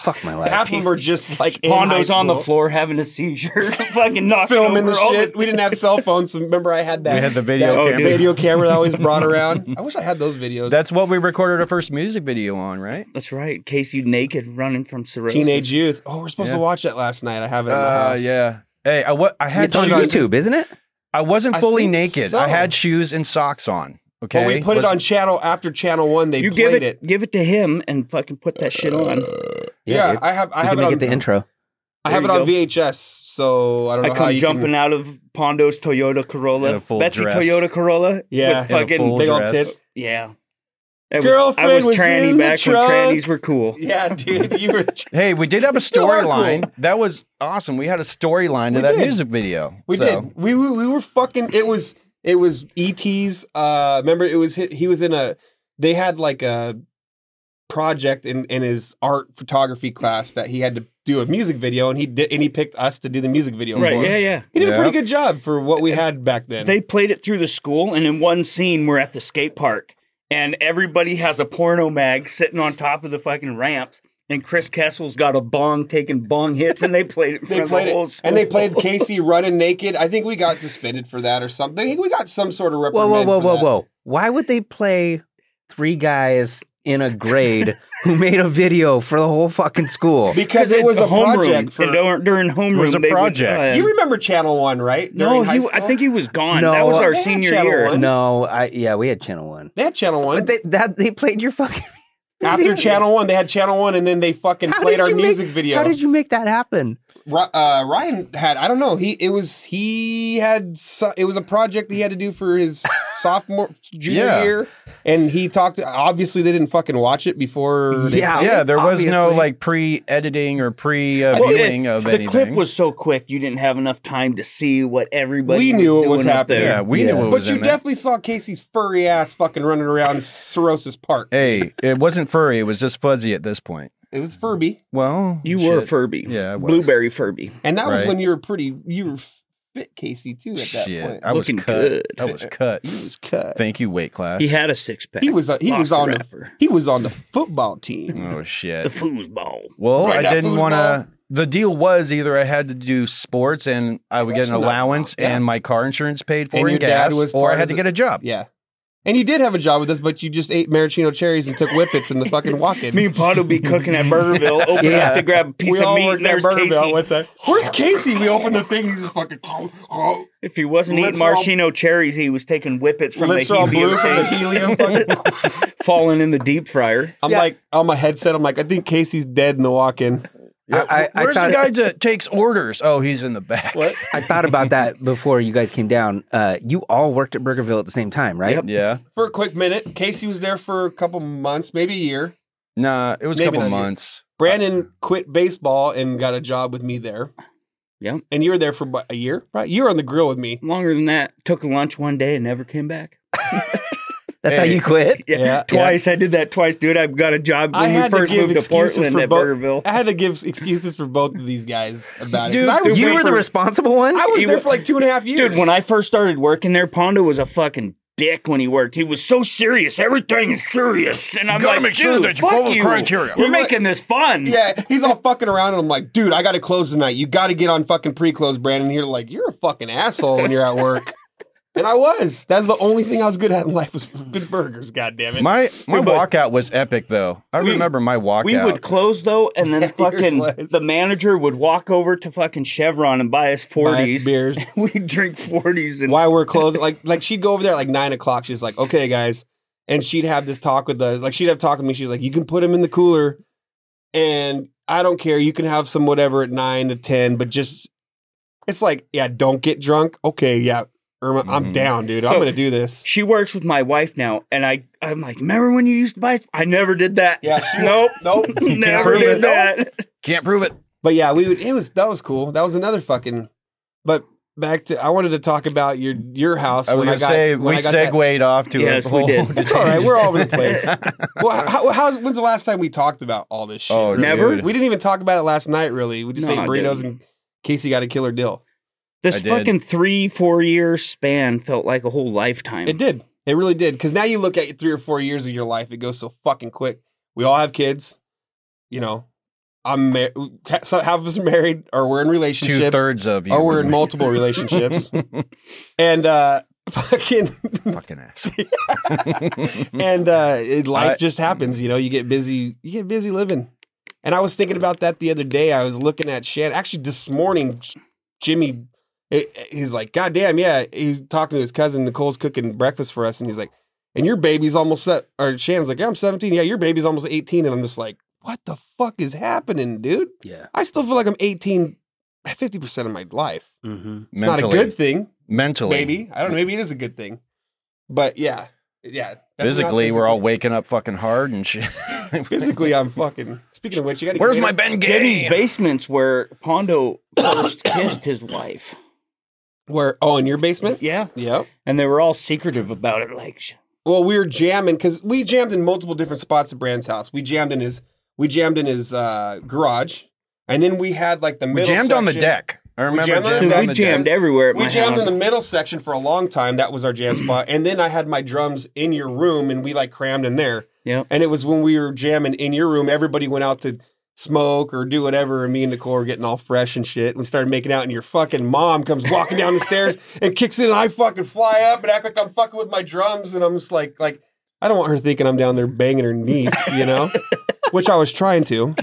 [SPEAKER 3] Fuck my life.
[SPEAKER 5] Half of them are just like in
[SPEAKER 4] Hondo's
[SPEAKER 5] high
[SPEAKER 4] on the
[SPEAKER 5] school,
[SPEAKER 4] floor having a seizure. Fucking knocked
[SPEAKER 5] filming
[SPEAKER 4] over
[SPEAKER 5] the
[SPEAKER 4] all
[SPEAKER 5] shit. we didn't have cell phones, so remember I had that.
[SPEAKER 6] We had the video
[SPEAKER 5] that
[SPEAKER 6] camera.
[SPEAKER 5] video camera that I always brought around. I wish I had those videos.
[SPEAKER 6] That's what we recorded our first music video on, right?
[SPEAKER 4] That's right. Casey naked running from cirrhosis.
[SPEAKER 5] teenage youth. Oh, we're supposed
[SPEAKER 6] Yeah.
[SPEAKER 5] to watch it last night. I have it in my
[SPEAKER 6] Uh,
[SPEAKER 5] house.
[SPEAKER 6] yeah. Hey, I wa- I had
[SPEAKER 3] It's on
[SPEAKER 6] shoes-
[SPEAKER 3] YouTube, isn't it?
[SPEAKER 6] I wasn't
[SPEAKER 5] I
[SPEAKER 6] fully
[SPEAKER 5] think
[SPEAKER 6] naked.
[SPEAKER 5] so.
[SPEAKER 6] I had shoes and socks on. Okay.
[SPEAKER 5] But we put it
[SPEAKER 6] Was-
[SPEAKER 5] on channel after channel one. They
[SPEAKER 4] You
[SPEAKER 5] played
[SPEAKER 4] give
[SPEAKER 5] it. Uh,
[SPEAKER 4] it, give it to him and fucking put that shit on.
[SPEAKER 5] Yeah,
[SPEAKER 3] you're-
[SPEAKER 5] I have. I
[SPEAKER 3] you're
[SPEAKER 5] have it
[SPEAKER 3] gonna
[SPEAKER 5] on.
[SPEAKER 3] get the intro.
[SPEAKER 5] I have it
[SPEAKER 4] There
[SPEAKER 5] on
[SPEAKER 4] you
[SPEAKER 5] VHS. So I don't
[SPEAKER 4] I
[SPEAKER 5] know how
[SPEAKER 4] come
[SPEAKER 5] you
[SPEAKER 4] jumping
[SPEAKER 5] can.
[SPEAKER 4] out of Pondo's Toyota
[SPEAKER 6] In
[SPEAKER 4] Corolla,
[SPEAKER 6] a full
[SPEAKER 4] Betsy
[SPEAKER 6] dress.
[SPEAKER 4] Toyota Corolla.
[SPEAKER 5] Yeah,
[SPEAKER 4] with
[SPEAKER 6] in a
[SPEAKER 4] fucking
[SPEAKER 6] full
[SPEAKER 5] big old
[SPEAKER 6] dress.
[SPEAKER 5] tits.
[SPEAKER 4] yeah. That was-
[SPEAKER 5] Girlfriend
[SPEAKER 4] I was,
[SPEAKER 5] was
[SPEAKER 4] tranny
[SPEAKER 5] in the
[SPEAKER 4] back
[SPEAKER 5] trunk.
[SPEAKER 4] when trannies were cool.
[SPEAKER 5] Yeah, dude, you were.
[SPEAKER 6] Hey, we did have a
[SPEAKER 5] It's still our
[SPEAKER 6] storyline. That was awesome. We had a storyline to
[SPEAKER 5] We
[SPEAKER 6] that
[SPEAKER 5] did.
[SPEAKER 6] music video.
[SPEAKER 5] We
[SPEAKER 6] So,
[SPEAKER 5] did. We, we we were fucking. It was it was ET's. Uh, remember it was hi- he was in a. They had like a project in in his art photography class that he had to do a music video, and he did, and he picked us to do the music video.
[SPEAKER 4] Right,
[SPEAKER 5] for
[SPEAKER 4] yeah,
[SPEAKER 5] him.
[SPEAKER 4] yeah.
[SPEAKER 5] He did a pretty
[SPEAKER 6] Yeah.
[SPEAKER 5] good job for what we had back then.
[SPEAKER 4] They played it through the school, and in one scene, we're at the skate park, and everybody has a porno mag sitting on top of the fucking ramps, and Chris Kessel's got a bong taking bong hits, and they played it. in
[SPEAKER 5] They
[SPEAKER 4] front of
[SPEAKER 5] played
[SPEAKER 4] the whole
[SPEAKER 5] it, and they
[SPEAKER 4] school.
[SPEAKER 5] played Casey running naked. I think we got suspended for that or something. I think we got some sort of
[SPEAKER 3] Whoa,
[SPEAKER 5] reprimand.
[SPEAKER 3] whoa, whoa,
[SPEAKER 5] for
[SPEAKER 3] whoa,
[SPEAKER 5] that.
[SPEAKER 3] whoa! Why would they play three guys in a grade who made a video for the whole fucking school?
[SPEAKER 5] Because it
[SPEAKER 4] at
[SPEAKER 5] was
[SPEAKER 4] the
[SPEAKER 5] a project for.
[SPEAKER 4] and during, during homeroom.
[SPEAKER 6] was a
[SPEAKER 4] they would,
[SPEAKER 6] project.
[SPEAKER 4] uh,
[SPEAKER 5] you remember Channel One, right?
[SPEAKER 4] no,
[SPEAKER 5] During high
[SPEAKER 4] he, I
[SPEAKER 5] school?
[SPEAKER 4] think he was gone.
[SPEAKER 3] No,
[SPEAKER 4] that was our
[SPEAKER 5] they had
[SPEAKER 4] senior
[SPEAKER 5] Channel
[SPEAKER 4] year.
[SPEAKER 5] One.
[SPEAKER 3] No, I yeah, we had Channel One,
[SPEAKER 5] they had Channel One.
[SPEAKER 3] but they that they played your fucking.
[SPEAKER 5] After
[SPEAKER 3] video.
[SPEAKER 5] Channel One, they had Channel One, and then they fucking
[SPEAKER 3] How
[SPEAKER 5] played
[SPEAKER 3] did
[SPEAKER 5] our
[SPEAKER 3] you make-
[SPEAKER 5] music video.
[SPEAKER 3] How did you make that happen?
[SPEAKER 5] Ri- uh, Ryan had I don't know. He it was he had so, it was a project he had to do for his sophomore junior
[SPEAKER 6] Yeah.
[SPEAKER 5] year, and he talked. Obviously, they didn't fucking watch it before. They,
[SPEAKER 3] Yeah,
[SPEAKER 6] Yeah, there was no
[SPEAKER 3] obviously.
[SPEAKER 6] like pre-editing or
[SPEAKER 4] Well,
[SPEAKER 6] pre-viewing
[SPEAKER 4] it-
[SPEAKER 6] of
[SPEAKER 4] the
[SPEAKER 6] anything.
[SPEAKER 4] clip was so quick, you didn't have enough time to see what everybody.
[SPEAKER 5] We knew it was
[SPEAKER 4] doing up
[SPEAKER 5] happening.
[SPEAKER 4] there.
[SPEAKER 6] Yeah, we
[SPEAKER 3] Yeah.
[SPEAKER 6] knew what
[SPEAKER 5] but
[SPEAKER 6] was
[SPEAKER 5] you
[SPEAKER 6] in there.
[SPEAKER 5] definitely saw Casey's furry ass fucking running around Cirrhosis Park.
[SPEAKER 6] Hey, it wasn't furry. It was just fuzzy at this point.
[SPEAKER 5] It was Furby,
[SPEAKER 6] Well,
[SPEAKER 4] You were
[SPEAKER 6] shit.
[SPEAKER 4] Furby.
[SPEAKER 6] Yeah, I was.
[SPEAKER 4] blueberry Furby.
[SPEAKER 5] and that was
[SPEAKER 6] Right.
[SPEAKER 5] when you were pretty. You were fit, Casey, too. At that
[SPEAKER 6] Shit,
[SPEAKER 5] point,
[SPEAKER 6] I was
[SPEAKER 4] Looking
[SPEAKER 6] cut.
[SPEAKER 4] good.
[SPEAKER 6] I was cut.
[SPEAKER 5] he was cut.
[SPEAKER 6] Thank you, weight class.
[SPEAKER 4] He had a six pack.
[SPEAKER 5] He was a- he was
[SPEAKER 4] Locker
[SPEAKER 5] on the-
[SPEAKER 4] wrapper.
[SPEAKER 5] He was on the football team.
[SPEAKER 6] oh shit.
[SPEAKER 4] the foosball.
[SPEAKER 6] Well,
[SPEAKER 5] Right,
[SPEAKER 6] I
[SPEAKER 5] that
[SPEAKER 6] didn't
[SPEAKER 5] foosball.
[SPEAKER 6] want to. The deal was either I had to do sports and I would get an
[SPEAKER 5] That's not-
[SPEAKER 6] allowance
[SPEAKER 5] yeah.
[SPEAKER 6] and my car insurance paid for
[SPEAKER 5] And
[SPEAKER 6] and,
[SPEAKER 5] your dad
[SPEAKER 6] gas,
[SPEAKER 5] was
[SPEAKER 6] or
[SPEAKER 5] part
[SPEAKER 6] I
[SPEAKER 5] of
[SPEAKER 6] had to
[SPEAKER 5] the-
[SPEAKER 6] get a job.
[SPEAKER 5] Yeah. And you did have a job with us, but you just ate maraschino cherries and took whippets in the fucking walk-in.
[SPEAKER 4] Me and Pod would be cooking at Burgerville, open
[SPEAKER 3] Yeah.
[SPEAKER 4] up to grab a piece
[SPEAKER 5] we
[SPEAKER 4] of
[SPEAKER 5] all
[SPEAKER 4] meat,
[SPEAKER 5] worked
[SPEAKER 4] and
[SPEAKER 5] at
[SPEAKER 4] there's
[SPEAKER 5] Burger Bill
[SPEAKER 4] Casey.
[SPEAKER 5] at one time. Where's Casey? We opened the thing. He's just fucking. Oh, oh.
[SPEAKER 4] If he wasn't
[SPEAKER 5] Lips
[SPEAKER 4] eating
[SPEAKER 5] are all-
[SPEAKER 4] maraschino cherries, he was taking whippets from
[SPEAKER 5] Lips
[SPEAKER 4] the
[SPEAKER 5] are all
[SPEAKER 4] helium
[SPEAKER 5] blue from the
[SPEAKER 4] tank,
[SPEAKER 5] helium. fucking-
[SPEAKER 4] falling in the deep fryer.
[SPEAKER 5] I'm
[SPEAKER 3] Yeah.
[SPEAKER 5] like on my headset. I'm like, I think Casey's dead in the walk-in.
[SPEAKER 6] Yeah,
[SPEAKER 3] I- I- I
[SPEAKER 6] Where's
[SPEAKER 3] thought-
[SPEAKER 6] the guy that takes orders? Oh, he's in the back.
[SPEAKER 3] I thought about that before you guys came down. Uh, you all worked at Burgerville at the same time, right?
[SPEAKER 4] Yep.
[SPEAKER 6] Yeah.
[SPEAKER 5] For a quick minute, Casey was there for a couple months, maybe a year.
[SPEAKER 6] Nah, it was a
[SPEAKER 5] Maybe
[SPEAKER 6] couple
[SPEAKER 5] not you.
[SPEAKER 6] months.
[SPEAKER 5] Brandon quit baseball and got a job with me there.
[SPEAKER 4] Yep.
[SPEAKER 5] And you were there for about a year, right? You were on the grill with me.
[SPEAKER 4] Longer than that, took a lunch one day and never came back.
[SPEAKER 3] That's how
[SPEAKER 6] Hey.
[SPEAKER 3] you quit.
[SPEAKER 4] Yeah,
[SPEAKER 5] Yeah.
[SPEAKER 4] twice. I did that twice, dude. I got a job when
[SPEAKER 5] I
[SPEAKER 4] we
[SPEAKER 5] had to
[SPEAKER 4] first
[SPEAKER 5] give
[SPEAKER 4] moved to
[SPEAKER 5] excuses
[SPEAKER 4] Portland
[SPEAKER 5] for
[SPEAKER 4] at
[SPEAKER 5] both-
[SPEAKER 4] Burgerville.
[SPEAKER 5] I had to give excuses for both of these guys about
[SPEAKER 6] Dude,
[SPEAKER 5] it. 'Cause I was
[SPEAKER 3] you
[SPEAKER 5] there
[SPEAKER 3] were the
[SPEAKER 5] for-
[SPEAKER 3] responsible one.
[SPEAKER 5] I was
[SPEAKER 4] He
[SPEAKER 5] there
[SPEAKER 4] wa-
[SPEAKER 5] for like two and a half years.
[SPEAKER 4] Dude, when I first started working there, Pondo was a fucking dick when he worked. He was so serious. Everything is serious. And I'm
[SPEAKER 6] gotta
[SPEAKER 4] like,
[SPEAKER 6] make sure
[SPEAKER 4] dude,
[SPEAKER 6] that you
[SPEAKER 4] fuck
[SPEAKER 6] follow the
[SPEAKER 4] you.
[SPEAKER 6] criteria.
[SPEAKER 4] We're
[SPEAKER 5] He wa-
[SPEAKER 4] making this fun.
[SPEAKER 5] yeah, he's all fucking around, and I'm like, dude, I got to close tonight. You got to get on fucking pre-close, Brandon. And you're like, you're a fucking asshole when you're at work, and I was. That's the only thing I was good at in life was flipping burgers. God damn it.
[SPEAKER 6] My my
[SPEAKER 4] Dude, but-
[SPEAKER 6] walkout was epic though. I
[SPEAKER 5] We-
[SPEAKER 6] remember my walkout.
[SPEAKER 4] We would close though, and then
[SPEAKER 5] Yours
[SPEAKER 4] fucking
[SPEAKER 5] was.
[SPEAKER 4] the manager would walk over to fucking Chevron and buy
[SPEAKER 5] Bias
[SPEAKER 4] us forties.
[SPEAKER 5] beers.
[SPEAKER 4] We'd drink forties and
[SPEAKER 5] Why we're closing? Like, like she'd go over there at like nine o'clock. She's like, okay, guys, and she'd have this talk with us. Like, she'd have talk with me. She's like, you can put them in the cooler, and I don't care. You can have some whatever at nine to ten, but just it's like, yeah, don't get drunk. Okay, yeah, Irma, I'm
[SPEAKER 6] Mhm.
[SPEAKER 5] down, dude.
[SPEAKER 4] So-
[SPEAKER 5] I'm gonna do this.
[SPEAKER 4] she works with my wife now, and I I'm like, remember when you used to buy? I never did that.
[SPEAKER 5] Yeah, she-
[SPEAKER 4] nope,
[SPEAKER 5] Nope.
[SPEAKER 4] never
[SPEAKER 6] prove
[SPEAKER 4] did
[SPEAKER 6] it.
[SPEAKER 4] that.
[SPEAKER 6] Can't prove it.
[SPEAKER 5] But yeah, we would. It was that was cool. That was another fucking. But back to I wanted to talk about your your house.
[SPEAKER 6] I was
[SPEAKER 5] when
[SPEAKER 6] gonna
[SPEAKER 5] got-
[SPEAKER 6] say
[SPEAKER 5] when
[SPEAKER 6] we
[SPEAKER 5] I got that-
[SPEAKER 6] segued off to
[SPEAKER 4] Yes,
[SPEAKER 6] a
[SPEAKER 4] we
[SPEAKER 6] whole.
[SPEAKER 4] did.
[SPEAKER 5] It's all right. We're all over the place. well, how, how's when's the last time we talked about all this shit?
[SPEAKER 6] Oh,
[SPEAKER 4] Never?
[SPEAKER 6] dude.
[SPEAKER 5] We didn't even talk about it last night. Really, we just
[SPEAKER 4] No,
[SPEAKER 5] ate
[SPEAKER 4] I
[SPEAKER 5] burritos
[SPEAKER 4] didn't.
[SPEAKER 5] and Casey got a killer dill.
[SPEAKER 4] This
[SPEAKER 6] I did.
[SPEAKER 4] fucking three four year span felt like a whole lifetime.
[SPEAKER 5] It did. It really did. Because now you look at three or four years of your life, it goes so fucking quick. We all have kids. You know, I'm mar- so half of us are married, or we're in relationships,
[SPEAKER 6] Two thirds of you.
[SPEAKER 5] or Oh, we're
[SPEAKER 6] were
[SPEAKER 5] in
[SPEAKER 6] ma-
[SPEAKER 5] multiple relationships, and uh, fucking
[SPEAKER 6] Fucking ass.
[SPEAKER 5] and uh, it, life
[SPEAKER 6] I-
[SPEAKER 5] just happens. You know, you get busy. You get busy living. And I was thinking about that the other day. I was looking at Shan. Actually, this morning, Jimmy, it- it- he's like, "God damn, yeah." He's talking to his cousin. Nicole's cooking breakfast for us, and he's like, "And your baby's almost set." Or Shannon's like, "Yeah, I'm 17. Yeah, your baby's almost 18." And I'm just like, "What the fuck is happening, dude?
[SPEAKER 3] Yeah.
[SPEAKER 5] I still feel like I'm 18, 50 percent of my life.
[SPEAKER 3] Mm-hmm.
[SPEAKER 5] It's not a good thing,
[SPEAKER 6] Mentally.
[SPEAKER 5] maybe. I don't know. Maybe it is a good thing, but yeah, yeah. definitely not
[SPEAKER 6] Physically,
[SPEAKER 5] physically.
[SPEAKER 6] we're all waking up fucking hard and shit.
[SPEAKER 5] Physically, I'm fucking. Speaking of which, you gotta.
[SPEAKER 6] Where's
[SPEAKER 5] get
[SPEAKER 6] my
[SPEAKER 5] it.
[SPEAKER 6] Ben
[SPEAKER 4] Jimmy's
[SPEAKER 6] Gay?
[SPEAKER 4] basements where Pondo first kissed his wife.
[SPEAKER 5] Where? Oh, in your basement?
[SPEAKER 4] Yeah.
[SPEAKER 5] Yep.
[SPEAKER 4] And they were all secretive about it. Like, sh-
[SPEAKER 5] Well, we were jamming because we jammed in multiple different spots at Brand's house. We jammed in his. We jammed in his uh, garage, and then we had like the
[SPEAKER 6] We
[SPEAKER 5] middle.
[SPEAKER 6] jammed on the
[SPEAKER 5] section.
[SPEAKER 6] deck. I remember
[SPEAKER 5] jammed on the
[SPEAKER 6] jammed
[SPEAKER 4] dude,
[SPEAKER 5] deck.
[SPEAKER 6] on
[SPEAKER 4] we
[SPEAKER 6] the
[SPEAKER 4] jammed
[SPEAKER 6] deck.
[SPEAKER 4] everywhere at
[SPEAKER 5] We
[SPEAKER 4] my
[SPEAKER 5] jammed
[SPEAKER 4] house.
[SPEAKER 5] in the middle section for a long time. That was our jam spot, and then I had my drums in your room, and we like crammed in there.
[SPEAKER 4] Yep.
[SPEAKER 5] And it was when we were jamming in your room. Everybody went out to smoke or do whatever, and me and Nicole were getting all fresh and shit. We started making out, and your fucking mom comes walking down the stairs and kicks in, and I fucking fly up and act like I'm fucking with my drums, and I'm just like, like I don't want her thinking I'm down there banging her niece, you know, which I was trying to.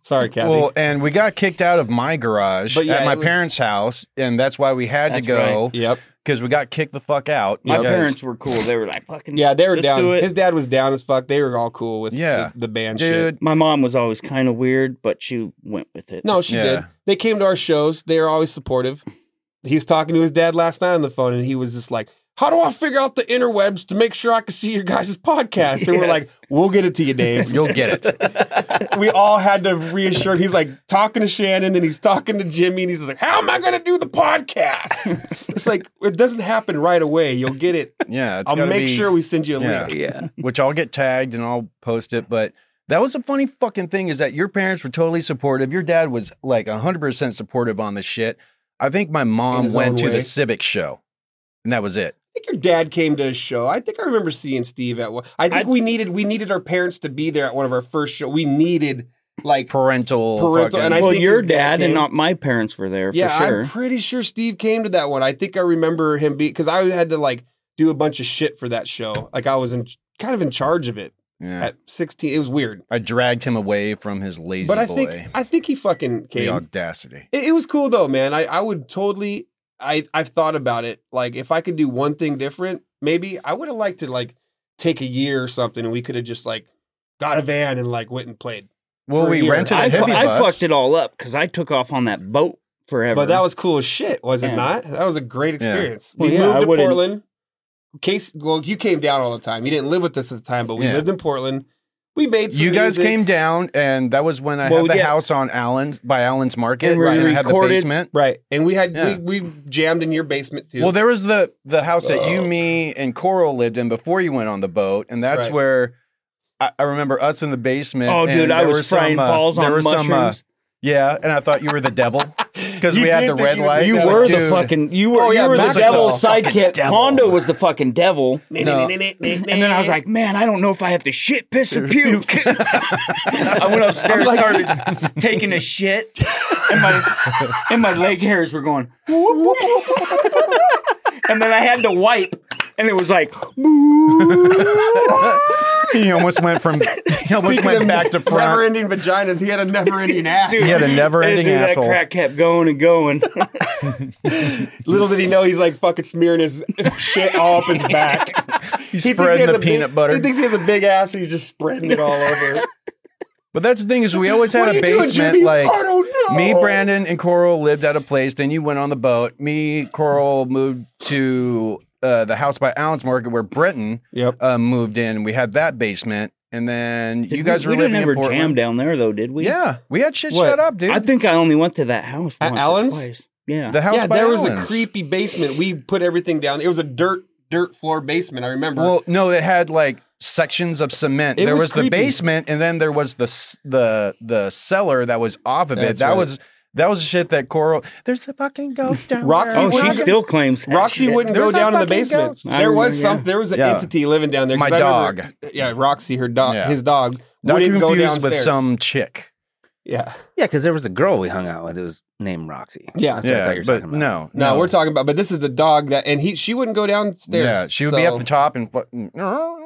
[SPEAKER 5] Sorry, Kathy.
[SPEAKER 6] Well, and we got kicked out of my garage
[SPEAKER 5] But yeah,
[SPEAKER 6] at my
[SPEAKER 5] it was-
[SPEAKER 6] parents' house, and that's why we had
[SPEAKER 4] That's
[SPEAKER 6] to go
[SPEAKER 5] yep.
[SPEAKER 6] because we got kicked the fuck out.
[SPEAKER 4] My
[SPEAKER 6] because-
[SPEAKER 4] parents were cool. They were like, fucking.
[SPEAKER 5] Yeah, they were
[SPEAKER 4] just
[SPEAKER 5] down.
[SPEAKER 4] do it.
[SPEAKER 5] His dad was down as fuck. They were all cool with
[SPEAKER 6] Yeah.
[SPEAKER 5] the, the band shit.
[SPEAKER 6] dude.
[SPEAKER 4] my mom was always kind of weird, but she went with it.
[SPEAKER 5] No, she
[SPEAKER 6] Yeah.
[SPEAKER 5] did. They came to our shows. They were always supportive. He was talking to his dad last night on the phone, and he was just like, "How do I figure out the interwebs to make sure I can see your guys' podcast?" And we're like, "We'll get it to you, Dave."
[SPEAKER 6] You'll get it.
[SPEAKER 5] we all had to reassure him. He's like talking to Shannon, and he's talking to Jimmy, and he's just like, "How am I going to do the podcast?" it's like it doesn't happen right away. You'll get it.
[SPEAKER 6] Yeah, it's
[SPEAKER 5] I'll
[SPEAKER 6] gotta
[SPEAKER 5] make
[SPEAKER 6] be-
[SPEAKER 5] sure we send you a
[SPEAKER 6] Yeah.
[SPEAKER 5] link.
[SPEAKER 3] Yeah.
[SPEAKER 6] which I'll get tagged and I'll post it. But that was a funny fucking thing is that your parents were totally supportive. Your dad was like 100% supportive on this shit. I think my
[SPEAKER 5] In
[SPEAKER 6] mom
[SPEAKER 5] his own
[SPEAKER 6] went to
[SPEAKER 5] way.
[SPEAKER 6] the Civic show and that was it.
[SPEAKER 5] I think your dad came to a show. I think I remember seeing Steve at one. I think
[SPEAKER 4] I-
[SPEAKER 5] we needed we needed our parents to be there at one of our first show. We needed like
[SPEAKER 6] Parental.
[SPEAKER 5] Parental, and I
[SPEAKER 4] well,
[SPEAKER 5] think
[SPEAKER 4] your
[SPEAKER 5] his dad
[SPEAKER 4] dad, and
[SPEAKER 5] came-
[SPEAKER 4] not my parents were there
[SPEAKER 5] yeah,
[SPEAKER 4] for sure.
[SPEAKER 5] I'm pretty sure Steve came to that one. I think I remember him be because I had to like do a bunch of shit for that show. Like I was in kind of in charge of it
[SPEAKER 6] yeah.
[SPEAKER 5] at 16. It was weird,
[SPEAKER 6] I dragged him away from his lazy
[SPEAKER 5] but I
[SPEAKER 6] boy.
[SPEAKER 5] think I think he fucking
[SPEAKER 6] the
[SPEAKER 5] came.
[SPEAKER 6] audacity.
[SPEAKER 5] It, it was cool though, man. I I would totally. I I've thought about it. Like if I could do one thing different, maybe I would have liked to like take a year or something, and we could have just like got a van and like went and played.
[SPEAKER 6] Well,
[SPEAKER 5] For
[SPEAKER 6] we
[SPEAKER 5] a year.
[SPEAKER 6] rented a
[SPEAKER 4] I, fu-
[SPEAKER 6] heavy
[SPEAKER 4] I
[SPEAKER 6] bus.
[SPEAKER 4] fucked it all up because I took off on that boat forever.
[SPEAKER 5] But that was cool as shit, was it
[SPEAKER 4] Yeah.
[SPEAKER 5] not? That was a great
[SPEAKER 6] Yeah.
[SPEAKER 5] experience.
[SPEAKER 4] Well,
[SPEAKER 5] we
[SPEAKER 4] yeah, I
[SPEAKER 5] moved to
[SPEAKER 4] wouldn't-
[SPEAKER 5] Portland. Case, well, you came down all the time. You didn't live with us at the time, but we
[SPEAKER 6] Yeah.
[SPEAKER 5] lived in Portland. We made some
[SPEAKER 6] You guys
[SPEAKER 5] music.
[SPEAKER 6] came down, and that was when I
[SPEAKER 4] Well,
[SPEAKER 6] had the
[SPEAKER 4] yeah.
[SPEAKER 6] house on Allen's by Allen's Market,
[SPEAKER 4] And we
[SPEAKER 6] and I had the
[SPEAKER 4] recorded-
[SPEAKER 6] basement.
[SPEAKER 5] right, and we had
[SPEAKER 6] Yeah.
[SPEAKER 5] we, we jammed in your basement too.
[SPEAKER 6] Well, there was the the house that you,
[SPEAKER 5] Oh.
[SPEAKER 6] me, and Coral lived in before you went on the boat, and
[SPEAKER 5] That's
[SPEAKER 6] that's
[SPEAKER 5] right.
[SPEAKER 6] where I, I remember us in the basement.
[SPEAKER 4] oh,
[SPEAKER 6] and
[SPEAKER 4] dude, I
[SPEAKER 6] there were
[SPEAKER 4] was
[SPEAKER 6] some,
[SPEAKER 4] frying
[SPEAKER 6] uh,
[SPEAKER 4] balls
[SPEAKER 6] there
[SPEAKER 4] on
[SPEAKER 6] were
[SPEAKER 4] mushrooms.
[SPEAKER 6] some, uh, yeah, and I thought you were the devil because
[SPEAKER 5] You
[SPEAKER 6] we had
[SPEAKER 5] did
[SPEAKER 6] the
[SPEAKER 5] think
[SPEAKER 6] red
[SPEAKER 5] you were the
[SPEAKER 6] light.
[SPEAKER 5] devil.
[SPEAKER 4] you
[SPEAKER 6] I was
[SPEAKER 4] were
[SPEAKER 6] like,
[SPEAKER 4] the
[SPEAKER 6] "Dude,
[SPEAKER 4] fucking. You were
[SPEAKER 5] Oh, yeah,
[SPEAKER 4] you were the
[SPEAKER 5] Max
[SPEAKER 4] devil's
[SPEAKER 5] the
[SPEAKER 4] sidekick.
[SPEAKER 6] devil.
[SPEAKER 4] Hondo was the fucking devil.
[SPEAKER 6] No.
[SPEAKER 4] And then I was like, man, I don't know if I have to shit, piss, or puke. I went upstairs,
[SPEAKER 5] I'm like,
[SPEAKER 4] started taking a shit, and my and my leg hairs were going. whoop, whoop, whoop, whoop, whoop, whoop. and then I had to wipe, and it was like,
[SPEAKER 6] He almost went from he almost
[SPEAKER 5] Speaking
[SPEAKER 6] went
[SPEAKER 5] of
[SPEAKER 6] back to front.
[SPEAKER 5] never-ending vaginas. He had a never-ending ass.
[SPEAKER 4] dude,
[SPEAKER 6] He had a never-ending
[SPEAKER 4] dude,
[SPEAKER 6] asshole.
[SPEAKER 4] That crack kept going and going.
[SPEAKER 5] Little did he know, he's like fucking smearing his shit all up his back.
[SPEAKER 6] He
[SPEAKER 5] He thinks he
[SPEAKER 6] spread
[SPEAKER 5] has
[SPEAKER 6] the
[SPEAKER 5] a big-
[SPEAKER 6] peanut butter.
[SPEAKER 5] He thinks he has a big ass. And he's just spreading it all over.
[SPEAKER 6] But that's the thing is we always
[SPEAKER 5] What
[SPEAKER 6] had
[SPEAKER 5] are
[SPEAKER 6] a
[SPEAKER 5] you doing,
[SPEAKER 6] basement
[SPEAKER 5] Jimmy?
[SPEAKER 6] like
[SPEAKER 5] I don't know.
[SPEAKER 6] me, Brandon, and Coral lived at a place. Then you went on the boat. Me, Coral moved to uh, the house by Allen's Market where Brenton
[SPEAKER 5] Yep.
[SPEAKER 6] uh, moved in. We had that basement, and then
[SPEAKER 4] Did
[SPEAKER 6] you guys
[SPEAKER 4] we,
[SPEAKER 6] were
[SPEAKER 4] we
[SPEAKER 6] living
[SPEAKER 4] didn't ever
[SPEAKER 6] in Portland.
[SPEAKER 4] jam down there though, did we?
[SPEAKER 6] Yeah, we had shit
[SPEAKER 5] What?
[SPEAKER 6] shut up, dude.
[SPEAKER 4] I think I only went to that house
[SPEAKER 5] At
[SPEAKER 4] once or
[SPEAKER 5] Allen's?
[SPEAKER 4] twice. Yeah.
[SPEAKER 6] the house
[SPEAKER 5] yeah,
[SPEAKER 6] by
[SPEAKER 5] there was a
[SPEAKER 6] Allen's.
[SPEAKER 5] creepy basement. We put everything down. It was a dirt dirt floor basement. I remember.
[SPEAKER 6] Well, no, it had like sections of cement.
[SPEAKER 5] It
[SPEAKER 6] there
[SPEAKER 5] was
[SPEAKER 6] was,
[SPEAKER 5] creepy.
[SPEAKER 6] the basement, and then there was the s- the the cellar that was off of
[SPEAKER 5] That's
[SPEAKER 6] it. That
[SPEAKER 5] right.
[SPEAKER 6] was that was shit that Coral. There's the fucking ghost down
[SPEAKER 5] Roxy
[SPEAKER 6] there.
[SPEAKER 4] oh, she
[SPEAKER 5] Roxy-
[SPEAKER 4] still claims that
[SPEAKER 5] Roxy
[SPEAKER 4] shit.
[SPEAKER 5] wouldn't
[SPEAKER 6] There
[SPEAKER 5] go
[SPEAKER 6] was a
[SPEAKER 5] down in the
[SPEAKER 6] fucking
[SPEAKER 5] basement.
[SPEAKER 6] ghouse.
[SPEAKER 4] I
[SPEAKER 5] There was
[SPEAKER 4] remember, yeah.
[SPEAKER 5] some. There was an
[SPEAKER 6] Yeah.
[SPEAKER 5] entity living down there. 'cause
[SPEAKER 6] My
[SPEAKER 5] I remember-
[SPEAKER 6] dog.
[SPEAKER 5] yeah, Roxy, her dog,
[SPEAKER 6] Yeah.
[SPEAKER 5] his dog
[SPEAKER 6] Not
[SPEAKER 5] wouldn't go
[SPEAKER 6] confused
[SPEAKER 5] downstairs.
[SPEAKER 6] with some chick.
[SPEAKER 5] Yeah.
[SPEAKER 3] Yeah, because there was a girl we hung out with. It was named Roxy.
[SPEAKER 5] Yeah.
[SPEAKER 3] That's what I thought you were
[SPEAKER 6] but
[SPEAKER 3] talking about.
[SPEAKER 6] no,
[SPEAKER 5] No, we're talking about, but this is the dog that, and he, she wouldn't go downstairs.
[SPEAKER 6] Yeah, she would be
[SPEAKER 5] so-
[SPEAKER 6] up the top and. mm, fl-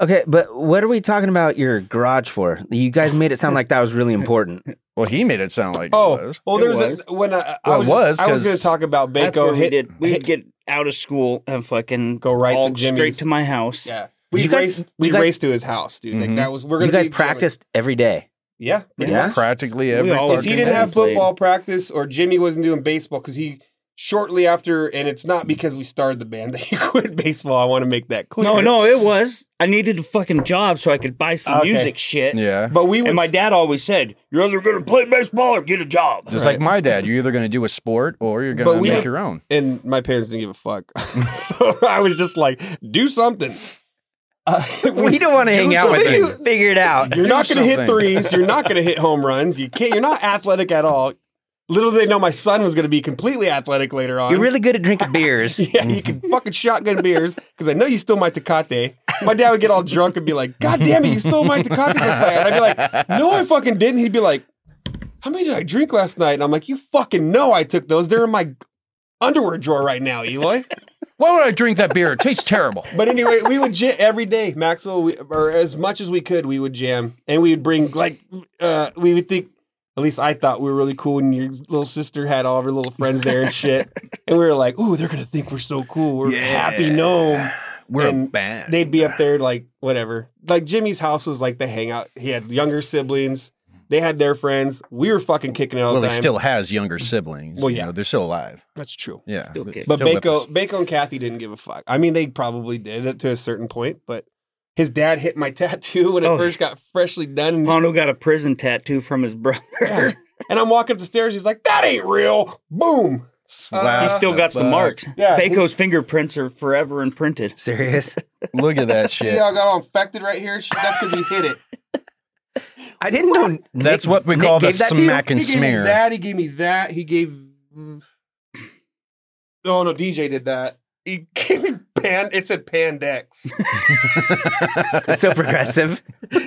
[SPEAKER 3] Okay, but what are we talking about your garage for? You guys made it sound like that was really important.
[SPEAKER 6] Well, he made it sound like. it
[SPEAKER 5] Oh,
[SPEAKER 6] was.
[SPEAKER 5] well,
[SPEAKER 4] It
[SPEAKER 5] there's
[SPEAKER 4] was.
[SPEAKER 5] a, when I, I
[SPEAKER 6] Well,
[SPEAKER 5] was,
[SPEAKER 6] it was,
[SPEAKER 5] I was
[SPEAKER 6] 'cause
[SPEAKER 5] going to talk about
[SPEAKER 4] That's where
[SPEAKER 5] Baco
[SPEAKER 4] we
[SPEAKER 5] hit.
[SPEAKER 4] did. We'd
[SPEAKER 5] hit-
[SPEAKER 4] get out of school and fucking
[SPEAKER 5] Go right to
[SPEAKER 4] all straight
[SPEAKER 5] Jimmy's.
[SPEAKER 4] to my house.
[SPEAKER 5] Yeah. We
[SPEAKER 3] You guys-
[SPEAKER 5] raced,
[SPEAKER 3] you
[SPEAKER 5] we
[SPEAKER 3] guys-
[SPEAKER 5] raced to his house, dude. Like
[SPEAKER 6] Mhm.
[SPEAKER 5] that was, we're
[SPEAKER 3] You
[SPEAKER 5] going to
[SPEAKER 3] guys practiced every day.
[SPEAKER 5] Yeah. pretty
[SPEAKER 3] Yeah?
[SPEAKER 5] much.
[SPEAKER 6] practically
[SPEAKER 4] We
[SPEAKER 6] every.
[SPEAKER 4] all-
[SPEAKER 5] If he
[SPEAKER 6] fucking
[SPEAKER 5] didn't
[SPEAKER 6] day.
[SPEAKER 5] have
[SPEAKER 4] played.
[SPEAKER 5] football practice or Jimmy wasn't doing baseball because he shortly after, and it's not because we started the band that he quit baseball. I want to make that clear.
[SPEAKER 4] No, no, it was. I needed a fucking job so I could buy some
[SPEAKER 5] Okay.
[SPEAKER 4] music shit.
[SPEAKER 6] yeah,
[SPEAKER 5] But we would
[SPEAKER 4] And my dad always said, "You're either gonna play baseball or get a job."
[SPEAKER 6] just
[SPEAKER 5] Right.
[SPEAKER 6] like my dad, you're either going to do a sport or you're
[SPEAKER 5] But
[SPEAKER 6] going to
[SPEAKER 5] we-
[SPEAKER 6] make your own.
[SPEAKER 5] and my parents didn't give a fuck. so I was just like, do something. Uh,
[SPEAKER 3] We don't want to hang out with
[SPEAKER 5] something.
[SPEAKER 3] you. Figure it out.
[SPEAKER 5] You're
[SPEAKER 6] Do
[SPEAKER 5] not going to hit
[SPEAKER 6] something.
[SPEAKER 5] threes. You're not going to hit home runs. You can't. You're not athletic at all. Little did they know my son was going to be completely athletic later on.
[SPEAKER 3] You're really good at drinking beers.
[SPEAKER 5] Yeah, you can fucking shotgun beers because I know you stole my Tecate. My dad would get all drunk and be like, "God damn it, you stole my Tecate last night!" And I'd be like, "No, I fucking didn't." He'd be like, "How many did I drink last night?" And I'm like, "You fucking know I took those. They're in my underwear drawer right now, Eloy."
[SPEAKER 6] Why would I drink that beer? It tastes terrible.
[SPEAKER 5] But anyway, we would jam every day, Maxwell, we, or as much as we could, we would jam, and we would bring like uh, we would think. At least I thought we were really cool when your little sister had all of her little friends there and shit. and we were like, ooh, they're going to think we're so cool. We're happy gnome.
[SPEAKER 6] We're a
[SPEAKER 5] And
[SPEAKER 6] band.
[SPEAKER 5] They'd be up there like, whatever. Like Jimmy's house was like the hangout. He had younger siblings. They had their friends. We were fucking kicking it all
[SPEAKER 6] Well,
[SPEAKER 5] the
[SPEAKER 6] he
[SPEAKER 5] time.
[SPEAKER 6] still has younger siblings.
[SPEAKER 5] Well,
[SPEAKER 6] you
[SPEAKER 5] yeah.
[SPEAKER 6] know, they're still alive.
[SPEAKER 5] That's true.
[SPEAKER 6] Yeah,
[SPEAKER 4] Still kids.
[SPEAKER 5] But
[SPEAKER 6] still with us.
[SPEAKER 5] Baco, Baco and Kathy didn't give a fuck. I mean, they probably did to a certain point, but his dad hit my tattoo when it
[SPEAKER 4] Oh.
[SPEAKER 5] first got freshly done. And,
[SPEAKER 4] Pondo got a prison tattoo from his brother.
[SPEAKER 5] Yeah. and I'm walking up the stairs. He's like, that ain't real. Boom.
[SPEAKER 6] Slaps
[SPEAKER 5] uh,
[SPEAKER 4] he still
[SPEAKER 6] the
[SPEAKER 4] got some
[SPEAKER 6] fuck.
[SPEAKER 4] marks.
[SPEAKER 5] Yeah,
[SPEAKER 4] Baco's fingerprints are forever imprinted.
[SPEAKER 3] Serious?
[SPEAKER 6] Look at that
[SPEAKER 5] See
[SPEAKER 6] shit.
[SPEAKER 5] how I got all infected right here? Sh- That's because he hit it.
[SPEAKER 3] I didn't know. Nick-
[SPEAKER 6] That's what we
[SPEAKER 3] Nick
[SPEAKER 6] call the
[SPEAKER 3] gave that to you?
[SPEAKER 6] smack and
[SPEAKER 5] he gave me
[SPEAKER 6] smear.
[SPEAKER 5] that. He gave me that. He gave. mm. Oh no, DJ did that. He gave me pan. It said Pandex.
[SPEAKER 3] It's so progressive.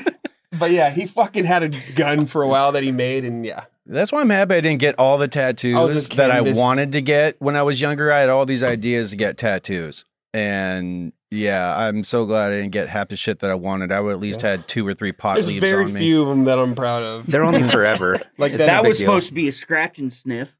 [SPEAKER 5] but yeah, he fucking had a gun for a while that he made, and yeah,
[SPEAKER 6] That's why I'm happy I didn't get all the tattoos
[SPEAKER 5] a
[SPEAKER 6] that I
[SPEAKER 5] canvas-
[SPEAKER 6] wanted to get when I was younger. I had all these ideas to get tattoos. And yeah, I'm so glad I didn't get half the shit that I wanted. I would at least had two or three pot
[SPEAKER 5] there's
[SPEAKER 6] leaves
[SPEAKER 5] very
[SPEAKER 6] on me.
[SPEAKER 5] few of them that I'm proud of.
[SPEAKER 3] They're only forever.
[SPEAKER 5] Like that-
[SPEAKER 3] It's no
[SPEAKER 4] That
[SPEAKER 3] big
[SPEAKER 4] was
[SPEAKER 3] deal.
[SPEAKER 4] supposed to be a scratch and sniff.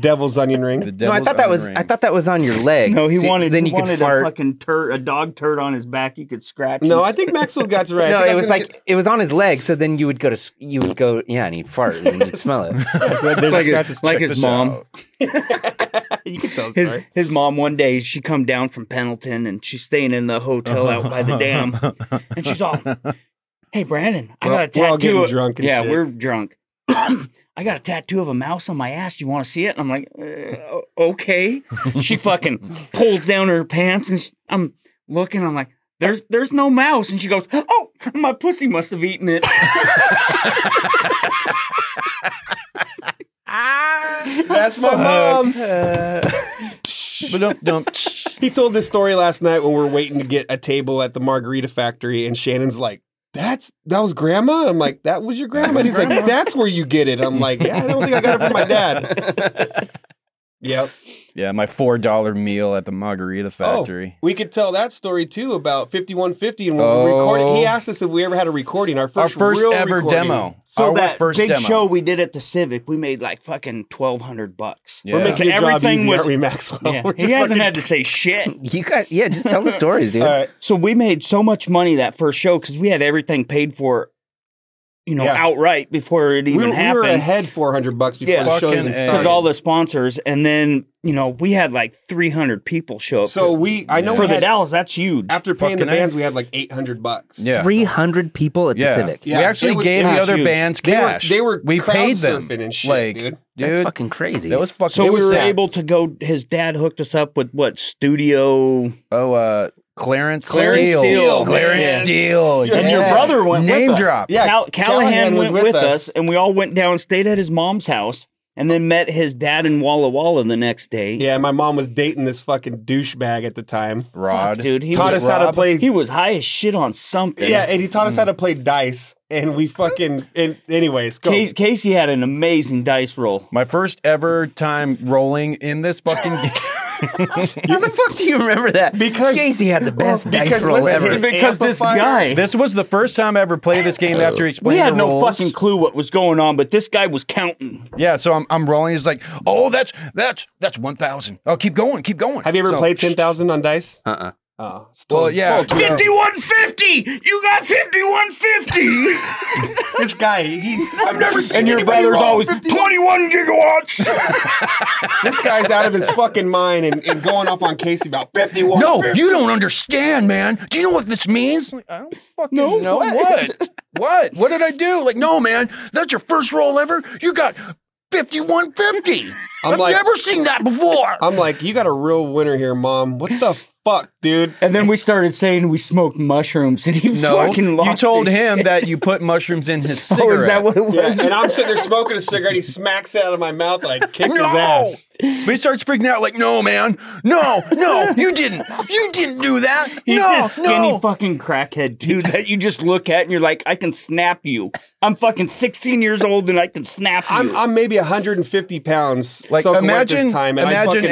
[SPEAKER 5] Devil's onion
[SPEAKER 6] The
[SPEAKER 5] ring.
[SPEAKER 3] No, I
[SPEAKER 6] devil's
[SPEAKER 3] thought that
[SPEAKER 6] onion
[SPEAKER 3] was.
[SPEAKER 6] ring.
[SPEAKER 3] I thought that was on your leg.
[SPEAKER 4] No, he
[SPEAKER 3] See,
[SPEAKER 4] wanted.
[SPEAKER 3] Then
[SPEAKER 4] he
[SPEAKER 3] you could
[SPEAKER 4] wanted
[SPEAKER 3] fart.
[SPEAKER 4] a fucking tur a dog turd on his back. You could scratch.
[SPEAKER 5] No,
[SPEAKER 4] and
[SPEAKER 5] I think Maxwell got it right. I
[SPEAKER 3] no,
[SPEAKER 5] think I
[SPEAKER 3] it was
[SPEAKER 5] gonna
[SPEAKER 3] like it was on his leg. So then you would go to s- you would go yeah, and he'd fart and you'd smell it.
[SPEAKER 5] get- Yeah, there's a
[SPEAKER 4] like
[SPEAKER 5] scratch
[SPEAKER 4] his- like
[SPEAKER 5] check
[SPEAKER 4] his
[SPEAKER 5] this
[SPEAKER 4] mom.
[SPEAKER 5] out. you can tell.
[SPEAKER 4] His
[SPEAKER 5] sorry.
[SPEAKER 4] his mom one day she come down from Pendleton and she's staying in the hotel out by the dam and she's all, "Hey Brandon, I
[SPEAKER 5] We're-
[SPEAKER 4] got a tattoo."
[SPEAKER 5] we're all getting
[SPEAKER 4] of-"
[SPEAKER 5] drunk and
[SPEAKER 4] yeah,
[SPEAKER 5] shit.
[SPEAKER 4] we're drunk. I got a tattoo of a mouse on my ass. You want to see it? And I'm like, uh, o- okay. She fucking pulls down her pants and she, I'm looking. I'm like, there's there's no mouse. And she goes, oh, my pussy must have eaten it.
[SPEAKER 5] That's my mom.
[SPEAKER 6] Um, But don't, don't.
[SPEAKER 5] He told this story last night when we were waiting to get a table at the Margarita Factory, and Shannon's like, "That's that was Grandma." And I'm like, "That was your grandma." And he's like, "That's where you get it." I'm like, "Yeah, I don't think I got it from my dad." yep. Oh,
[SPEAKER 6] Yeah, my four dollar meal at the Margarita Factory.
[SPEAKER 5] We could tell that story too about 5150 and when we
[SPEAKER 6] Oh.
[SPEAKER 5] recorded. He asked us if we ever had a recording. Our
[SPEAKER 6] Our
[SPEAKER 5] first,
[SPEAKER 6] first
[SPEAKER 5] real
[SPEAKER 6] ever
[SPEAKER 5] recording.
[SPEAKER 6] demo.
[SPEAKER 4] So
[SPEAKER 6] Our
[SPEAKER 4] that
[SPEAKER 6] first
[SPEAKER 4] big
[SPEAKER 6] demo.
[SPEAKER 4] show we did at the Civic, we made like fucking twelve hundred bucks.
[SPEAKER 6] Yeah.
[SPEAKER 5] We're making your job
[SPEAKER 4] Everything
[SPEAKER 5] easy,
[SPEAKER 4] was-
[SPEAKER 5] aren't we, Maxwell?
[SPEAKER 4] Yeah.
[SPEAKER 5] We're
[SPEAKER 4] He
[SPEAKER 5] just
[SPEAKER 4] hasn't
[SPEAKER 5] fucking-
[SPEAKER 4] had to say shit.
[SPEAKER 3] You guys, yeah, just tell the stories, dude.
[SPEAKER 5] All right.
[SPEAKER 4] So we made so much money that first show because we had everything paid for, you know,
[SPEAKER 5] Yeah.
[SPEAKER 4] outright before it
[SPEAKER 5] We,
[SPEAKER 4] even
[SPEAKER 5] were- we were
[SPEAKER 4] happened
[SPEAKER 5] ahead 400 bucks before
[SPEAKER 4] Yeah.
[SPEAKER 5] the show
[SPEAKER 6] Fucking
[SPEAKER 5] even
[SPEAKER 6] A.
[SPEAKER 5] started.
[SPEAKER 4] because all the sponsors. And then you know we had like three hundred people show up.
[SPEAKER 5] so we, I know
[SPEAKER 4] for
[SPEAKER 5] we
[SPEAKER 4] the
[SPEAKER 5] had,
[SPEAKER 4] Dallas, that's huge.
[SPEAKER 5] after paying the
[SPEAKER 6] Fucking A.
[SPEAKER 5] bands, we had like 800 bucks.
[SPEAKER 6] Yeah.
[SPEAKER 3] Three hundred people at
[SPEAKER 6] yeah.
[SPEAKER 3] the Civic.
[SPEAKER 5] Yeah,
[SPEAKER 6] we
[SPEAKER 5] it
[SPEAKER 6] actually
[SPEAKER 5] was-
[SPEAKER 6] gave
[SPEAKER 4] it
[SPEAKER 6] the
[SPEAKER 4] was
[SPEAKER 6] other
[SPEAKER 4] huge.
[SPEAKER 6] bands
[SPEAKER 5] They were-
[SPEAKER 6] cash.
[SPEAKER 5] they were
[SPEAKER 6] we
[SPEAKER 5] crowd
[SPEAKER 6] paid them
[SPEAKER 5] surfing and shit,
[SPEAKER 6] like,
[SPEAKER 5] dude.
[SPEAKER 3] That's
[SPEAKER 6] dude,
[SPEAKER 3] fucking crazy.
[SPEAKER 6] that was fucking.
[SPEAKER 4] so we were
[SPEAKER 6] sick.
[SPEAKER 4] able to go. His dad hooked us up with what studio?
[SPEAKER 6] Oh, uh, Clarence,
[SPEAKER 5] Clarence
[SPEAKER 6] Steele.
[SPEAKER 5] Steele, man.
[SPEAKER 6] Clarence
[SPEAKER 5] Yeah.
[SPEAKER 6] Steele.
[SPEAKER 4] And your
[SPEAKER 6] yeah.
[SPEAKER 4] brother went
[SPEAKER 6] Name
[SPEAKER 4] with us.
[SPEAKER 6] drop.
[SPEAKER 5] Yeah,
[SPEAKER 4] Cal- Callahan, went with, us. and we all went down, stayed at his mom's house, and then met his dad in Walla Walla the next day.
[SPEAKER 5] Yeah, my mom was dating this fucking douchebag at the time.
[SPEAKER 6] Rod.
[SPEAKER 4] dude, he
[SPEAKER 5] taught
[SPEAKER 4] was,
[SPEAKER 5] us how to
[SPEAKER 6] Rob?
[SPEAKER 5] play.
[SPEAKER 4] he was high as shit on something.
[SPEAKER 5] yeah, and he taught us how to play dice, and we fucking. And anyways, go.
[SPEAKER 4] Casey, Casey had an amazing dice roll.
[SPEAKER 6] My first ever time rolling in this fucking game.
[SPEAKER 3] How the fuck do you remember that?
[SPEAKER 5] Because-
[SPEAKER 3] Casey had the best
[SPEAKER 5] because
[SPEAKER 3] dice roll
[SPEAKER 5] listen,
[SPEAKER 3] ever.
[SPEAKER 5] his-
[SPEAKER 4] Because this
[SPEAKER 5] amplifier?
[SPEAKER 4] guy,
[SPEAKER 6] This was the first time I ever played this game after he
[SPEAKER 4] we
[SPEAKER 6] explained
[SPEAKER 4] had
[SPEAKER 6] the
[SPEAKER 4] no
[SPEAKER 6] rules.
[SPEAKER 4] fucking clue what was going on, but this guy was counting.
[SPEAKER 6] Yeah, so I'm, I'm rolling. He's like, oh, that's that's that's one thousand. Oh, keep going, keep going.
[SPEAKER 5] Have you ever
[SPEAKER 6] So-
[SPEAKER 5] played ten thousand on dice?
[SPEAKER 3] Uh-uh.
[SPEAKER 5] Oh, it's
[SPEAKER 6] Well,
[SPEAKER 5] totally-
[SPEAKER 6] yeah.
[SPEAKER 5] totally-
[SPEAKER 4] 5150! You got 5150!
[SPEAKER 5] this guy, he. I've never seen.
[SPEAKER 4] and your
[SPEAKER 5] anybody
[SPEAKER 4] brother's
[SPEAKER 5] roll
[SPEAKER 4] always 21 gigawatts!
[SPEAKER 5] This guy's out of his fucking mind and, and going up on Casey about fifty-one.
[SPEAKER 6] No, you don't understand, man. Do you know what this means? Like, I don't fucking
[SPEAKER 4] No,
[SPEAKER 6] know
[SPEAKER 4] what?
[SPEAKER 6] what. What? What did I do? Like, no, man. That's your first roll ever. You got fifty-one fifty.
[SPEAKER 5] I'm
[SPEAKER 6] I've
[SPEAKER 5] like-
[SPEAKER 6] never seen that before.
[SPEAKER 5] I'm like, you got a real winner here, mom. What the fuck, dude?
[SPEAKER 4] and then we started saying we smoked mushrooms, and he fucking lost
[SPEAKER 6] you told
[SPEAKER 4] it.
[SPEAKER 6] him that you put mushrooms in his cigarette.
[SPEAKER 4] Oh, is that what it was?
[SPEAKER 5] Yeah, and I'm sitting there smoking a cigarette. He smacks it out of my mouth, and I kick his ass.
[SPEAKER 6] But he starts freaking out, like, no, man, no, no, you didn't, you didn't do that.
[SPEAKER 4] He's
[SPEAKER 6] no,
[SPEAKER 4] this skinny
[SPEAKER 6] no.
[SPEAKER 4] fucking crackhead dude that you just look at and you're like, I can snap you. I'm fucking 16 years old and I can snap you.
[SPEAKER 5] I'm, I'm maybe 150 pounds.
[SPEAKER 6] like,
[SPEAKER 5] soaking wet
[SPEAKER 6] imagine,
[SPEAKER 5] this time, and I
[SPEAKER 6] imagine
[SPEAKER 5] fucking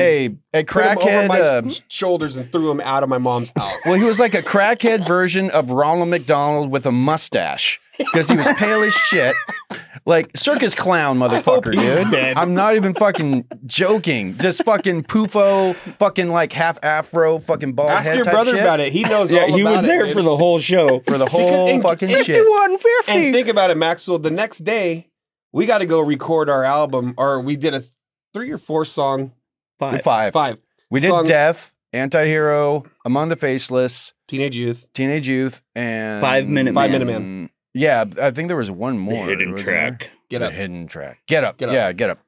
[SPEAKER 6] a a
[SPEAKER 5] put him over
[SPEAKER 6] crackhead.
[SPEAKER 5] my
[SPEAKER 4] um,
[SPEAKER 6] uh,
[SPEAKER 5] sh- shoulders and threw him out of my mom's house.
[SPEAKER 6] well, he was like a crackhead version of Ronald McDonald with a mustache because he was pale as shit. Like circus clown, motherfucker,
[SPEAKER 5] he's
[SPEAKER 6] dude.
[SPEAKER 5] dead.
[SPEAKER 6] I'm not even fucking joking. Just fucking poofo, fucking like half afro, fucking bald
[SPEAKER 5] Ask
[SPEAKER 6] head
[SPEAKER 5] your
[SPEAKER 6] type
[SPEAKER 5] brother
[SPEAKER 6] shit
[SPEAKER 5] about it. He knows
[SPEAKER 4] yeah,
[SPEAKER 5] all
[SPEAKER 4] he
[SPEAKER 5] about
[SPEAKER 4] was
[SPEAKER 5] it,
[SPEAKER 4] there
[SPEAKER 5] man.
[SPEAKER 4] for the whole show.
[SPEAKER 6] for the whole
[SPEAKER 5] and-
[SPEAKER 6] fucking
[SPEAKER 5] and-
[SPEAKER 6] shit.
[SPEAKER 5] And think about it, Maxwell. The next day, we got to go record our album, or we did a three or four song,
[SPEAKER 4] Five.
[SPEAKER 6] Five.
[SPEAKER 5] five
[SPEAKER 6] We did
[SPEAKER 5] Song-
[SPEAKER 6] Death, Antihero, Among the Faceless,
[SPEAKER 5] teenage youth.
[SPEAKER 6] Teenage Youth, and
[SPEAKER 4] Five Minute
[SPEAKER 5] Five
[SPEAKER 4] Man.
[SPEAKER 5] Minute Man.
[SPEAKER 6] Yeah, I think there was one more. wasn't there?
[SPEAKER 5] Get
[SPEAKER 6] The
[SPEAKER 5] up.
[SPEAKER 6] hidden track. Get up.
[SPEAKER 5] Get up.
[SPEAKER 6] Yeah, get up.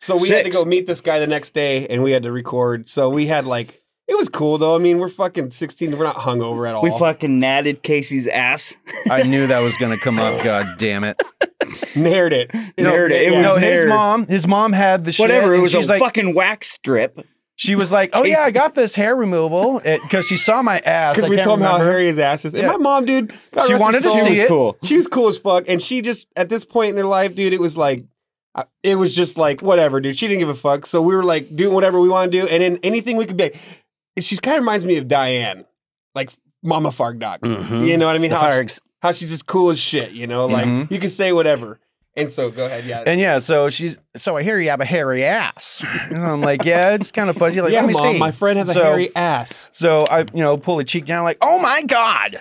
[SPEAKER 5] So we had to
[SPEAKER 4] Six.
[SPEAKER 5] go meet this guy the next day, and we had to record. So we had like it was cool though. I mean, we're fucking 16. We're not hungover at all.
[SPEAKER 4] We fucking natted Casey's ass.
[SPEAKER 6] I knew that was gonna come up. God damn it.
[SPEAKER 5] Nared it.
[SPEAKER 4] Nared it. It was
[SPEAKER 6] No, his
[SPEAKER 4] Nerd.
[SPEAKER 6] mom. His mom had the shit.
[SPEAKER 4] Whatever. It
[SPEAKER 6] and
[SPEAKER 4] was a
[SPEAKER 6] she's like,
[SPEAKER 4] fucking wax strip.
[SPEAKER 6] She was like, "Oh yeah, I got this hair removal because she saw my ass." I
[SPEAKER 5] Because we
[SPEAKER 6] can't
[SPEAKER 5] told him how
[SPEAKER 6] remember.
[SPEAKER 5] hairy his ass is. And
[SPEAKER 6] Yeah.
[SPEAKER 5] my mom, dude, God
[SPEAKER 6] She
[SPEAKER 5] rest her
[SPEAKER 6] wanted to
[SPEAKER 5] soul,
[SPEAKER 6] see
[SPEAKER 5] was
[SPEAKER 6] it.
[SPEAKER 4] Oh, Cool.
[SPEAKER 5] She was cool as fuck, and she just at this point in her life, dude, it was like, I- it was just like whatever, dude. She didn't give a fuck. So we were like doing whatever we want to do, and then anything we could be. Like, she kind of reminds me of Diane, like Mama Farg Dog.
[SPEAKER 6] Mm-hmm.
[SPEAKER 3] Mhm.
[SPEAKER 5] You know what I mean?
[SPEAKER 3] The
[SPEAKER 5] How, she-
[SPEAKER 3] Fargs.
[SPEAKER 5] how she's just cool as shit. You know, like
[SPEAKER 6] Mhm.
[SPEAKER 5] you can say whatever. And so go ahead, yeah.
[SPEAKER 6] And yeah, so she's so I hear you have a hairy ass. And I'm like, yeah, it's kind of fuzzy. Like,
[SPEAKER 5] yeah,
[SPEAKER 6] let me
[SPEAKER 5] mom,
[SPEAKER 6] see.
[SPEAKER 5] my friend has a
[SPEAKER 6] So-
[SPEAKER 5] hairy ass.
[SPEAKER 6] So I, you know, pull the cheek down, like, oh my god,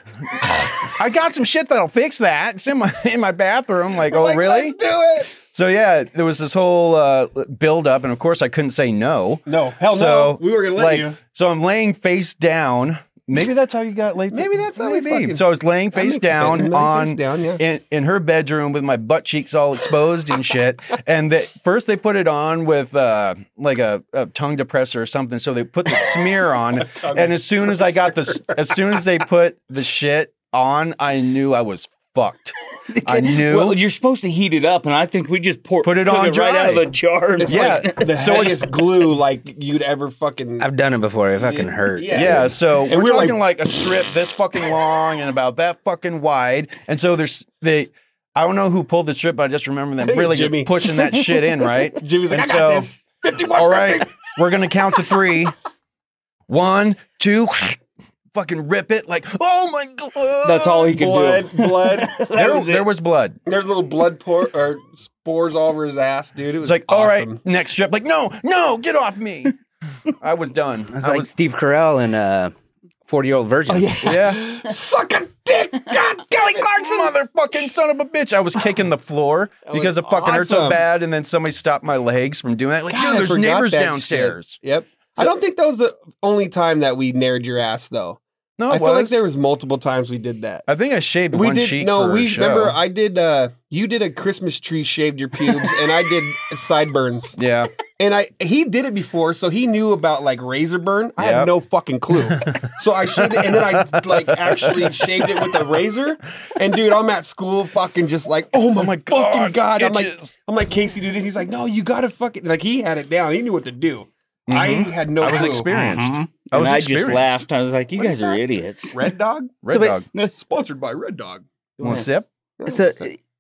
[SPEAKER 6] I got some shit that'll fix that. It's in my in my bathroom. Like, oh
[SPEAKER 5] Like, Let's
[SPEAKER 6] really?
[SPEAKER 5] do it.
[SPEAKER 6] So yeah, there was this whole uh, build up, and of course I couldn't say no.
[SPEAKER 5] No, hell
[SPEAKER 6] so
[SPEAKER 5] no. We were gonna let
[SPEAKER 6] like,
[SPEAKER 5] you.
[SPEAKER 6] So I'm laying face down. Maybe that's how you got laid.
[SPEAKER 5] Maybe that's how we
[SPEAKER 6] Maybe.
[SPEAKER 5] fucking-
[SPEAKER 6] So I was laying
[SPEAKER 5] makes
[SPEAKER 6] face
[SPEAKER 5] sense.
[SPEAKER 6] down
[SPEAKER 5] Laying
[SPEAKER 6] on
[SPEAKER 5] face down, yeah.
[SPEAKER 6] in, in her bedroom with my butt cheeks all exposed and shit. And they, first they put it on with uh, like a, a tongue depressor or something. So they put the smear on, and as soon as I got the as soon as they put the shit on, I knew I was fucked. I knew.
[SPEAKER 4] Well, you're supposed to heat it up, and I think we just poured
[SPEAKER 6] Put it
[SPEAKER 4] took
[SPEAKER 6] on
[SPEAKER 4] right out of
[SPEAKER 6] dry.
[SPEAKER 4] the jar. and
[SPEAKER 5] It's
[SPEAKER 6] Yeah.
[SPEAKER 5] like the heaviest glue like you'd ever fucking.
[SPEAKER 3] I've done it before. It fucking hurts.
[SPEAKER 5] Yeah.
[SPEAKER 6] Yeah, so
[SPEAKER 5] And
[SPEAKER 6] we're,
[SPEAKER 5] we're
[SPEAKER 6] talking like, a strip this fucking long and about that fucking wide. And so there's they I don't know who pulled the strip, but I just remember them
[SPEAKER 5] think it's
[SPEAKER 6] really just
[SPEAKER 5] Jimmy.
[SPEAKER 6] pushing that shit in, right?
[SPEAKER 5] Jimmy's like,
[SPEAKER 6] And
[SPEAKER 5] I got
[SPEAKER 6] so-
[SPEAKER 5] this. 51
[SPEAKER 6] All right, we're gonna count to three. One, two, fucking rip it like oh my god.
[SPEAKER 4] That's all he could
[SPEAKER 5] blood, blood.
[SPEAKER 6] there,
[SPEAKER 5] there, was
[SPEAKER 6] there
[SPEAKER 5] there,
[SPEAKER 6] was blood.
[SPEAKER 5] there's little blood pour or spores all over his ass, dude. It was
[SPEAKER 6] It's like, all
[SPEAKER 5] awesome.
[SPEAKER 6] right, next strip. Like, no, no, get off me. I was done.
[SPEAKER 3] It's like Steve Carell and uh, 40 year old virgin.
[SPEAKER 6] yeah.
[SPEAKER 5] Suck a dick, God damn it, Clarkson.
[SPEAKER 6] motherfucking son of a bitch. I was kicking the floor
[SPEAKER 5] That
[SPEAKER 6] because
[SPEAKER 5] was
[SPEAKER 6] it fucking hurt so
[SPEAKER 5] awesome.
[SPEAKER 6] bad, and then somebody stopped my legs from doing that. Like,
[SPEAKER 5] God, I
[SPEAKER 6] dude, there's
[SPEAKER 5] forgot
[SPEAKER 6] neighbors
[SPEAKER 5] that
[SPEAKER 6] downstairs.
[SPEAKER 5] shit. Yep. I don't think that was the only time that we nared your ass though.
[SPEAKER 6] No,
[SPEAKER 5] I
[SPEAKER 6] I
[SPEAKER 5] feel like there was multiple times we did that.
[SPEAKER 6] I think I shaved
[SPEAKER 5] we
[SPEAKER 6] one
[SPEAKER 5] did
[SPEAKER 6] cheek.
[SPEAKER 5] no,
[SPEAKER 6] for a
[SPEAKER 5] we
[SPEAKER 6] show.
[SPEAKER 5] remember I did uh you did a Christmas tree shaved your pubes and I did sideburns.
[SPEAKER 6] yeah,
[SPEAKER 5] And I he did it before, so he knew about like razor burn. I
[SPEAKER 6] Yep.
[SPEAKER 5] had no fucking clue. so I shaved it and then I like actually shaved it with a razor. And dude, I'm at school fucking just like, oh my,
[SPEAKER 6] my
[SPEAKER 5] fucking
[SPEAKER 6] God,
[SPEAKER 5] god. I'm like
[SPEAKER 6] itches.
[SPEAKER 5] I'm like Casey did it. He's like, no, you gotta fucking like he had it down. He knew what to do. I had no
[SPEAKER 6] Mm-hmm. I was
[SPEAKER 5] clue.
[SPEAKER 6] experienced.
[SPEAKER 5] Mm-hmm.
[SPEAKER 6] I
[SPEAKER 4] And
[SPEAKER 6] was
[SPEAKER 4] I
[SPEAKER 6] experienced.
[SPEAKER 4] just laughed. I was like, "You
[SPEAKER 5] What is
[SPEAKER 4] guys are
[SPEAKER 5] that?
[SPEAKER 4] idiots."
[SPEAKER 5] Red Dog?
[SPEAKER 6] Red
[SPEAKER 3] So, but-
[SPEAKER 6] dog.
[SPEAKER 5] Sponsored by Red Dog.
[SPEAKER 6] One sip.
[SPEAKER 3] So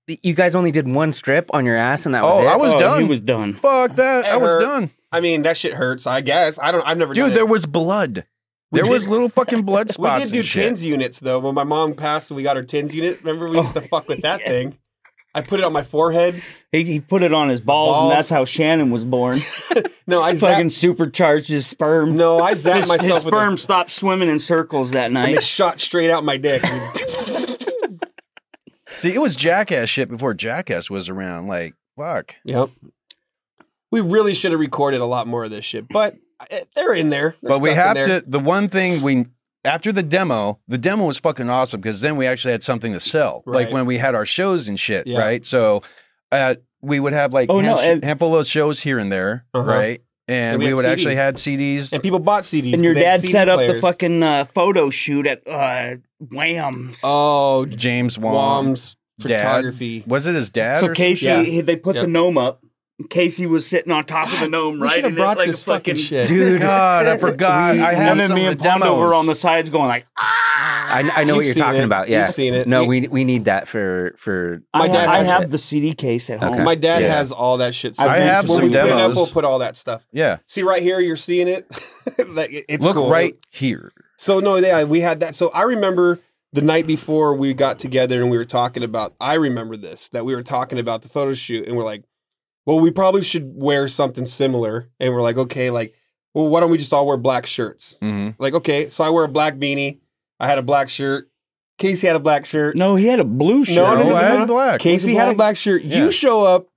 [SPEAKER 3] you guys only did one strip on your ass, and that was
[SPEAKER 6] Oh,
[SPEAKER 3] it.
[SPEAKER 6] I was
[SPEAKER 4] oh,
[SPEAKER 6] done.
[SPEAKER 4] He was done.
[SPEAKER 6] Fuck that. I
[SPEAKER 5] It
[SPEAKER 6] was
[SPEAKER 5] hurt.
[SPEAKER 6] done,
[SPEAKER 5] I mean, that shit hurts. I guess I don't. I've never done
[SPEAKER 6] dude.
[SPEAKER 5] it.
[SPEAKER 6] There was blood.
[SPEAKER 5] We
[SPEAKER 6] There
[SPEAKER 5] did-
[SPEAKER 6] was little fucking blood
[SPEAKER 5] we
[SPEAKER 6] spots.
[SPEAKER 5] did do
[SPEAKER 6] and shit.
[SPEAKER 5] tins units though. When my mom passed and we got her tins unit, remember we
[SPEAKER 6] Oh,
[SPEAKER 5] used to fuck with that thing. I put it on my forehead.
[SPEAKER 4] He, he put it on his balls,
[SPEAKER 5] Balls.
[SPEAKER 4] and that's how Shannon was born.
[SPEAKER 5] No, I
[SPEAKER 4] Fucking
[SPEAKER 5] zapped,
[SPEAKER 4] supercharged his sperm.
[SPEAKER 5] no, I zapped
[SPEAKER 4] his, his
[SPEAKER 5] myself with
[SPEAKER 4] sperm
[SPEAKER 5] a,
[SPEAKER 4] stopped swimming in circles that
[SPEAKER 5] and it
[SPEAKER 4] night.
[SPEAKER 5] shot straight out my dick.
[SPEAKER 6] See, it was jackass shit before jackass was around. Like, fuck.
[SPEAKER 5] yep. We really should have recorded a lot more of this shit, but eh, they're in there. They're
[SPEAKER 6] but we
[SPEAKER 5] stuck
[SPEAKER 6] have
[SPEAKER 5] in there.
[SPEAKER 6] to. The one thing we after the demo, the demo was fucking awesome because then we actually had something to sell. Like
[SPEAKER 5] Right.
[SPEAKER 6] when we had our shows and shit,
[SPEAKER 5] Yeah.
[SPEAKER 6] right? So uh, we would have like
[SPEAKER 4] Oh, no,
[SPEAKER 6] hand-
[SPEAKER 4] and-
[SPEAKER 6] handful of shows here and there,
[SPEAKER 5] Uh-huh.
[SPEAKER 6] right? And,
[SPEAKER 5] And we
[SPEAKER 6] we,
[SPEAKER 5] had
[SPEAKER 6] would actually
[SPEAKER 5] CDs.
[SPEAKER 6] had CDs.
[SPEAKER 5] And people bought CDs.
[SPEAKER 4] And your
[SPEAKER 5] 'cause they had
[SPEAKER 4] dad
[SPEAKER 5] CD
[SPEAKER 4] set up the
[SPEAKER 5] players.
[SPEAKER 4] fucking uh, photo shoot at uh, Wham's.
[SPEAKER 5] oh
[SPEAKER 6] James Wong.
[SPEAKER 5] Wom's
[SPEAKER 6] Dad.
[SPEAKER 5] photography.
[SPEAKER 6] Was it his dad?
[SPEAKER 4] so
[SPEAKER 6] or something?
[SPEAKER 4] Casey,
[SPEAKER 5] Yeah.
[SPEAKER 4] he- they put
[SPEAKER 5] Yep.
[SPEAKER 4] the gnome up. Casey was sitting on top of the gnome,
[SPEAKER 5] We
[SPEAKER 4] right?
[SPEAKER 5] should have
[SPEAKER 4] And it,
[SPEAKER 5] brought
[SPEAKER 4] like,
[SPEAKER 5] this
[SPEAKER 4] a
[SPEAKER 5] fucking, shit,
[SPEAKER 3] Dude,
[SPEAKER 6] God, I forgot. I had
[SPEAKER 4] and then
[SPEAKER 6] some
[SPEAKER 4] me
[SPEAKER 6] of
[SPEAKER 4] and
[SPEAKER 6] the
[SPEAKER 4] Pondo
[SPEAKER 6] demos.
[SPEAKER 4] were on the sides going like,
[SPEAKER 3] I, I know
[SPEAKER 5] You've
[SPEAKER 3] what you're
[SPEAKER 5] seen
[SPEAKER 3] talking
[SPEAKER 5] it.
[SPEAKER 3] about. Yeah,
[SPEAKER 5] You've seen it.
[SPEAKER 3] No,
[SPEAKER 5] You-
[SPEAKER 3] we we need that for for.
[SPEAKER 5] My
[SPEAKER 4] I,
[SPEAKER 5] dad
[SPEAKER 4] I
[SPEAKER 5] has
[SPEAKER 4] have
[SPEAKER 3] it.
[SPEAKER 4] the CD case at home.
[SPEAKER 3] Okay.
[SPEAKER 5] My dad
[SPEAKER 6] Yeah.
[SPEAKER 5] has all that shit. So
[SPEAKER 4] I
[SPEAKER 5] we-
[SPEAKER 4] have
[SPEAKER 5] when
[SPEAKER 4] some
[SPEAKER 5] we put it up,
[SPEAKER 6] demos.
[SPEAKER 5] we'll put all that stuff.
[SPEAKER 6] Yeah.
[SPEAKER 5] See right here, you're seeing it. like it- it's
[SPEAKER 6] Look
[SPEAKER 5] cool.
[SPEAKER 6] right here.
[SPEAKER 5] So no, yeah, we had that. So I remember the night before we got together and we were talking about. I remember this that we were talking about the photo shoot and we're like, well, we probably should wear something similar. And we're like, okay, like, well, why don't we just all wear black shirts?
[SPEAKER 6] hmm
[SPEAKER 5] Like, okay, so I wear a black beanie. I had a black shirt. Casey had a black shirt.
[SPEAKER 4] No, he had a blue shirt.
[SPEAKER 5] No,
[SPEAKER 6] No,
[SPEAKER 5] no, no,
[SPEAKER 6] I
[SPEAKER 5] no,
[SPEAKER 6] had
[SPEAKER 5] no.
[SPEAKER 6] black.
[SPEAKER 5] Casey had a black shirt.
[SPEAKER 6] Yeah.
[SPEAKER 5] You show up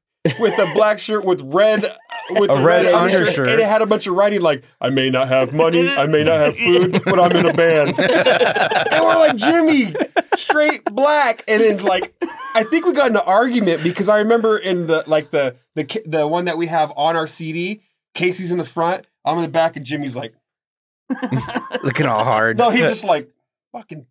[SPEAKER 5] with a black shirt with red, with
[SPEAKER 6] A
[SPEAKER 5] the
[SPEAKER 6] red undershirt.
[SPEAKER 5] and it had a bunch of writing like, "I may not have money, I may not have food, but I'm in a band." and we're like Jimmy, straight black, and then like, I think we got in an argument because I remember in the like the the ki- the one that we have on our CD, Casey's in the front, I'm in the back, and Jimmy's like,
[SPEAKER 3] Looking all hard.
[SPEAKER 5] "No, he's just like fucking."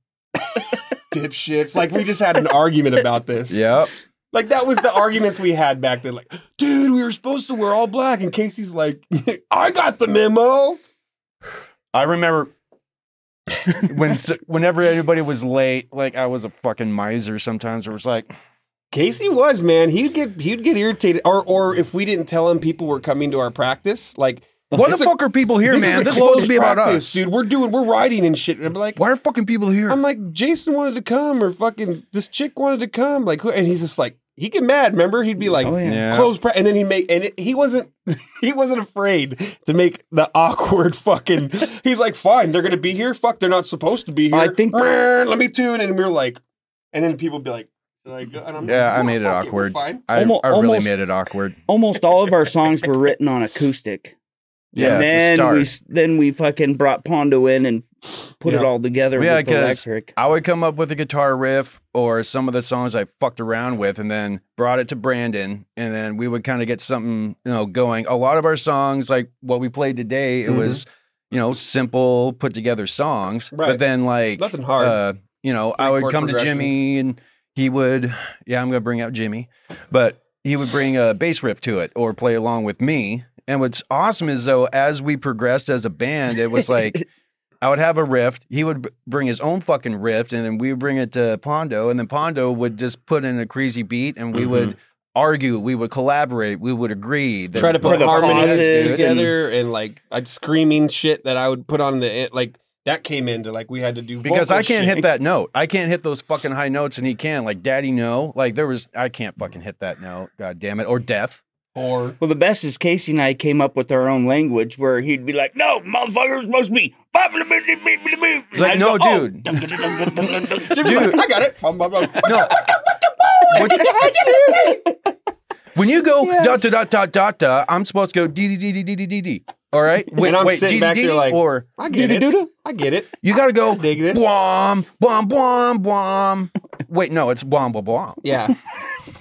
[SPEAKER 5] Dipshits. Like, we just had an argument about this.
[SPEAKER 6] Yep.
[SPEAKER 5] Like that was the arguments we had back then. Like, dude, we were supposed to wear all black, and Casey's like, I got the memo.
[SPEAKER 6] I remember when whenever everybody was late, like I was a fucking miser sometimes. It was like,
[SPEAKER 5] Casey was man. He'd get he'd get irritated, or or if we didn't tell him people were coming to our practice, like
[SPEAKER 6] "What
[SPEAKER 5] This
[SPEAKER 6] the
[SPEAKER 5] is-
[SPEAKER 6] fuck are people here,
[SPEAKER 5] this
[SPEAKER 6] man?
[SPEAKER 5] is a
[SPEAKER 6] This is supposed
[SPEAKER 5] closed
[SPEAKER 6] to be about
[SPEAKER 5] practice,
[SPEAKER 6] us,
[SPEAKER 5] dude. We're doing we're writing and shit. And I'm like,
[SPEAKER 6] Why are fucking people here?"
[SPEAKER 5] I'm like, Jason wanted to come, or fucking this chick wanted to come, like, who- and he's just like, he get mad. Remember, he'd be like,
[SPEAKER 4] Oh, yeah.
[SPEAKER 6] yeah.
[SPEAKER 5] close press, and then he make and it, he wasn't he wasn't afraid to make the awkward fucking. He's like, fine, they're gonna be here. Fuck, they're not supposed to be here.
[SPEAKER 4] I think-
[SPEAKER 5] Brr, let me tune, and we are like, and then people would be like, like, and I'm
[SPEAKER 6] Yeah,
[SPEAKER 5] like,
[SPEAKER 6] I
[SPEAKER 5] "No,
[SPEAKER 6] made it
[SPEAKER 5] fuck we're
[SPEAKER 6] awkward.
[SPEAKER 5] fine.
[SPEAKER 6] I,
[SPEAKER 4] Almo-
[SPEAKER 6] I really
[SPEAKER 4] almost-
[SPEAKER 6] made it awkward.
[SPEAKER 4] Almost all of our songs were written on acoustic. and
[SPEAKER 6] Yeah, to
[SPEAKER 4] then
[SPEAKER 6] start.
[SPEAKER 4] we s- then we fucking brought Pondo in and put
[SPEAKER 5] Yeah.
[SPEAKER 4] it all together
[SPEAKER 6] Yeah,
[SPEAKER 4] with the
[SPEAKER 6] 'cause-
[SPEAKER 4] electric.
[SPEAKER 6] I would come up with a guitar riff or some of the songs I fucked around with, and then brought it to Brandon, and then we would kind of get something you know going. A lot of our songs, like what we played today, it
[SPEAKER 5] Mhm.
[SPEAKER 6] was you know simple, put together songs. But
[SPEAKER 5] Right.
[SPEAKER 6] then like
[SPEAKER 5] Nothing hard.
[SPEAKER 6] Uh, you know, I
[SPEAKER 5] Three
[SPEAKER 6] would
[SPEAKER 5] chord
[SPEAKER 6] come to Jimmy and he would, yeah, I'm going to bring out Jimmy, but he would bring a bass riff to it or play along with me. And what's awesome is though, as we progressed as a band, it was like I would have a riff, he would b- bring his own fucking riff, and then we would bring it to Pondo, and then Pondo would just put in a crazy beat, and we would argue, we would collaborate, we would agree. that-
[SPEAKER 5] Mm-hmm. Try to
[SPEAKER 4] For
[SPEAKER 5] put
[SPEAKER 4] the pauses
[SPEAKER 5] harmonies
[SPEAKER 4] and-
[SPEAKER 5] together, and, like I'd screaming shit that I would put on the like that came into like we had to do
[SPEAKER 6] because
[SPEAKER 5] vocal
[SPEAKER 6] I can't
[SPEAKER 5] shit.
[SPEAKER 6] hit that note. I can't hit those fucking high notes, and he can. Like Daddy, no. Like there was, I can't fucking hit that note. God damn it, or death.
[SPEAKER 5] or
[SPEAKER 4] Well, the best is Casey and I came up with our own language where he'd be like, "No, motherfucker, it's supposed to be." It's
[SPEAKER 6] like, "No,
[SPEAKER 4] "Oh,
[SPEAKER 6] dude."
[SPEAKER 5] Jimmy's
[SPEAKER 6] Dude.
[SPEAKER 5] like, I got it. Bum, bum, bum.
[SPEAKER 6] No. When- when you go dot dot dot dot dot dot, I'm supposed to go d d d d d d d d. All right. Wait,
[SPEAKER 5] And I'm
[SPEAKER 6] wait,
[SPEAKER 5] sitting back there
[SPEAKER 6] DDD
[SPEAKER 5] like-
[SPEAKER 6] or
[SPEAKER 5] I get it. I get it.
[SPEAKER 6] you got to go.
[SPEAKER 5] I dig this.
[SPEAKER 6] Wham, wham, wham, wham. Wait, no, it's wham, wham, wham.
[SPEAKER 5] Yeah.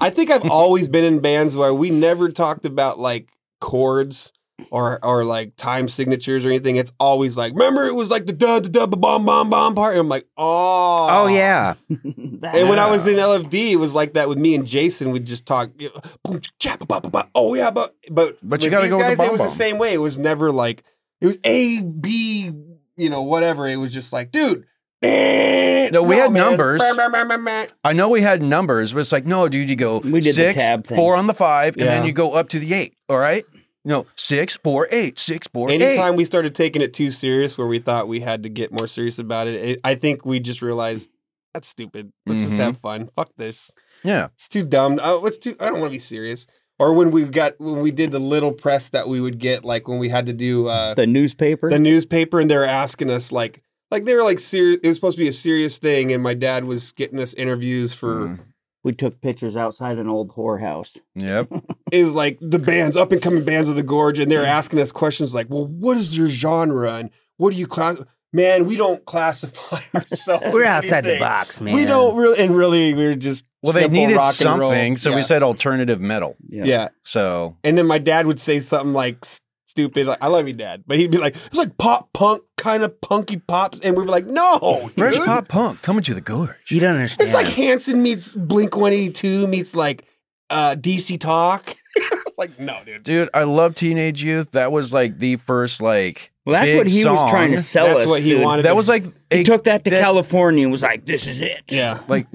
[SPEAKER 5] I think I've always been in bands where we never talked about like chords or or like time signatures or anything. It's always like, remember it was like the da da da ba, bomb bomb bomb part. And I'm like, oh,
[SPEAKER 3] Oh yeah,
[SPEAKER 5] And when I was in LFD, it was like that with me and Jason. We'd just talk, you know, boom, cha, ba, ba, ba, ba. oh yeah, but but
[SPEAKER 6] But you
[SPEAKER 5] with
[SPEAKER 6] gotta
[SPEAKER 5] these
[SPEAKER 6] go with the
[SPEAKER 5] guys, It was the
[SPEAKER 6] bomb-bomb.
[SPEAKER 5] same way. It was never like it was A B, you know, whatever. It was just like, dude. No,
[SPEAKER 6] we had numbers.
[SPEAKER 5] It
[SPEAKER 6] I know we had numbers, but it's like, no, dude, you go
[SPEAKER 4] We did the
[SPEAKER 6] six,
[SPEAKER 4] tab thing.
[SPEAKER 6] four on the five, and then
[SPEAKER 5] Yeah.
[SPEAKER 6] you go up to the eight. All right. No, six, four, eight, six, four, eight.
[SPEAKER 5] Anytime we started taking it too serious, where we thought we had to get more serious about it, it I think we just realized that's stupid. Let's
[SPEAKER 6] Mhm.
[SPEAKER 5] just have fun. Fuck this.
[SPEAKER 6] Yeah.
[SPEAKER 5] It's too dumb. Oh, it's too. I don't want to be serious. Or when we got when we did the little press that we would get, like when we had to do uh,
[SPEAKER 4] the newspaper.
[SPEAKER 5] the newspaper, and they were asking us like like they were like serious. It was supposed to be a serious thing, and my dad was getting us interviews for
[SPEAKER 6] Mm,
[SPEAKER 4] we took pictures outside an old whorehouse.
[SPEAKER 6] Yep.
[SPEAKER 5] is like the bands, up and coming bands of the gorge, and
[SPEAKER 6] Hmm.
[SPEAKER 5] they're asking us questions like, "Well, what is your genre and what do you class?" Man, we don't classify ourselves.
[SPEAKER 3] we're
[SPEAKER 5] as
[SPEAKER 3] outside the
[SPEAKER 5] anything.
[SPEAKER 3] box, man.
[SPEAKER 5] We don't really, and really, we are just
[SPEAKER 6] Well, they
[SPEAKER 5] simple
[SPEAKER 6] needed
[SPEAKER 5] rock and roll.
[SPEAKER 6] something, so we
[SPEAKER 5] Yeah.
[SPEAKER 6] said alternative metal.
[SPEAKER 5] yeah.
[SPEAKER 6] So
[SPEAKER 5] And then my dad would say something like s- stupid, like "I love you, dad," but he'd be like, "It's like pop punk, kind of punky pops," and we'd be like, "No,
[SPEAKER 6] fresh
[SPEAKER 5] dude.
[SPEAKER 6] pop punk coming to the gorge.
[SPEAKER 3] You don't understand.
[SPEAKER 5] It's like Hanson meets Blink One Eighty Two meets like uh, DC Talk." It's like, no, dude.
[SPEAKER 6] Dude, I love Teenage Youth. That was like the first like
[SPEAKER 4] Well, that's
[SPEAKER 6] big
[SPEAKER 4] what he
[SPEAKER 6] song.
[SPEAKER 4] was trying to sell
[SPEAKER 5] That's
[SPEAKER 4] us.
[SPEAKER 5] what he
[SPEAKER 4] dude.
[SPEAKER 5] wanted.
[SPEAKER 6] That
[SPEAKER 5] to-
[SPEAKER 6] was like
[SPEAKER 4] He
[SPEAKER 6] a-
[SPEAKER 4] took that to
[SPEAKER 6] that-
[SPEAKER 4] California and was like, "This is it."
[SPEAKER 5] yeah.
[SPEAKER 6] like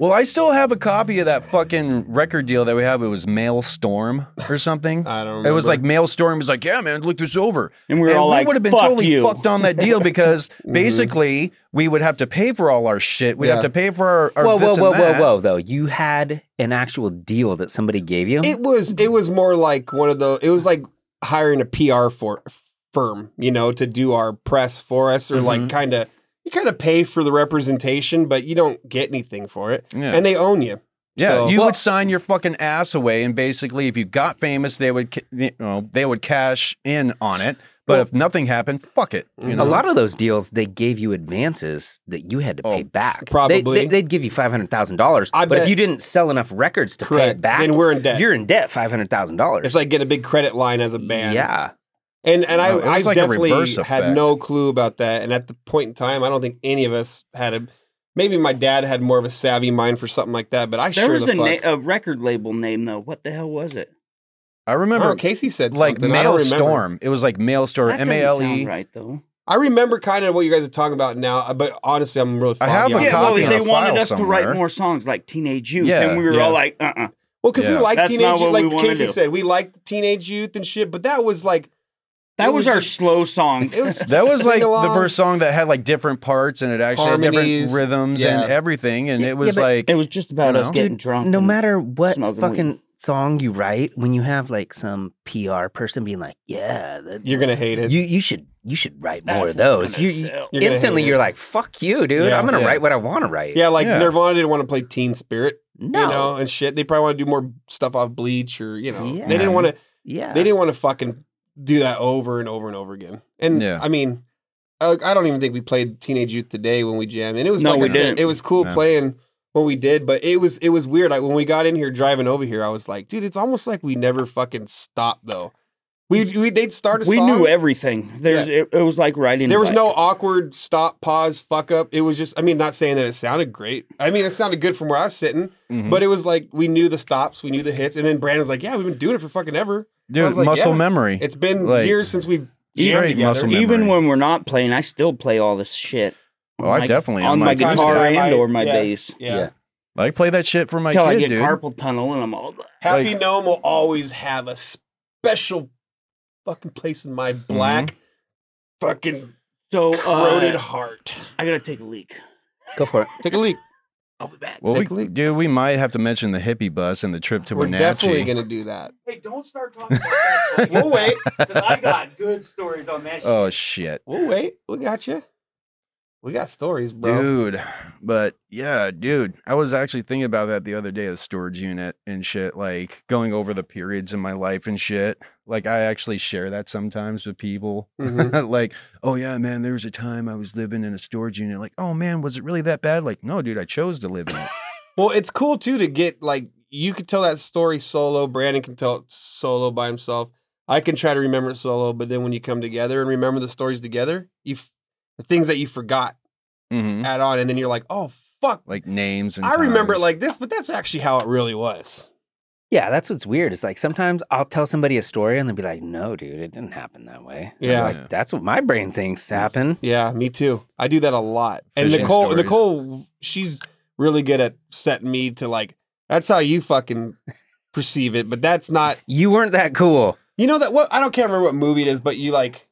[SPEAKER 6] well, I still have a copy of that fucking record deal that we have. It was Mailstorm or something.
[SPEAKER 5] I don't.
[SPEAKER 6] It was
[SPEAKER 5] remember.
[SPEAKER 6] like Mailstorm was like, yeah, man, look this over.
[SPEAKER 4] And we were all like,
[SPEAKER 6] would have been
[SPEAKER 4] "Fuck
[SPEAKER 6] totally
[SPEAKER 4] you."
[SPEAKER 6] fucked on that deal because basically we would have to pay for all our shit. We'd
[SPEAKER 5] Yeah.
[SPEAKER 6] have to pay for our, our
[SPEAKER 3] whoa, whoa,
[SPEAKER 6] this
[SPEAKER 3] whoa,
[SPEAKER 6] and
[SPEAKER 3] whoa,
[SPEAKER 6] that.
[SPEAKER 3] whoa, though. You had an actual deal that somebody gave you.
[SPEAKER 5] It was it was more like one of those. It was like hiring a PR for firm, you know, to do our press for us, or like
[SPEAKER 6] Mm-hmm.
[SPEAKER 5] kind of you kind of pay for the representation, but you don't get anything for it,
[SPEAKER 6] Yeah.
[SPEAKER 5] and they own you.
[SPEAKER 6] Yeah,
[SPEAKER 5] So-
[SPEAKER 6] you
[SPEAKER 3] Well-
[SPEAKER 6] would sign your fucking ass away, and basically, if you got famous, they would ca- you know they would cash in on it. But if nothing happened, fuck it. You know?
[SPEAKER 3] Mm-hmm. a lot of those deals, they gave you advances that you had to pay
[SPEAKER 6] Oh,
[SPEAKER 3] back. They-
[SPEAKER 5] probably.
[SPEAKER 3] they, would give you five hundred thousand dollars,
[SPEAKER 5] I
[SPEAKER 3] but if
[SPEAKER 5] bet-
[SPEAKER 3] you didn't sell enough records to pay
[SPEAKER 5] Correct.
[SPEAKER 3] it back,
[SPEAKER 5] Then we're in debt.
[SPEAKER 3] You're in debt five hundred thousand dollars.
[SPEAKER 5] It's like get a big credit line as a band.
[SPEAKER 3] yeah,
[SPEAKER 5] and and I
[SPEAKER 6] No, it was
[SPEAKER 5] I
[SPEAKER 6] like a
[SPEAKER 5] definitely
[SPEAKER 6] reverse
[SPEAKER 5] had
[SPEAKER 6] effect.
[SPEAKER 5] no clue about that. And at the point in time, I don't think any of us had a. Maybe my dad had more of a savvy mind for something like that, but I
[SPEAKER 4] There
[SPEAKER 5] sure
[SPEAKER 4] was
[SPEAKER 5] the
[SPEAKER 4] a, na- uh,
[SPEAKER 5] fuck.
[SPEAKER 4] a record label name though. What the hell was it?
[SPEAKER 6] I remember
[SPEAKER 5] oh, Casey said
[SPEAKER 6] like
[SPEAKER 5] something. I don't remember.
[SPEAKER 6] Mailstorm. It was like Mailstorm,
[SPEAKER 4] That
[SPEAKER 6] M
[SPEAKER 4] doesn't
[SPEAKER 6] A L E.
[SPEAKER 4] sound right though.
[SPEAKER 5] I remember kind of what you guys are talking about now, uh, but honestly, I'm really.
[SPEAKER 6] I
[SPEAKER 5] foggy
[SPEAKER 6] have a
[SPEAKER 5] on
[SPEAKER 4] Yeah,
[SPEAKER 5] that.
[SPEAKER 4] well,
[SPEAKER 6] copy
[SPEAKER 4] they
[SPEAKER 6] on a
[SPEAKER 4] wanted
[SPEAKER 6] file
[SPEAKER 4] us to
[SPEAKER 6] somewhere.
[SPEAKER 4] write more songs like Teenage Youth,
[SPEAKER 6] Yeah,
[SPEAKER 4] and we were
[SPEAKER 5] yeah.
[SPEAKER 4] all like, "Uh, uh
[SPEAKER 5] Well, because
[SPEAKER 6] Yeah.
[SPEAKER 5] we like
[SPEAKER 4] That's
[SPEAKER 5] teenage
[SPEAKER 4] not
[SPEAKER 5] youth,
[SPEAKER 4] what we
[SPEAKER 5] like
[SPEAKER 4] wanna
[SPEAKER 5] Casey
[SPEAKER 4] do.
[SPEAKER 5] said, we liked teenage youth and shit. But that was like
[SPEAKER 4] that
[SPEAKER 5] It
[SPEAKER 4] was,
[SPEAKER 5] was
[SPEAKER 4] our
[SPEAKER 5] just-
[SPEAKER 4] slow song."
[SPEAKER 5] it was
[SPEAKER 6] That was like the
[SPEAKER 5] sing-alongs.
[SPEAKER 6] first song that had like different parts and it actually had
[SPEAKER 5] Harmonies.
[SPEAKER 6] different rhythms and
[SPEAKER 5] Yeah.
[SPEAKER 6] everything. And
[SPEAKER 3] Yeah,
[SPEAKER 6] it was
[SPEAKER 3] but-
[SPEAKER 6] like
[SPEAKER 4] it was just about
[SPEAKER 6] You
[SPEAKER 4] us
[SPEAKER 6] know?
[SPEAKER 4] getting
[SPEAKER 3] Dude,
[SPEAKER 4] drunk.
[SPEAKER 3] no
[SPEAKER 4] and-
[SPEAKER 3] matter what
[SPEAKER 4] smoking
[SPEAKER 3] fucking song you write, when you have like some PR person being like, "Yeah, that,
[SPEAKER 5] You're gonna hate it.
[SPEAKER 3] you you should you should write
[SPEAKER 4] That's
[SPEAKER 3] more of those,"
[SPEAKER 4] gonna
[SPEAKER 3] you, you-
[SPEAKER 4] sell.
[SPEAKER 5] You're gonna
[SPEAKER 3] instantly
[SPEAKER 5] hate it.
[SPEAKER 3] you're like, "Fuck you, dude!
[SPEAKER 5] Yeah,
[SPEAKER 3] I'm gonna
[SPEAKER 6] yeah.
[SPEAKER 3] write what I want to write."
[SPEAKER 5] yeah, like
[SPEAKER 6] Yeah.
[SPEAKER 5] Nirvana didn't want to play Teen Spirit,
[SPEAKER 3] no,
[SPEAKER 5] you know, and shit. They probably want to do more stuff off Bleach or you know,
[SPEAKER 3] Yeah.
[SPEAKER 5] they didn't want to.
[SPEAKER 3] yeah,
[SPEAKER 5] They didn't want to fucking do that over and over and over again. And
[SPEAKER 6] Yeah.
[SPEAKER 5] I mean, I, I don't even think we played Teenage Youth today when we jammed. And it was
[SPEAKER 4] No,
[SPEAKER 5] like
[SPEAKER 4] we
[SPEAKER 5] I said,
[SPEAKER 4] didn't.
[SPEAKER 5] it was cool
[SPEAKER 6] No.
[SPEAKER 5] playing when we did, but it was it was weird. Like when we got in here driving over here, I was like, dude, it's almost like we never fucking stopped though. We, we they'd start a
[SPEAKER 4] we
[SPEAKER 5] song.
[SPEAKER 4] knew everything. There's it, it was like writing.
[SPEAKER 5] there was
[SPEAKER 4] like-
[SPEAKER 5] no awkward stop, pause, fuck up. It was just, I mean, not saying that it sounded great. I mean, it sounded good from where I was sitting,
[SPEAKER 6] Mhm.
[SPEAKER 5] but it was like we knew the stops, we knew the hits. And then Brandon's like, yeah, we've been doing it for fucking ever. I
[SPEAKER 6] dude,
[SPEAKER 5] was like,
[SPEAKER 6] muscle
[SPEAKER 5] yeah.
[SPEAKER 6] memory.
[SPEAKER 5] It's been
[SPEAKER 6] Like,
[SPEAKER 5] years since we've jammed
[SPEAKER 6] straight
[SPEAKER 5] together.
[SPEAKER 6] muscle memory.
[SPEAKER 4] Even when we're not playing, I still play all this shit.
[SPEAKER 6] Oh, I
[SPEAKER 4] Like,
[SPEAKER 6] definitely am,
[SPEAKER 4] on my
[SPEAKER 6] like-
[SPEAKER 5] Time to
[SPEAKER 4] guitar
[SPEAKER 5] time,
[SPEAKER 4] and
[SPEAKER 5] I-
[SPEAKER 4] or my
[SPEAKER 5] yeah.
[SPEAKER 4] bass
[SPEAKER 5] Yeah.
[SPEAKER 3] Yeah.
[SPEAKER 6] I play that shit for my
[SPEAKER 4] until I
[SPEAKER 6] kid,
[SPEAKER 4] get
[SPEAKER 6] dude.
[SPEAKER 4] carpal tunnel and I'm all.
[SPEAKER 5] Happy
[SPEAKER 6] Like-
[SPEAKER 5] Gnome will always have a special fucking place in my black fucking
[SPEAKER 4] So
[SPEAKER 5] corroded
[SPEAKER 4] uh,
[SPEAKER 5] heart.
[SPEAKER 4] I gotta take a leak.
[SPEAKER 3] go for it.
[SPEAKER 5] Take a leak.
[SPEAKER 4] I'll be back.
[SPEAKER 6] Well,
[SPEAKER 5] Take a
[SPEAKER 6] we,
[SPEAKER 5] leak.
[SPEAKER 6] dude, we might have to mention the hippie bus and the trip to
[SPEAKER 5] We're
[SPEAKER 6] Wenatchee.
[SPEAKER 5] definitely gonna do that.
[SPEAKER 4] Hey, don't start talking about that. We'll wait because I got good stories on that.
[SPEAKER 6] Oh shit!
[SPEAKER 5] We'll wait. We got you. We got stories, bro.
[SPEAKER 6] Dude, but yeah, dude, I was actually thinking about that the other day, the storage unit and shit, like going over the periods in my life and shit. Like, I actually share that sometimes with people.
[SPEAKER 5] Mhm.
[SPEAKER 6] like, oh, yeah, man, there was a time I was living in a storage unit. Like, oh, man, was it really that bad? Like, no, dude, I chose to live in it.
[SPEAKER 5] Well, it's cool too to get like you could tell that story solo. Brandon can tell it solo by himself. I can try to remember it solo, but then when you come together and remember the stories together, you f- the things that you forgot
[SPEAKER 6] Mhm.
[SPEAKER 5] add on, and then you're like, oh fuck,
[SPEAKER 6] Like, names and
[SPEAKER 5] Mm-hmm. I remember it
[SPEAKER 6] times.
[SPEAKER 5] like this, but that's actually how it really was.
[SPEAKER 3] Yeah, that's what's weird. It's like sometimes I'll tell somebody a story and they'll be like, "No, dude, it didn't happen that way." I'm
[SPEAKER 5] Yeah.
[SPEAKER 3] like that's what my brain thinks happened.
[SPEAKER 5] Yeah, me too. I do that a lot. And
[SPEAKER 6] Fishing
[SPEAKER 5] Nicole,
[SPEAKER 6] stories.
[SPEAKER 5] Nicole, she's really good at setting me to like, that's how you fucking perceive it, but that's not
[SPEAKER 3] You weren't that cool.
[SPEAKER 5] You know that what I don't can't remember what movie it is, but you like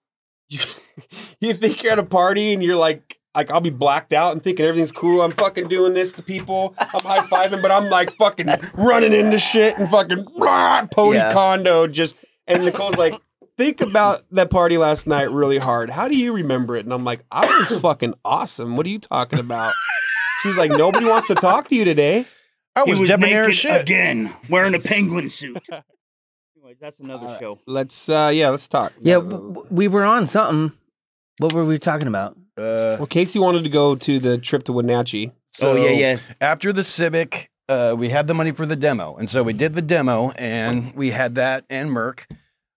[SPEAKER 5] you, you think you're at a party and you're like like I'll be blacked out and thinking everything's cool. I'm fucking doing this to people. I'm high fiving, but I'm like fucking running into shit and fucking rah, pony
[SPEAKER 3] Yeah.
[SPEAKER 5] condo just and Nicole's like, think about that party last night really hard. How do you remember it? And I'm like, I was fucking awesome. What are you talking about? She's like, nobody wants to talk to you today.
[SPEAKER 6] I was, debonair as shit.
[SPEAKER 4] again, wearing a penguin suit. Anyways, that's another
[SPEAKER 5] Uh,
[SPEAKER 4] show.
[SPEAKER 5] Let's uh yeah, let's talk.
[SPEAKER 3] Yeah, w- w- we were on something. What were we talking about?
[SPEAKER 6] Uh,
[SPEAKER 5] Well, Casey wanted to go to the trip to Wenatchee.
[SPEAKER 4] oh yeah,
[SPEAKER 6] so-
[SPEAKER 4] yeah.
[SPEAKER 6] after the Civic, uh, we had the money for the demo, and so we did the demo, and we had that and Merck.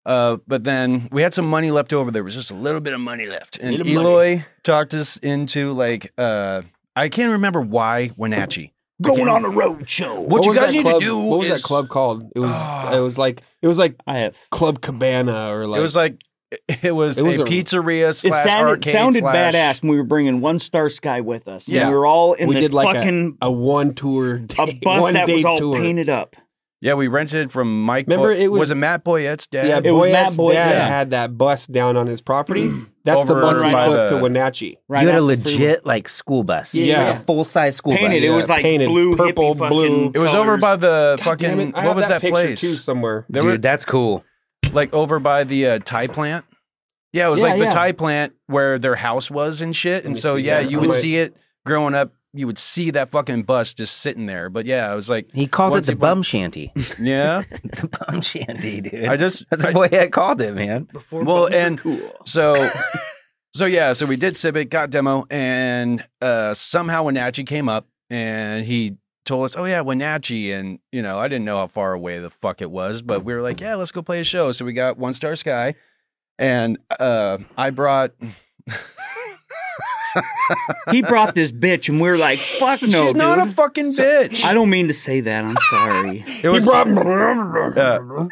[SPEAKER 6] Uh, but then we had some money left over. There was just a little bit of money left, and
[SPEAKER 5] Little
[SPEAKER 6] Eloy talked us into like uh, I can't remember why Wenatchee. Going on
[SPEAKER 4] a road show.
[SPEAKER 6] What, you
[SPEAKER 5] was
[SPEAKER 6] guys
[SPEAKER 5] that
[SPEAKER 6] need
[SPEAKER 5] club-
[SPEAKER 6] to do?
[SPEAKER 5] What was
[SPEAKER 6] is,
[SPEAKER 5] that club called? It was.
[SPEAKER 6] Ah.
[SPEAKER 5] it was like. It was like
[SPEAKER 4] I have.
[SPEAKER 5] Club Cabana or like.
[SPEAKER 6] it was like it was,
[SPEAKER 5] It was
[SPEAKER 6] a,
[SPEAKER 5] a-
[SPEAKER 6] pizzeria
[SPEAKER 4] It
[SPEAKER 6] slash
[SPEAKER 4] sounded,
[SPEAKER 6] arcade
[SPEAKER 4] sounded
[SPEAKER 6] slash-
[SPEAKER 4] badass when we were bringing one star sky with us. Yeah,
[SPEAKER 6] Yeah.
[SPEAKER 4] we were all in
[SPEAKER 5] We
[SPEAKER 4] this
[SPEAKER 5] did like a-
[SPEAKER 4] fucking
[SPEAKER 5] a one tour.
[SPEAKER 4] a,
[SPEAKER 5] Day,
[SPEAKER 4] bus
[SPEAKER 5] one
[SPEAKER 4] that
[SPEAKER 5] day
[SPEAKER 4] was all
[SPEAKER 5] tour.
[SPEAKER 4] painted up.
[SPEAKER 6] Yeah, we rented from Mike.
[SPEAKER 5] Remember,
[SPEAKER 6] Boy-
[SPEAKER 5] it was-
[SPEAKER 6] it Matt Boyette's dad.
[SPEAKER 5] Yeah,
[SPEAKER 4] It was Matt
[SPEAKER 5] Boyette's
[SPEAKER 4] Boy-
[SPEAKER 5] dad
[SPEAKER 4] yeah.
[SPEAKER 5] had that bus down on his property. That's the
[SPEAKER 6] Hmm. Over
[SPEAKER 5] bus we
[SPEAKER 4] by
[SPEAKER 5] took
[SPEAKER 6] the-
[SPEAKER 5] to Wenatchee.
[SPEAKER 4] Right,
[SPEAKER 3] you had a
[SPEAKER 4] off the freeway.
[SPEAKER 3] legit like school bus.
[SPEAKER 5] Yeah.
[SPEAKER 3] Like a full size school
[SPEAKER 4] painted.
[SPEAKER 3] bus.
[SPEAKER 4] It was
[SPEAKER 5] Yeah,
[SPEAKER 4] like
[SPEAKER 5] painted,
[SPEAKER 4] blue,
[SPEAKER 5] purple,
[SPEAKER 4] hippie
[SPEAKER 5] blue.
[SPEAKER 6] it was over by the
[SPEAKER 5] God damn
[SPEAKER 6] fucking.
[SPEAKER 5] it, I
[SPEAKER 6] What
[SPEAKER 5] have
[SPEAKER 6] was
[SPEAKER 5] that,
[SPEAKER 6] that,
[SPEAKER 5] picture
[SPEAKER 6] place?
[SPEAKER 5] too somewhere?
[SPEAKER 6] There
[SPEAKER 3] Dude,
[SPEAKER 6] were-
[SPEAKER 3] that's cool.
[SPEAKER 6] like over by the uh, tie plant. Yeah, it was
[SPEAKER 4] Yeah,
[SPEAKER 6] like
[SPEAKER 4] yeah.
[SPEAKER 6] the tie plant where their house was and shit.
[SPEAKER 5] Let
[SPEAKER 6] And
[SPEAKER 5] me
[SPEAKER 6] so
[SPEAKER 5] see
[SPEAKER 6] yeah,
[SPEAKER 5] that.
[SPEAKER 6] you
[SPEAKER 5] I
[SPEAKER 6] would
[SPEAKER 5] might-
[SPEAKER 6] see it growing up. You would see that fucking bus just sitting there. But yeah, I was like,
[SPEAKER 3] He called it
[SPEAKER 6] Once
[SPEAKER 3] the
[SPEAKER 6] he bought-
[SPEAKER 3] bum shanty.
[SPEAKER 6] yeah,
[SPEAKER 3] the bum shanty, dude.
[SPEAKER 6] I just
[SPEAKER 3] that's
[SPEAKER 6] I-
[SPEAKER 3] what boy had called it, man.
[SPEAKER 4] Before
[SPEAKER 6] Well,
[SPEAKER 4] buses were
[SPEAKER 6] and-
[SPEAKER 4] cool.
[SPEAKER 6] so so yeah. So we did Civic, got demo, and uh, somehow Wenatchee came up and he told us, oh yeah, Wenatchee, and you know I didn't know how far away the fuck it was, but we were like, yeah, let's go play a show. So we got One Star Sky, and uh, I brought.
[SPEAKER 4] he brought this bitch, and we were like, "Fuck no,
[SPEAKER 6] She's
[SPEAKER 4] dude."
[SPEAKER 6] not a fucking bitch.
[SPEAKER 4] I don't mean to say that. I'm sorry.
[SPEAKER 6] It was, Uh,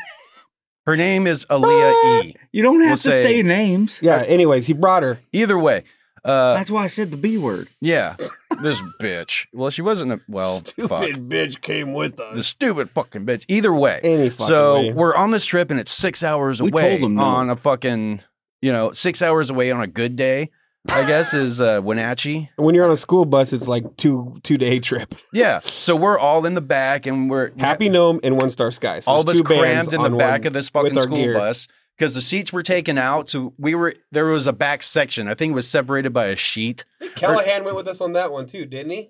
[SPEAKER 6] her name is Aaliyah E.
[SPEAKER 4] You don't have
[SPEAKER 6] We'll
[SPEAKER 4] to
[SPEAKER 6] say-
[SPEAKER 4] say, names.
[SPEAKER 5] yeah. Anyways, he brought her.
[SPEAKER 6] Either way, uh,
[SPEAKER 4] That's why I said the B word.
[SPEAKER 6] yeah, this bitch. Well, she wasn't a well. fuck.
[SPEAKER 5] bitch came with
[SPEAKER 6] The stupid fucking bitch. Either way,
[SPEAKER 5] Any fucking
[SPEAKER 6] so
[SPEAKER 5] way.
[SPEAKER 6] we're on this trip and it's six hours
[SPEAKER 4] We
[SPEAKER 6] away
[SPEAKER 4] told them no.
[SPEAKER 6] on a fucking you know six hours away on a good day. I guess is uh, Wenatchee.
[SPEAKER 5] when you're on a school bus, it's like two two day trip.
[SPEAKER 6] Yeah, so we're all in the back and we're
[SPEAKER 5] Happy Gnome and One Star Sky. So
[SPEAKER 6] all of
[SPEAKER 5] there's
[SPEAKER 6] us
[SPEAKER 5] two bands
[SPEAKER 6] crammed in the
[SPEAKER 5] on
[SPEAKER 6] back
[SPEAKER 5] one
[SPEAKER 6] of this
[SPEAKER 5] with
[SPEAKER 6] fucking
[SPEAKER 5] our
[SPEAKER 6] school
[SPEAKER 5] gear.
[SPEAKER 6] bus because the seats were taken out. So we were there was a back section. I think it was separated by a sheet.
[SPEAKER 5] Callahan went with us on that one too, didn't he?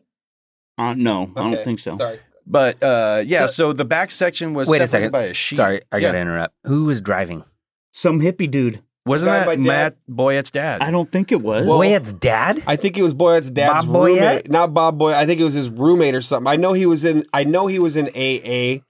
[SPEAKER 4] Uh, no, I
[SPEAKER 5] Okay,
[SPEAKER 4] don't think so.
[SPEAKER 5] Sorry.
[SPEAKER 6] But uh, yeah, so, the back section was
[SPEAKER 3] Wait a
[SPEAKER 6] separated
[SPEAKER 3] second.
[SPEAKER 6] by a sheet.
[SPEAKER 3] Sorry, I
[SPEAKER 6] Yeah.
[SPEAKER 3] gotta interrupt. Who was driving?
[SPEAKER 4] Some hippie dude.
[SPEAKER 6] Wasn't
[SPEAKER 5] Guy by
[SPEAKER 6] that
[SPEAKER 5] dad?
[SPEAKER 6] Matt Boyett's dad?
[SPEAKER 4] I don't think it was.
[SPEAKER 5] Well-
[SPEAKER 3] Boyette's dad?
[SPEAKER 5] I think it was Boyette's dad's
[SPEAKER 3] Bob Boyette?
[SPEAKER 5] roommate, not Bob Boyette. I think it was his roommate or something. I know he was in. I know he was in AA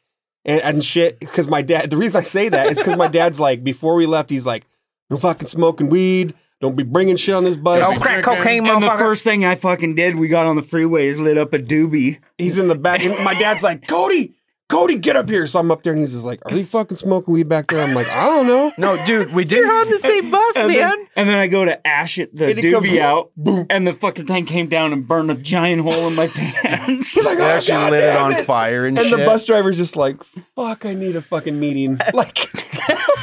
[SPEAKER 5] and, and shit. Because my dad. The reason I say that is because my dad's like before we left, he's like, "No fucking smoking weed. Don't be bringing shit on this bus."
[SPEAKER 3] Oh, crack cocaine,
[SPEAKER 4] and the
[SPEAKER 3] motherfucker.
[SPEAKER 4] first thing I fucking did, we got on the freeway, is lit up a doobie.
[SPEAKER 5] He's in the back, and my dad's like, "Cody, Cody, get up here." So I'm up there, and he's just like, "Are you fucking smoking weed back there?" I'm like, "I don't know."
[SPEAKER 6] No, dude, we did.
[SPEAKER 3] on the same bus,
[SPEAKER 4] And,
[SPEAKER 3] man.
[SPEAKER 4] Then, and then I go to ash it the
[SPEAKER 5] And it
[SPEAKER 4] doobie
[SPEAKER 5] comes-
[SPEAKER 4] out, and the fucking thing came down and burned a giant hole in my pants.
[SPEAKER 5] He's like,
[SPEAKER 6] we
[SPEAKER 5] "Oh,
[SPEAKER 6] actually
[SPEAKER 5] God
[SPEAKER 6] lit it
[SPEAKER 5] damn
[SPEAKER 6] on fire and,
[SPEAKER 5] And
[SPEAKER 6] shit.
[SPEAKER 5] the bus driver's just like, "Fuck, I need a fucking meeting." Like,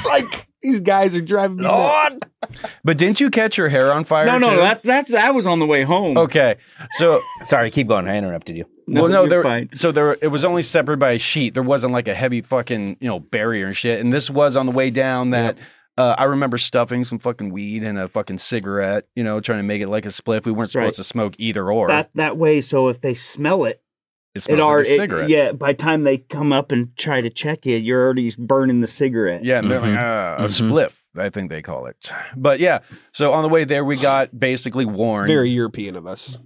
[SPEAKER 5] like these guys are driving me. nuts.
[SPEAKER 3] Lord.
[SPEAKER 6] But didn't you catch your hair on fire?
[SPEAKER 4] no, no,
[SPEAKER 6] too?
[SPEAKER 4] that, that's that was on the way home.
[SPEAKER 6] okay. So
[SPEAKER 3] Sorry, keep going. I interrupted you.
[SPEAKER 4] No,
[SPEAKER 6] well, no,
[SPEAKER 4] you're
[SPEAKER 6] there.
[SPEAKER 4] fine.
[SPEAKER 6] So there, it was only separated by a sheet. There wasn't like a heavy fucking you know barrier and shit. And this was on the way down that Uh, I remember stuffing some fucking weed in a fucking cigarette, you know, trying to make it like a spliff. We weren't supposed
[SPEAKER 4] Right.
[SPEAKER 6] to smoke either or.
[SPEAKER 4] that that way. So if they smell it,
[SPEAKER 6] it
[SPEAKER 4] it
[SPEAKER 6] smells like a
[SPEAKER 4] already
[SPEAKER 6] cigarette. yeah,
[SPEAKER 4] yeah. By the time they come up and try to check it, you're already burning the cigarette.
[SPEAKER 6] and they're like, ah, a
[SPEAKER 7] Mhm.
[SPEAKER 6] spliff, I think they call it. But yeah, so on the way there, we got basically warned.
[SPEAKER 5] Very European of us.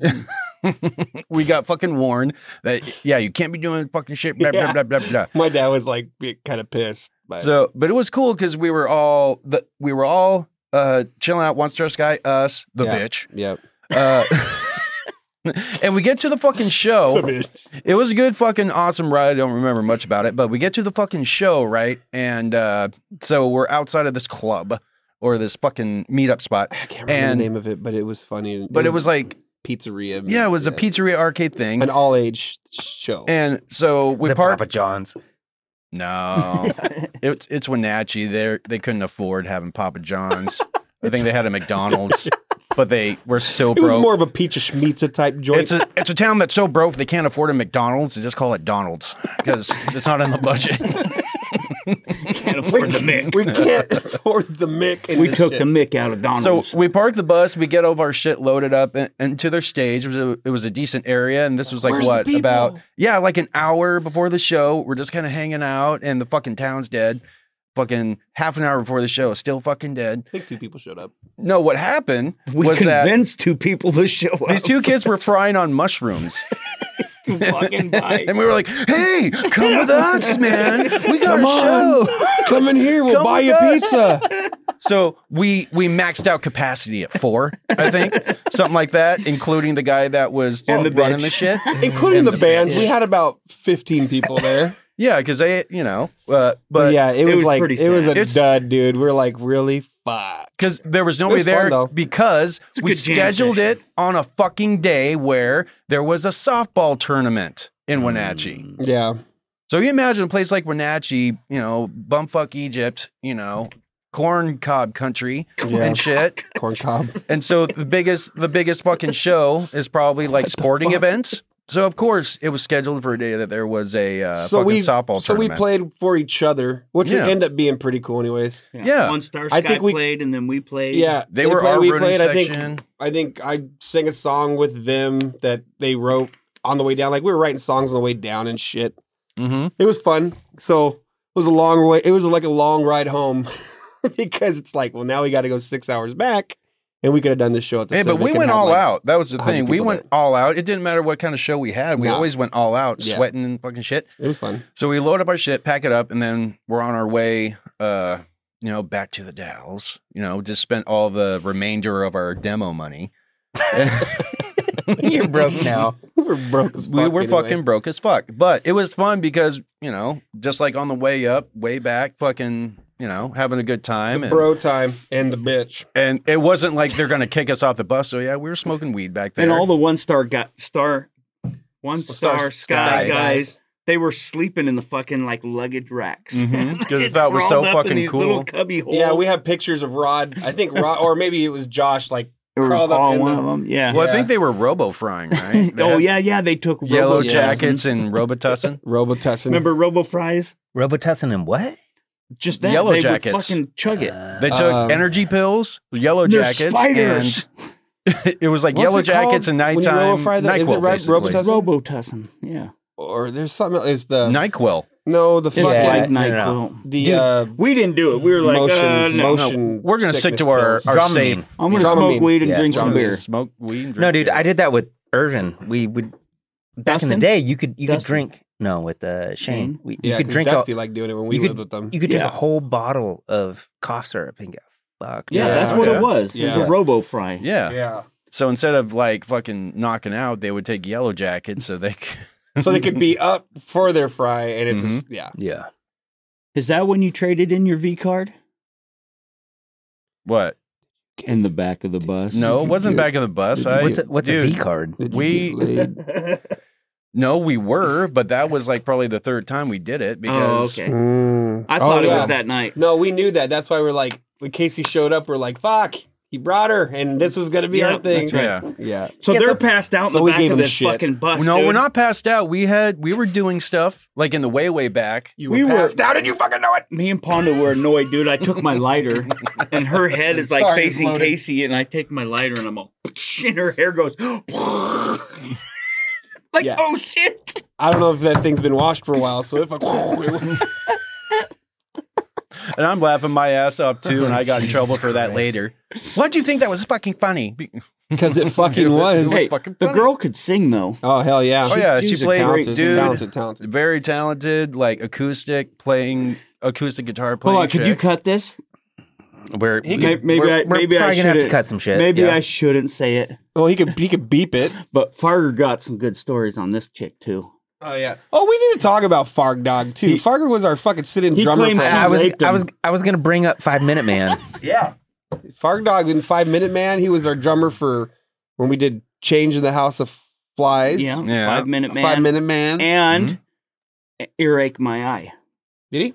[SPEAKER 6] we got fucking warned that, yeah, you can't be doing fucking shit, blah, blah,
[SPEAKER 5] Yeah.
[SPEAKER 6] blah, blah, blah.
[SPEAKER 5] My dad was like kind of pissed. By so
[SPEAKER 6] So, but it was cool because we were all the we were all uh chilling out. One stress guy, us, the
[SPEAKER 5] Yeah.
[SPEAKER 6] bitch,
[SPEAKER 5] yeah,
[SPEAKER 6] uh, and we get to the fucking show. It was a good fucking awesome ride. I don't remember much about it, but we get to the fucking show, right? And uh, so we're outside of this club or this fucking meetup spot.
[SPEAKER 5] I can't remember
[SPEAKER 6] And-
[SPEAKER 5] the name of it, but it was funny.
[SPEAKER 6] But it was like,
[SPEAKER 5] pizzeria.
[SPEAKER 6] yeah, it was a pizzeria arcade thing.
[SPEAKER 5] an all age show.
[SPEAKER 6] And so we
[SPEAKER 3] Is it
[SPEAKER 6] parked.
[SPEAKER 3] Papa John's.
[SPEAKER 6] No, it's it's Wenatchee. They they couldn't afford having Papa John's. I think they had a McDonald's, but they were so
[SPEAKER 5] it
[SPEAKER 6] broke.
[SPEAKER 5] was more of a pizza schmitza type joint.
[SPEAKER 6] it's a it's a town that's so broke they can't afford a McDonald's. They just call it Donald's because it's not in the budget.
[SPEAKER 4] Can't afford the mick.
[SPEAKER 5] we can't afford the mick. And
[SPEAKER 4] We
[SPEAKER 5] this
[SPEAKER 4] took
[SPEAKER 5] shit.
[SPEAKER 4] the mick out of
[SPEAKER 6] so
[SPEAKER 4] Donald's.
[SPEAKER 6] we parked the bus. We get all of our shit loaded up and, and to their stage. It was, a, it was a decent area, and this was like
[SPEAKER 5] Where's the
[SPEAKER 6] what
[SPEAKER 5] people?
[SPEAKER 6] about yeah, like an hour before the show. We're just kind of hanging out, and the fucking town's dead. Fucking half an hour before the show, still fucking dead.
[SPEAKER 5] I think two people showed up.
[SPEAKER 6] No, what happened
[SPEAKER 4] we
[SPEAKER 6] was that
[SPEAKER 4] convinced two people to show up.
[SPEAKER 6] these two kids were frying on mushrooms,
[SPEAKER 4] two fucking guys.
[SPEAKER 6] and we were like, "Hey, come with us, man! We got a show."
[SPEAKER 5] Come in here. We'll
[SPEAKER 6] Come
[SPEAKER 5] buy
[SPEAKER 6] with
[SPEAKER 5] you
[SPEAKER 6] us.
[SPEAKER 5] pizza.
[SPEAKER 6] So we we maxed out capacity at four, I think, something like that, including the guy that was
[SPEAKER 4] And the
[SPEAKER 6] running
[SPEAKER 4] bitch.
[SPEAKER 6] the shit.
[SPEAKER 5] Including
[SPEAKER 6] And
[SPEAKER 5] the bands, we had about fifteen people there.
[SPEAKER 6] Yeah, because they, you know, uh,
[SPEAKER 5] But
[SPEAKER 6] but
[SPEAKER 5] yeah, it, was,
[SPEAKER 4] was
[SPEAKER 5] like
[SPEAKER 4] pretty
[SPEAKER 5] it was a
[SPEAKER 6] sad.
[SPEAKER 5] dud, dude. We're like, really? Fuck.
[SPEAKER 6] because there was nobody
[SPEAKER 5] was fun,
[SPEAKER 6] there
[SPEAKER 5] though.
[SPEAKER 6] because
[SPEAKER 4] a
[SPEAKER 6] we
[SPEAKER 4] good jam
[SPEAKER 6] scheduled it on a fucking day where there was a softball tournament in Wenatchee.
[SPEAKER 5] Yeah.
[SPEAKER 6] So you imagine a place like Wenatchee, you know, bumfuck Egypt, you know, corn cob country
[SPEAKER 5] Yeah.
[SPEAKER 6] and shit.
[SPEAKER 5] Corn cob.
[SPEAKER 6] And so the biggest the biggest fucking show is probably like sporting events. So of course it was scheduled for a day that there was a uh,
[SPEAKER 5] so
[SPEAKER 6] fucking
[SPEAKER 5] we
[SPEAKER 6] softball
[SPEAKER 5] so we
[SPEAKER 6] tournament.
[SPEAKER 5] played for each other, which
[SPEAKER 6] Yeah.
[SPEAKER 5] would end up being pretty cool, anyways.
[SPEAKER 6] yeah.
[SPEAKER 4] One star
[SPEAKER 5] I think we-
[SPEAKER 4] played, and then we played.
[SPEAKER 5] Yeah,
[SPEAKER 6] they, were
[SPEAKER 5] played,
[SPEAKER 6] our
[SPEAKER 5] we
[SPEAKER 6] rooting
[SPEAKER 5] played. I
[SPEAKER 6] section.
[SPEAKER 5] think I think I sang a song with them that they wrote on the way down. Like we were writing songs on the way down and shit.
[SPEAKER 6] hmm
[SPEAKER 5] It was fun. So it was a long way. It was like a long ride home because it's like, well, now we got to go six hours back, and we could have done this show at the.
[SPEAKER 6] Hey, but
[SPEAKER 5] Civic
[SPEAKER 6] we
[SPEAKER 5] and
[SPEAKER 6] went
[SPEAKER 5] had,
[SPEAKER 6] all
[SPEAKER 5] like-
[SPEAKER 6] out. That was the
[SPEAKER 5] 100
[SPEAKER 6] thing. We
[SPEAKER 5] people
[SPEAKER 6] went
[SPEAKER 5] there.
[SPEAKER 6] all out. It didn't matter what kind of show we had. We
[SPEAKER 5] No.
[SPEAKER 6] always went all out,
[SPEAKER 5] Yeah.
[SPEAKER 6] sweating and fucking shit.
[SPEAKER 5] It was fun.
[SPEAKER 6] So we load up our shit, pack it up, and then we're on our way, uh, you know, back to the Dalles. You know, just spent all the remainder of our demo money.
[SPEAKER 3] You're broke now.
[SPEAKER 5] We were broke as fuck.
[SPEAKER 6] we were
[SPEAKER 5] anyway.
[SPEAKER 6] fucking broke as fuck, but it was fun because you know, just like on the way up, way back, fucking, you know, having a good time. And,
[SPEAKER 5] bro time and the bitch.
[SPEAKER 6] and it wasn't like they're gonna kick us off the bus. So yeah, we were smoking weed back there.
[SPEAKER 4] and all the one star got star, one
[SPEAKER 5] Star
[SPEAKER 4] star,
[SPEAKER 5] Sky
[SPEAKER 4] sky, guys.
[SPEAKER 5] guys.
[SPEAKER 4] They were sleeping in the fucking like luggage racks.
[SPEAKER 6] Mhm, 'cause
[SPEAKER 4] They
[SPEAKER 6] that was so
[SPEAKER 4] crawled up in
[SPEAKER 6] fucking
[SPEAKER 4] these
[SPEAKER 6] cool.
[SPEAKER 4] Little cubby holes.
[SPEAKER 5] Yeah, we have pictures of Rod. I think Rod, or maybe it was Josh. Like
[SPEAKER 4] They were
[SPEAKER 5] crawled up
[SPEAKER 4] all
[SPEAKER 5] in
[SPEAKER 4] one
[SPEAKER 5] the-
[SPEAKER 4] of them. Yeah.
[SPEAKER 6] well, I
[SPEAKER 5] Yeah.
[SPEAKER 6] think they were robo frying, right? They
[SPEAKER 4] oh
[SPEAKER 6] had
[SPEAKER 4] yeah, yeah. They took
[SPEAKER 6] yellow
[SPEAKER 4] Robo-Tussin.
[SPEAKER 6] jackets
[SPEAKER 5] mm-hmm.
[SPEAKER 6] and robotussin.
[SPEAKER 5] Robitussin.
[SPEAKER 4] Remember Robo Fries?
[SPEAKER 3] Robitussin and what?
[SPEAKER 4] Just that.
[SPEAKER 6] Yellow
[SPEAKER 4] they would
[SPEAKER 6] jackets.
[SPEAKER 4] fucking chug it.
[SPEAKER 3] Uh,
[SPEAKER 6] They took
[SPEAKER 5] Um,
[SPEAKER 6] energy pills, yellow
[SPEAKER 4] They're
[SPEAKER 6] jackets,
[SPEAKER 4] spiders.
[SPEAKER 6] and it was like
[SPEAKER 5] What's
[SPEAKER 6] yellow
[SPEAKER 5] it
[SPEAKER 6] jackets
[SPEAKER 5] called
[SPEAKER 6] and
[SPEAKER 5] when you
[SPEAKER 6] nighttime
[SPEAKER 5] robo-fry that? Is it
[SPEAKER 6] Nyquil.
[SPEAKER 5] right-
[SPEAKER 6] basically.
[SPEAKER 5] Robitussin?
[SPEAKER 4] Robo Tussin. Yeah.
[SPEAKER 5] or there's something. Is the
[SPEAKER 6] Nyquil.
[SPEAKER 5] no the
[SPEAKER 4] It's
[SPEAKER 5] fucking
[SPEAKER 3] Yeah.
[SPEAKER 4] like
[SPEAKER 3] no,
[SPEAKER 4] NyQuil.
[SPEAKER 3] no, no.
[SPEAKER 5] the
[SPEAKER 6] Dude,
[SPEAKER 5] uh,
[SPEAKER 4] We didn't do it. We were like,
[SPEAKER 5] motion
[SPEAKER 4] uh, no.
[SPEAKER 5] motion.
[SPEAKER 6] We're gonna stick
[SPEAKER 5] sickness
[SPEAKER 6] to our,
[SPEAKER 5] pills.
[SPEAKER 6] our
[SPEAKER 3] Dramamine.
[SPEAKER 6] safe.
[SPEAKER 4] I'm gonna
[SPEAKER 5] Dramamine.
[SPEAKER 4] smoke weed and
[SPEAKER 3] Yeah,
[SPEAKER 4] drink some
[SPEAKER 3] Dramamine.
[SPEAKER 4] beer.
[SPEAKER 6] Smoke weed. and
[SPEAKER 3] no,
[SPEAKER 6] drink
[SPEAKER 3] dude,
[SPEAKER 6] beer.
[SPEAKER 3] I did that with Irvin. We would back in
[SPEAKER 4] Dustin?
[SPEAKER 3] the day. You could you could
[SPEAKER 4] Dustin?
[SPEAKER 3] drink no with uh, Shane. We, you
[SPEAKER 5] Yeah,
[SPEAKER 3] could
[SPEAKER 5] 'cause
[SPEAKER 3] drink.
[SPEAKER 5] Dusty
[SPEAKER 3] a,
[SPEAKER 5] like doing it when we
[SPEAKER 3] you
[SPEAKER 5] lived
[SPEAKER 3] could-
[SPEAKER 5] with them.
[SPEAKER 3] you could drink
[SPEAKER 4] Yeah.
[SPEAKER 3] a whole bottle of cough syrup and get fucked. Uh,
[SPEAKER 4] Yeah,
[SPEAKER 5] Yeah,
[SPEAKER 3] up.
[SPEAKER 4] that's what
[SPEAKER 6] okay.
[SPEAKER 4] it was. It was
[SPEAKER 5] Yeah.
[SPEAKER 4] a Robo Fry.
[SPEAKER 6] Yeah.
[SPEAKER 5] Yeah.
[SPEAKER 6] So instead of like fucking knocking out, they would take yellow jackets so they could.
[SPEAKER 5] So they could be up for their fry, and it's just yeah.
[SPEAKER 3] yeah.
[SPEAKER 4] Is that when you traded in your V card?
[SPEAKER 6] What?
[SPEAKER 4] In the back of the bus.
[SPEAKER 6] No, it wasn't back of the bus. I,
[SPEAKER 3] What's a, what's
[SPEAKER 6] dude,
[SPEAKER 3] a V card?
[SPEAKER 6] We- No, we were, but that was like probably the third time we did it
[SPEAKER 4] Oh,
[SPEAKER 6] because
[SPEAKER 4] okay.
[SPEAKER 5] Mm.
[SPEAKER 4] I thought it was that night.
[SPEAKER 5] No, we knew that. That's why we're like when Casey showed up, we're like, "Fuck, He brought her, and this was gonna be
[SPEAKER 4] Yeah,
[SPEAKER 5] our thing.
[SPEAKER 4] that's right.
[SPEAKER 6] Yeah.
[SPEAKER 5] Yeah.
[SPEAKER 4] So
[SPEAKER 3] Yeah,
[SPEAKER 4] they're
[SPEAKER 3] so-
[SPEAKER 4] passed out
[SPEAKER 5] so
[SPEAKER 4] in
[SPEAKER 5] we
[SPEAKER 4] the back
[SPEAKER 5] gave
[SPEAKER 4] of
[SPEAKER 5] him
[SPEAKER 4] this
[SPEAKER 5] shit.
[SPEAKER 4] fucking bus.
[SPEAKER 6] no,
[SPEAKER 4] dude.
[SPEAKER 6] we're not passed out. We had we were doing stuff like in the way way back.
[SPEAKER 5] You
[SPEAKER 4] We
[SPEAKER 5] were
[SPEAKER 4] were-
[SPEAKER 5] passed out, and you fucking know it.
[SPEAKER 4] Me and Ponda were annoyed, dude. I took my lighter, and her head is like
[SPEAKER 6] Sorry, it's
[SPEAKER 4] facing
[SPEAKER 6] loaded.
[SPEAKER 4] Casey, and I take my lighter, and I'm all, and her hair goes, like,
[SPEAKER 5] Yeah.
[SPEAKER 4] oh shit.
[SPEAKER 5] I don't know if that thing's been washed for a while, so if I
[SPEAKER 6] And I'm laughing my ass off too, and I got in trouble for that later. Why'd you think that was fucking funny? Be-
[SPEAKER 5] because it fucking
[SPEAKER 6] It
[SPEAKER 5] was.
[SPEAKER 6] was
[SPEAKER 4] Hey,
[SPEAKER 6] fucking
[SPEAKER 4] The
[SPEAKER 6] funny.
[SPEAKER 4] girl could sing though.
[SPEAKER 5] Oh hell yeah!
[SPEAKER 6] Oh yeah, she
[SPEAKER 5] She's a
[SPEAKER 6] played great,
[SPEAKER 5] talented,
[SPEAKER 6] dude.
[SPEAKER 5] talented, talented.
[SPEAKER 6] very talented, like acoustic playing, acoustic guitar playing.
[SPEAKER 4] Hold on, could you
[SPEAKER 6] chick.
[SPEAKER 4] cut this?
[SPEAKER 3] We're,
[SPEAKER 4] May- Maybe
[SPEAKER 3] we're,
[SPEAKER 4] I
[SPEAKER 3] we're
[SPEAKER 4] maybe I
[SPEAKER 3] probably
[SPEAKER 4] should
[SPEAKER 3] gonna have to cut some shit.
[SPEAKER 4] Maybe
[SPEAKER 3] yeah.
[SPEAKER 4] I shouldn't say it,
[SPEAKER 5] Well, he could he could beep it.
[SPEAKER 4] but Farger got some good stories on this chick too.
[SPEAKER 5] Oh yeah. Oh, we need to talk about Farg Dog too. Farg was our fucking sit-in
[SPEAKER 4] He
[SPEAKER 5] drummer.
[SPEAKER 4] claims-
[SPEAKER 5] for-
[SPEAKER 3] I was
[SPEAKER 4] raped him.
[SPEAKER 3] I was I was gonna bring up Five Minute Man.
[SPEAKER 5] Farg Dog in Five Minute Man. He was our drummer for when we did Change in the House of Flies.
[SPEAKER 4] Yeah,
[SPEAKER 6] Yeah. Mm-hmm.
[SPEAKER 4] five minute man,
[SPEAKER 5] Five Minute Man.
[SPEAKER 4] and earache my eye.
[SPEAKER 5] did he?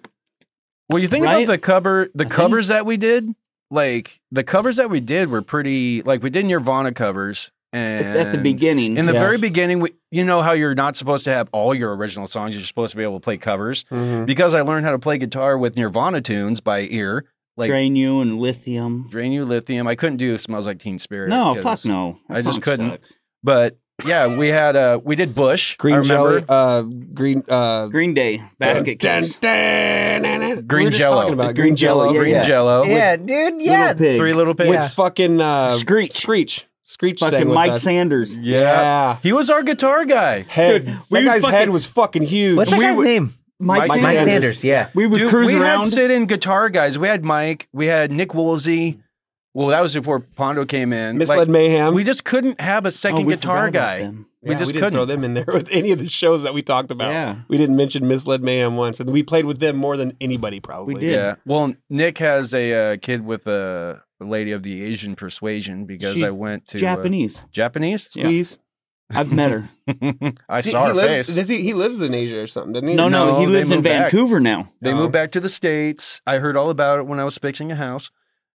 [SPEAKER 6] Well, you think
[SPEAKER 4] Right?
[SPEAKER 6] about the cover, the
[SPEAKER 4] I think-
[SPEAKER 6] covers that we did. Like the covers that we did were pretty. Like we did Nirvana covers, and
[SPEAKER 4] At- at the beginning.
[SPEAKER 6] in the
[SPEAKER 5] Yeah.
[SPEAKER 6] very beginning, we, you know how you're not supposed to have all your original songs. You're supposed to be able to play covers.
[SPEAKER 5] Mm-hmm.
[SPEAKER 6] Because I learned how to play guitar with Nirvana tunes by ear, like Drain,
[SPEAKER 4] drain you and lithium.
[SPEAKER 6] You Lithium. I couldn't do Smells Like Teen Spirit.
[SPEAKER 4] No,
[SPEAKER 6] 'cause-
[SPEAKER 4] fuck no. That
[SPEAKER 6] I just
[SPEAKER 4] song
[SPEAKER 6] couldn't.
[SPEAKER 4] sucks.
[SPEAKER 6] But yeah, we had uh we did Bush. I
[SPEAKER 5] Green
[SPEAKER 6] remember
[SPEAKER 5] Jelly. Uh, green. Uh,
[SPEAKER 4] Green Day, Basket
[SPEAKER 5] dun,
[SPEAKER 4] Case,
[SPEAKER 5] dun, dun, dun.
[SPEAKER 6] Green
[SPEAKER 5] we were just
[SPEAKER 6] Jell-O.
[SPEAKER 5] talking about
[SPEAKER 4] The
[SPEAKER 5] green,
[SPEAKER 4] Green Jell-O,
[SPEAKER 5] Jello.
[SPEAKER 4] yeah,
[SPEAKER 6] Green
[SPEAKER 4] yeah.
[SPEAKER 6] Jello
[SPEAKER 3] yeah, dude. Yeah.
[SPEAKER 4] Little Pig,
[SPEAKER 6] with three little pigs.
[SPEAKER 5] Which fucking uh,
[SPEAKER 4] Screech.
[SPEAKER 5] Screech. Screech. sang
[SPEAKER 4] fucking
[SPEAKER 5] with
[SPEAKER 4] Mike
[SPEAKER 5] us.
[SPEAKER 4] Sanders.
[SPEAKER 6] Yeah.
[SPEAKER 5] Yeah.
[SPEAKER 6] He was our guitar guy.
[SPEAKER 5] Head. that
[SPEAKER 4] we
[SPEAKER 5] guy's
[SPEAKER 4] fucking-
[SPEAKER 5] head was fucking huge.
[SPEAKER 3] What's that
[SPEAKER 6] We
[SPEAKER 3] guy's
[SPEAKER 6] were-
[SPEAKER 3] name?
[SPEAKER 6] Mike
[SPEAKER 3] Mike
[SPEAKER 6] Sanders.
[SPEAKER 3] Sanders. Yeah.
[SPEAKER 4] We would
[SPEAKER 6] Dude,
[SPEAKER 4] cruise
[SPEAKER 6] we
[SPEAKER 4] around.
[SPEAKER 6] had sit in guitar guys. We had Mike, we had Nick Woolsey. Well, that was before Pondo came in.
[SPEAKER 5] Misled
[SPEAKER 6] Like,
[SPEAKER 5] Mayhem.
[SPEAKER 6] we just couldn't have a
[SPEAKER 4] Oh,
[SPEAKER 6] second
[SPEAKER 4] we forgot
[SPEAKER 6] guitar
[SPEAKER 4] about
[SPEAKER 6] guy.
[SPEAKER 4] them.
[SPEAKER 6] We
[SPEAKER 5] Yeah,
[SPEAKER 6] just
[SPEAKER 5] didn't
[SPEAKER 6] couldn't.
[SPEAKER 5] throw them in there with any of the shows that we talked about.
[SPEAKER 4] Yeah.
[SPEAKER 5] We didn't mention Misled Mayhem once, and we played with them more than anybody probably.
[SPEAKER 4] We did.
[SPEAKER 6] Yeah. Well, Nick has a uh, kid with a lady of the Asian persuasion because
[SPEAKER 4] She-
[SPEAKER 6] I went to uh,
[SPEAKER 4] Japanese.
[SPEAKER 6] Japanese.
[SPEAKER 4] Yeah.
[SPEAKER 5] Please.
[SPEAKER 4] I've met her.
[SPEAKER 6] I
[SPEAKER 5] He,
[SPEAKER 6] saw her
[SPEAKER 5] lives,
[SPEAKER 6] face.
[SPEAKER 5] does he, he lives in Asia or something, doesn't he?
[SPEAKER 4] No, no,
[SPEAKER 6] No,
[SPEAKER 4] he
[SPEAKER 6] they
[SPEAKER 4] lives in
[SPEAKER 6] moved back.
[SPEAKER 4] Vancouver now.
[SPEAKER 6] They
[SPEAKER 5] Oh.
[SPEAKER 6] moved back to the states. I heard all about it when I was fixing a house,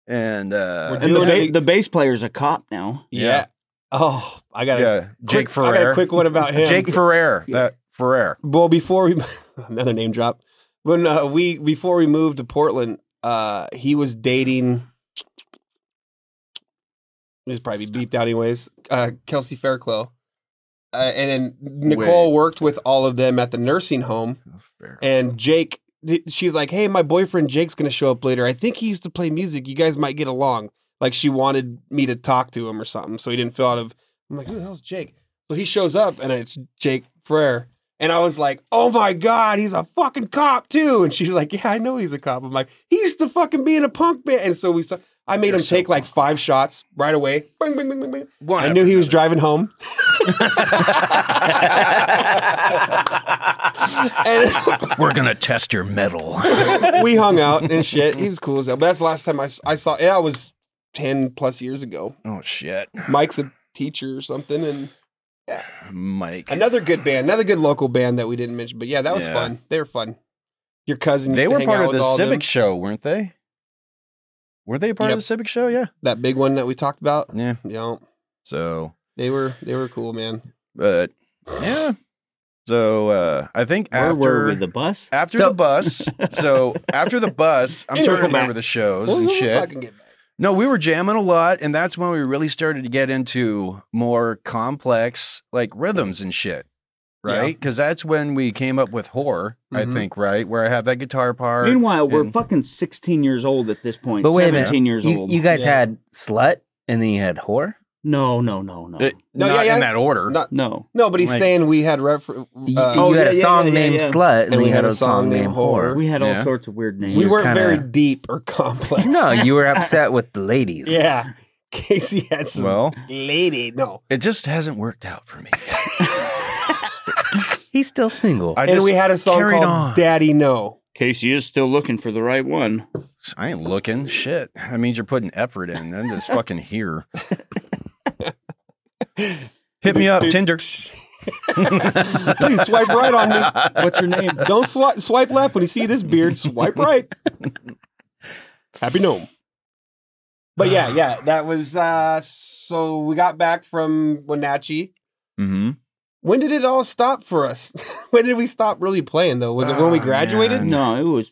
[SPEAKER 6] and uh,
[SPEAKER 5] We're
[SPEAKER 4] And the,
[SPEAKER 5] doing
[SPEAKER 4] ba-
[SPEAKER 5] it-
[SPEAKER 4] the bass player's a cop now.
[SPEAKER 5] Yeah.
[SPEAKER 6] Yeah.
[SPEAKER 5] Oh, I got
[SPEAKER 6] yeah,
[SPEAKER 5] a
[SPEAKER 6] Jake
[SPEAKER 5] quick, I got a
[SPEAKER 6] Ferrer.
[SPEAKER 5] quick one about him.
[SPEAKER 6] Jake Ferrer. That Ferrer.
[SPEAKER 5] Well, before we another name drop, when uh, we before we moved to Portland, uh, he was dating. This probably beeped out, anyways. Uh, Kelsey Fairclough, uh, and then Nicole worked with all of them at the nursing home, and Jake. She's like, "Hey, my boyfriend Jake's gonna show up later. I think he used to play music. You guys might get along." Like she wanted me to talk to him or something, so he didn't feel out of. I'm like, "Who the hell's Jake?" So he shows up, and it's Jake Frere. And I was like, oh my God, he's a fucking cop too. And she's like, yeah, I know he's a cop. I'm like, he used to fucking be in a punk band. And so we saw, I made him take like five shots right away. Bing, bing, bing, bing, bing.
[SPEAKER 6] One
[SPEAKER 5] I
[SPEAKER 6] after
[SPEAKER 5] knew he was
[SPEAKER 6] another.
[SPEAKER 5] driving home. and
[SPEAKER 6] We're gonna test your metal.
[SPEAKER 5] we hung out and shit. He was cool as hell. But that's the last time I, s- I saw, yeah, it was 10 plus years ago.
[SPEAKER 6] oh shit,
[SPEAKER 5] Mike's a teacher or something. And
[SPEAKER 6] Mike.
[SPEAKER 5] another good band, another good local band that we didn't mention. But yeah, that was
[SPEAKER 6] Yeah.
[SPEAKER 5] fun. They were fun. Your cousin used
[SPEAKER 6] They
[SPEAKER 5] to
[SPEAKER 6] were
[SPEAKER 5] hang
[SPEAKER 6] part
[SPEAKER 5] out
[SPEAKER 6] of
[SPEAKER 5] with
[SPEAKER 6] the
[SPEAKER 5] all
[SPEAKER 6] Civic
[SPEAKER 5] them.
[SPEAKER 6] Show, weren't they? Were they a part
[SPEAKER 5] Yep.
[SPEAKER 6] of the Civic Show? Yeah.
[SPEAKER 5] that big one that we talked about.
[SPEAKER 6] Yeah.
[SPEAKER 5] You know,
[SPEAKER 6] So,
[SPEAKER 5] They were they were cool, man.
[SPEAKER 6] but yeah. So uh, I think
[SPEAKER 4] Where
[SPEAKER 6] after
[SPEAKER 4] were we? The bus?
[SPEAKER 6] after
[SPEAKER 3] So-
[SPEAKER 6] the bus. So after the bus, I'm trying to
[SPEAKER 5] Circle back.
[SPEAKER 6] remember the shows and
[SPEAKER 5] We'll
[SPEAKER 6] shit.
[SPEAKER 5] fucking get back.
[SPEAKER 6] No, we were jamming a lot, and that's when we really started to get into more complex like rhythms and shit, right? Because that's when we came up with horror,
[SPEAKER 5] Mhm.
[SPEAKER 6] I think, right? Where I have that guitar part.
[SPEAKER 4] Meanwhile, we're
[SPEAKER 6] and-
[SPEAKER 4] fucking 16 years old at this point.
[SPEAKER 3] But wait a minute.
[SPEAKER 4] 17 years
[SPEAKER 3] You,
[SPEAKER 4] old.
[SPEAKER 3] you guys
[SPEAKER 5] Yeah.
[SPEAKER 3] had slut and then you had whore.
[SPEAKER 4] no, no, no, no.
[SPEAKER 6] It-
[SPEAKER 5] No,
[SPEAKER 6] Uh, not
[SPEAKER 5] yeah, yeah.
[SPEAKER 6] in that order.
[SPEAKER 5] Not-
[SPEAKER 4] no.
[SPEAKER 5] No, but he's
[SPEAKER 6] Like-
[SPEAKER 5] saying we had refer-
[SPEAKER 3] You,
[SPEAKER 5] uh,
[SPEAKER 4] oh,
[SPEAKER 3] you had
[SPEAKER 4] yeah,
[SPEAKER 3] a
[SPEAKER 4] yeah,
[SPEAKER 3] song
[SPEAKER 4] yeah, yeah,
[SPEAKER 3] named
[SPEAKER 4] yeah.
[SPEAKER 3] Slut and then you had a song named Whore.
[SPEAKER 4] We had all
[SPEAKER 6] Yeah.
[SPEAKER 4] sorts of weird names.
[SPEAKER 5] we weren't
[SPEAKER 3] kinda-
[SPEAKER 5] very deep or complex.
[SPEAKER 3] No, you were upset with the ladies.
[SPEAKER 5] yeah. Casey had some
[SPEAKER 6] Well,
[SPEAKER 5] lady. No,
[SPEAKER 6] it just hasn't worked out for me.
[SPEAKER 3] He's still single.
[SPEAKER 6] I
[SPEAKER 5] and
[SPEAKER 6] just
[SPEAKER 5] we had a song
[SPEAKER 6] carried
[SPEAKER 5] called
[SPEAKER 6] on.
[SPEAKER 5] "Daddy No."
[SPEAKER 4] Casey is still looking for the right one.
[SPEAKER 6] I ain't looking. Shit. That means you're putting effort in. I'm just fucking here. Hit me up, Tinder.
[SPEAKER 5] Please swipe right on me.
[SPEAKER 4] What's your name?
[SPEAKER 5] Don't sli- swipe left when you see this beard. Swipe right. Happy Gnome. But yeah, yeah, that was uh so we got back from Wenatchee.
[SPEAKER 6] Mm-hmm.
[SPEAKER 5] When did it all stop for us? when did we stop really playing though? Was it when we
[SPEAKER 6] Oh,
[SPEAKER 5] graduated?
[SPEAKER 6] man.
[SPEAKER 4] No, it was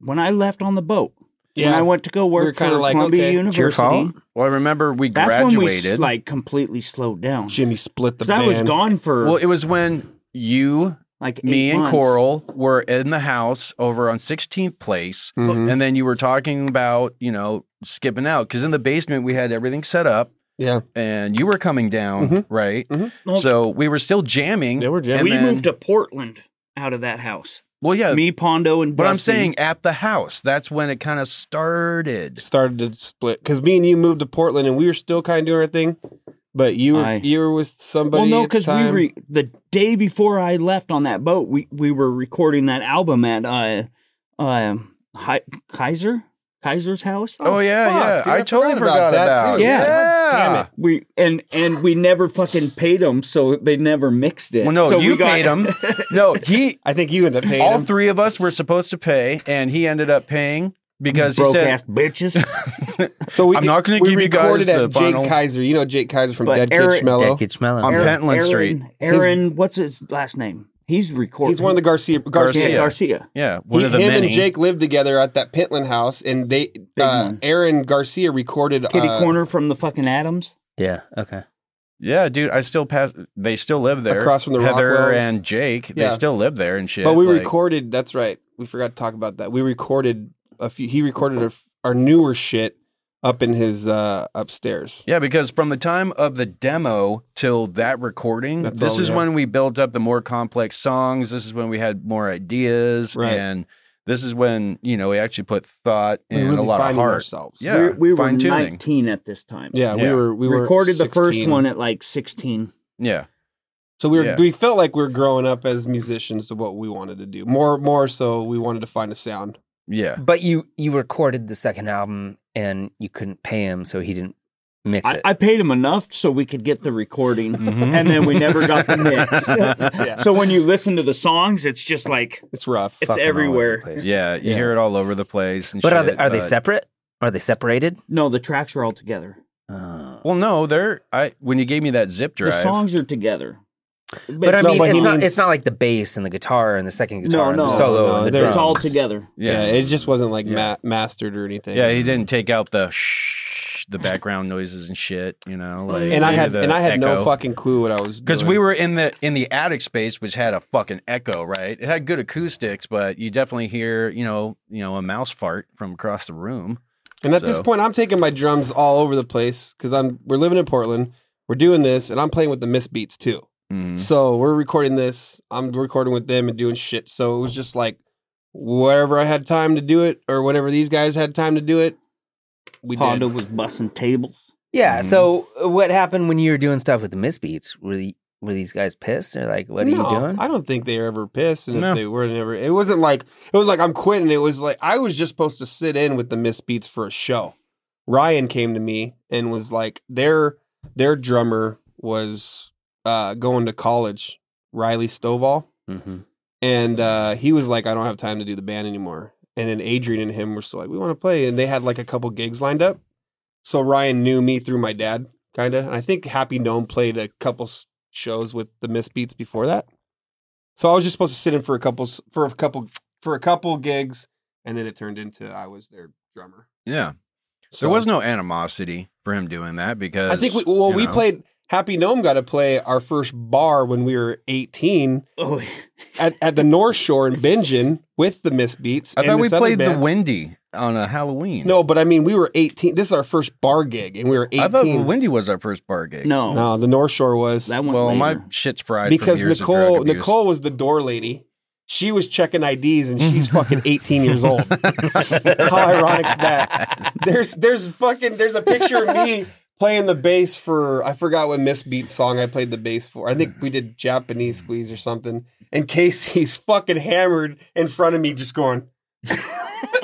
[SPEAKER 4] when I left on the boat. When I went to go
[SPEAKER 5] We were
[SPEAKER 4] work
[SPEAKER 5] kinda
[SPEAKER 4] for
[SPEAKER 5] like,
[SPEAKER 4] Columbia
[SPEAKER 5] okay.
[SPEAKER 3] It's your
[SPEAKER 4] University.
[SPEAKER 3] fault.
[SPEAKER 6] Well, I remember we
[SPEAKER 4] That's when we
[SPEAKER 6] graduated.
[SPEAKER 4] s- like completely slowed down.
[SPEAKER 5] Jimmy split the
[SPEAKER 4] Because I
[SPEAKER 5] band.
[SPEAKER 4] was gone for
[SPEAKER 6] well, it was when you,
[SPEAKER 4] like eight
[SPEAKER 6] me, and
[SPEAKER 4] months.
[SPEAKER 6] Coral were in the house over on 16th place.
[SPEAKER 5] Mhm.
[SPEAKER 6] And then you were talking about, you know, skipping out because in the basement we had everything set up.
[SPEAKER 5] Yeah.
[SPEAKER 6] And you were coming down,
[SPEAKER 5] Mhm.
[SPEAKER 6] right?
[SPEAKER 4] Well,
[SPEAKER 6] So we were still jamming.
[SPEAKER 5] They were jamming.
[SPEAKER 6] and
[SPEAKER 4] we
[SPEAKER 6] then-
[SPEAKER 4] moved to Portland out of that house.
[SPEAKER 6] Well, yeah.
[SPEAKER 4] me, Pondo, and
[SPEAKER 6] but I'm
[SPEAKER 4] Dusty.
[SPEAKER 6] saying at the house, that's when it kind of started.
[SPEAKER 5] started to split because me and you moved to Portland and we were still kind of doing our thing, but you were
[SPEAKER 4] Aye.
[SPEAKER 5] you were with somebody.
[SPEAKER 4] well, no,
[SPEAKER 5] because
[SPEAKER 4] because we re- the day before I left on that boat, we we were recording that album at uh, uh, Hi- Kaiser Kaiser's house.
[SPEAKER 6] Oh, yeah,
[SPEAKER 5] fuck,
[SPEAKER 6] yeah.
[SPEAKER 5] dude,
[SPEAKER 6] I,
[SPEAKER 5] I
[SPEAKER 6] totally
[SPEAKER 5] forgot about
[SPEAKER 6] forgot
[SPEAKER 5] that,
[SPEAKER 6] about,
[SPEAKER 5] too.
[SPEAKER 6] it.
[SPEAKER 4] Yeah.
[SPEAKER 5] God damn it.
[SPEAKER 4] We and and we never fucking paid them, so they never mixed it.
[SPEAKER 6] Well, no,
[SPEAKER 4] so
[SPEAKER 6] you
[SPEAKER 4] we got-
[SPEAKER 6] paid him. No, he.
[SPEAKER 5] I think you ended up paying
[SPEAKER 6] all
[SPEAKER 5] him.
[SPEAKER 6] three of us were supposed to pay, and he ended up paying because he
[SPEAKER 4] broke
[SPEAKER 6] said,
[SPEAKER 4] ass bitches.
[SPEAKER 5] so we,
[SPEAKER 6] I'm not gonna
[SPEAKER 5] we
[SPEAKER 6] give you guys
[SPEAKER 5] recorded
[SPEAKER 6] the
[SPEAKER 5] at Jake
[SPEAKER 6] final-
[SPEAKER 5] Kaiser. You know Jake Kaiser from
[SPEAKER 4] But
[SPEAKER 5] Dead
[SPEAKER 4] Eric-
[SPEAKER 5] Kid Schmello.
[SPEAKER 3] Deck Mellow.
[SPEAKER 6] On
[SPEAKER 3] Aaron-
[SPEAKER 6] Pentland Street.
[SPEAKER 4] Aaron, what's his last name? He's recording.
[SPEAKER 5] He's one of the Garcia Garcia.
[SPEAKER 4] Garcia.
[SPEAKER 6] Garcia.
[SPEAKER 4] Garcia.
[SPEAKER 6] "Yeah, one
[SPEAKER 5] He-
[SPEAKER 6] of the
[SPEAKER 5] him
[SPEAKER 6] many."
[SPEAKER 5] and Jake lived together at that Pentland house, and they uh,
[SPEAKER 4] one.
[SPEAKER 5] Aaron Garcia recorded
[SPEAKER 4] Kitty
[SPEAKER 5] uh,
[SPEAKER 4] Corner from the fucking Adams.
[SPEAKER 3] Yeah. Okay.
[SPEAKER 6] Yeah, dude, I still pass. They still live there.
[SPEAKER 5] Across from the
[SPEAKER 6] Heather
[SPEAKER 5] Rockwells.
[SPEAKER 6] and Jake,
[SPEAKER 5] Yeah.
[SPEAKER 6] they still live there and shit.
[SPEAKER 5] But we
[SPEAKER 6] like-
[SPEAKER 5] recorded. That's right. We forgot to talk about that. We recorded a few. He recorded our, our newer shit up in his uh, upstairs.
[SPEAKER 6] Yeah, because from the time of the demo till that recording,
[SPEAKER 5] That's all
[SPEAKER 6] this
[SPEAKER 5] we
[SPEAKER 6] is
[SPEAKER 5] had.
[SPEAKER 6] when we built up the more complex songs. This is when we had more ideas,
[SPEAKER 5] Right.
[SPEAKER 6] and this is when you know we actually put thought
[SPEAKER 5] We
[SPEAKER 6] and
[SPEAKER 5] really
[SPEAKER 6] a lot of
[SPEAKER 5] finding
[SPEAKER 6] heart.
[SPEAKER 5] ourselves.
[SPEAKER 6] Yeah,
[SPEAKER 4] we, we were
[SPEAKER 6] fine tuning.
[SPEAKER 4] 19 at this time.
[SPEAKER 5] Yeah, we
[SPEAKER 6] Yeah.
[SPEAKER 5] were we were
[SPEAKER 4] recorded the first
[SPEAKER 5] 16.
[SPEAKER 4] one at like 16.
[SPEAKER 6] Yeah,
[SPEAKER 5] So we were,
[SPEAKER 6] Yeah.
[SPEAKER 5] we felt like we were growing up as musicians to what we wanted to do. More more so we wanted to find a sound.
[SPEAKER 6] yeah.
[SPEAKER 3] But you you recorded the second album and you couldn't pay him, so he didn't mix
[SPEAKER 4] I,
[SPEAKER 3] it.
[SPEAKER 4] I paid him enough so we could get the recording,
[SPEAKER 6] Mhm.
[SPEAKER 4] and then we never got the mix.
[SPEAKER 5] Yeah.
[SPEAKER 4] so when you listen to the songs, it's just like
[SPEAKER 5] It's rough.
[SPEAKER 4] it's
[SPEAKER 3] Fucking all over the
[SPEAKER 4] everywhere.
[SPEAKER 3] place.
[SPEAKER 6] Yeah, you
[SPEAKER 5] Yeah.
[SPEAKER 6] hear it all over the place. And
[SPEAKER 3] But are they,
[SPEAKER 6] shit,
[SPEAKER 3] are they
[SPEAKER 6] but-
[SPEAKER 3] separate? Are they separated?
[SPEAKER 4] no, the tracks are all together.
[SPEAKER 3] Uh,
[SPEAKER 6] Well, no, they're. I when you gave me that zip
[SPEAKER 4] The
[SPEAKER 6] drive,
[SPEAKER 4] songs are together.
[SPEAKER 3] but I
[SPEAKER 5] no,
[SPEAKER 3] mean,
[SPEAKER 5] but he
[SPEAKER 3] it's not
[SPEAKER 5] means-
[SPEAKER 3] it's not like the bass and the guitar and the second
[SPEAKER 4] No,
[SPEAKER 3] guitar and
[SPEAKER 4] no.
[SPEAKER 3] the solo
[SPEAKER 5] No,
[SPEAKER 3] and the
[SPEAKER 5] they're-
[SPEAKER 3] drums.
[SPEAKER 4] it's all together.
[SPEAKER 5] yeah.
[SPEAKER 6] yeah,
[SPEAKER 5] it just wasn't like
[SPEAKER 6] Yeah.
[SPEAKER 5] ma- mastered or anything.
[SPEAKER 6] yeah, he didn't take out the shh, the background noises and shit. You know, like
[SPEAKER 5] Mm. and I
[SPEAKER 6] maybe
[SPEAKER 4] uh,
[SPEAKER 5] had
[SPEAKER 6] the
[SPEAKER 5] and I had no
[SPEAKER 6] echo.
[SPEAKER 5] fucking clue what I was doing.
[SPEAKER 6] because we were in the in the attic space which had a fucking echo right it had good acoustics but you definitely hear you know you know a mouse fart from across the room
[SPEAKER 5] And at this
[SPEAKER 6] So-
[SPEAKER 5] point, I'm taking my drums all over the place because I'm we're living in Portland. We're doing this, and I'm playing with the misbeats too.
[SPEAKER 6] Mm-hmm.
[SPEAKER 5] So we're recording this. I'm recording with them and doing shit. So it was just like wherever I had time to do it, or whenever these guys had time to do it, we
[SPEAKER 4] Honda
[SPEAKER 5] did.
[SPEAKER 4] was bussing tables.
[SPEAKER 3] Yeah.
[SPEAKER 5] Mm-hmm.
[SPEAKER 6] Mhm.
[SPEAKER 3] So uh, what happened when you were doing stuff with the Misbeats? Were the, were these guys pissed? They're like, "What are
[SPEAKER 5] No,
[SPEAKER 3] you doing?"
[SPEAKER 5] I don't think they were ever pissed, and
[SPEAKER 6] No.
[SPEAKER 5] if they were never, it wasn't like it was like I'm quitting. It was like I was just supposed to sit in with the misbeats for a show. Ryan came to me and was like, their their drummer was uh, going to college, Riley Stovall,
[SPEAKER 3] mm-hmm.
[SPEAKER 5] and uh, he was like, I don't have time to do the band anymore. And then Adrian and him were still like, we want to play, and they had like a couple gigs lined up. So Ryan knew me through my dad, kind of, and I think Happy Gnome played a couple s- shows with the Misbeats before that. So I was just supposed to sit in for a couple s- for a couple for a couple gigs, and then it turned into I was their drummer.
[SPEAKER 6] yeah
[SPEAKER 5] So
[SPEAKER 6] there was no animosity for him doing that because
[SPEAKER 5] I think we, well,
[SPEAKER 6] you
[SPEAKER 5] we
[SPEAKER 6] know,
[SPEAKER 5] played Happy Gnome got to play our first bar when we were eighteen
[SPEAKER 4] Oh,
[SPEAKER 5] at, at the North Shore in Bingen with the Misbeats.
[SPEAKER 6] i
[SPEAKER 5] and
[SPEAKER 6] thought we
[SPEAKER 5] this other
[SPEAKER 6] played the
[SPEAKER 5] band.
[SPEAKER 6] windy on a halloween
[SPEAKER 5] No, but I mean, we were 18. This is our first bar gig, and we were 18.
[SPEAKER 6] i thought windy was our first bar gig
[SPEAKER 4] no,
[SPEAKER 5] no, the North Shore was
[SPEAKER 4] that one.
[SPEAKER 6] well my
[SPEAKER 4] later.
[SPEAKER 6] shit's fried from
[SPEAKER 5] because
[SPEAKER 6] years of
[SPEAKER 5] Nicole
[SPEAKER 6] drug abuse.
[SPEAKER 5] Nicole was the door lady. She was checking IDs, and she's
[SPEAKER 6] Mm-hmm.
[SPEAKER 5] fucking 18 years old. How ironic's that? There's there's fucking there's a picture of me playing the bass for I forgot what Miss Beat song I played the bass for. I think we did Japanese
[SPEAKER 6] Mm.
[SPEAKER 5] squeeze or something. And Casey's fucking hammered in front of me, just going.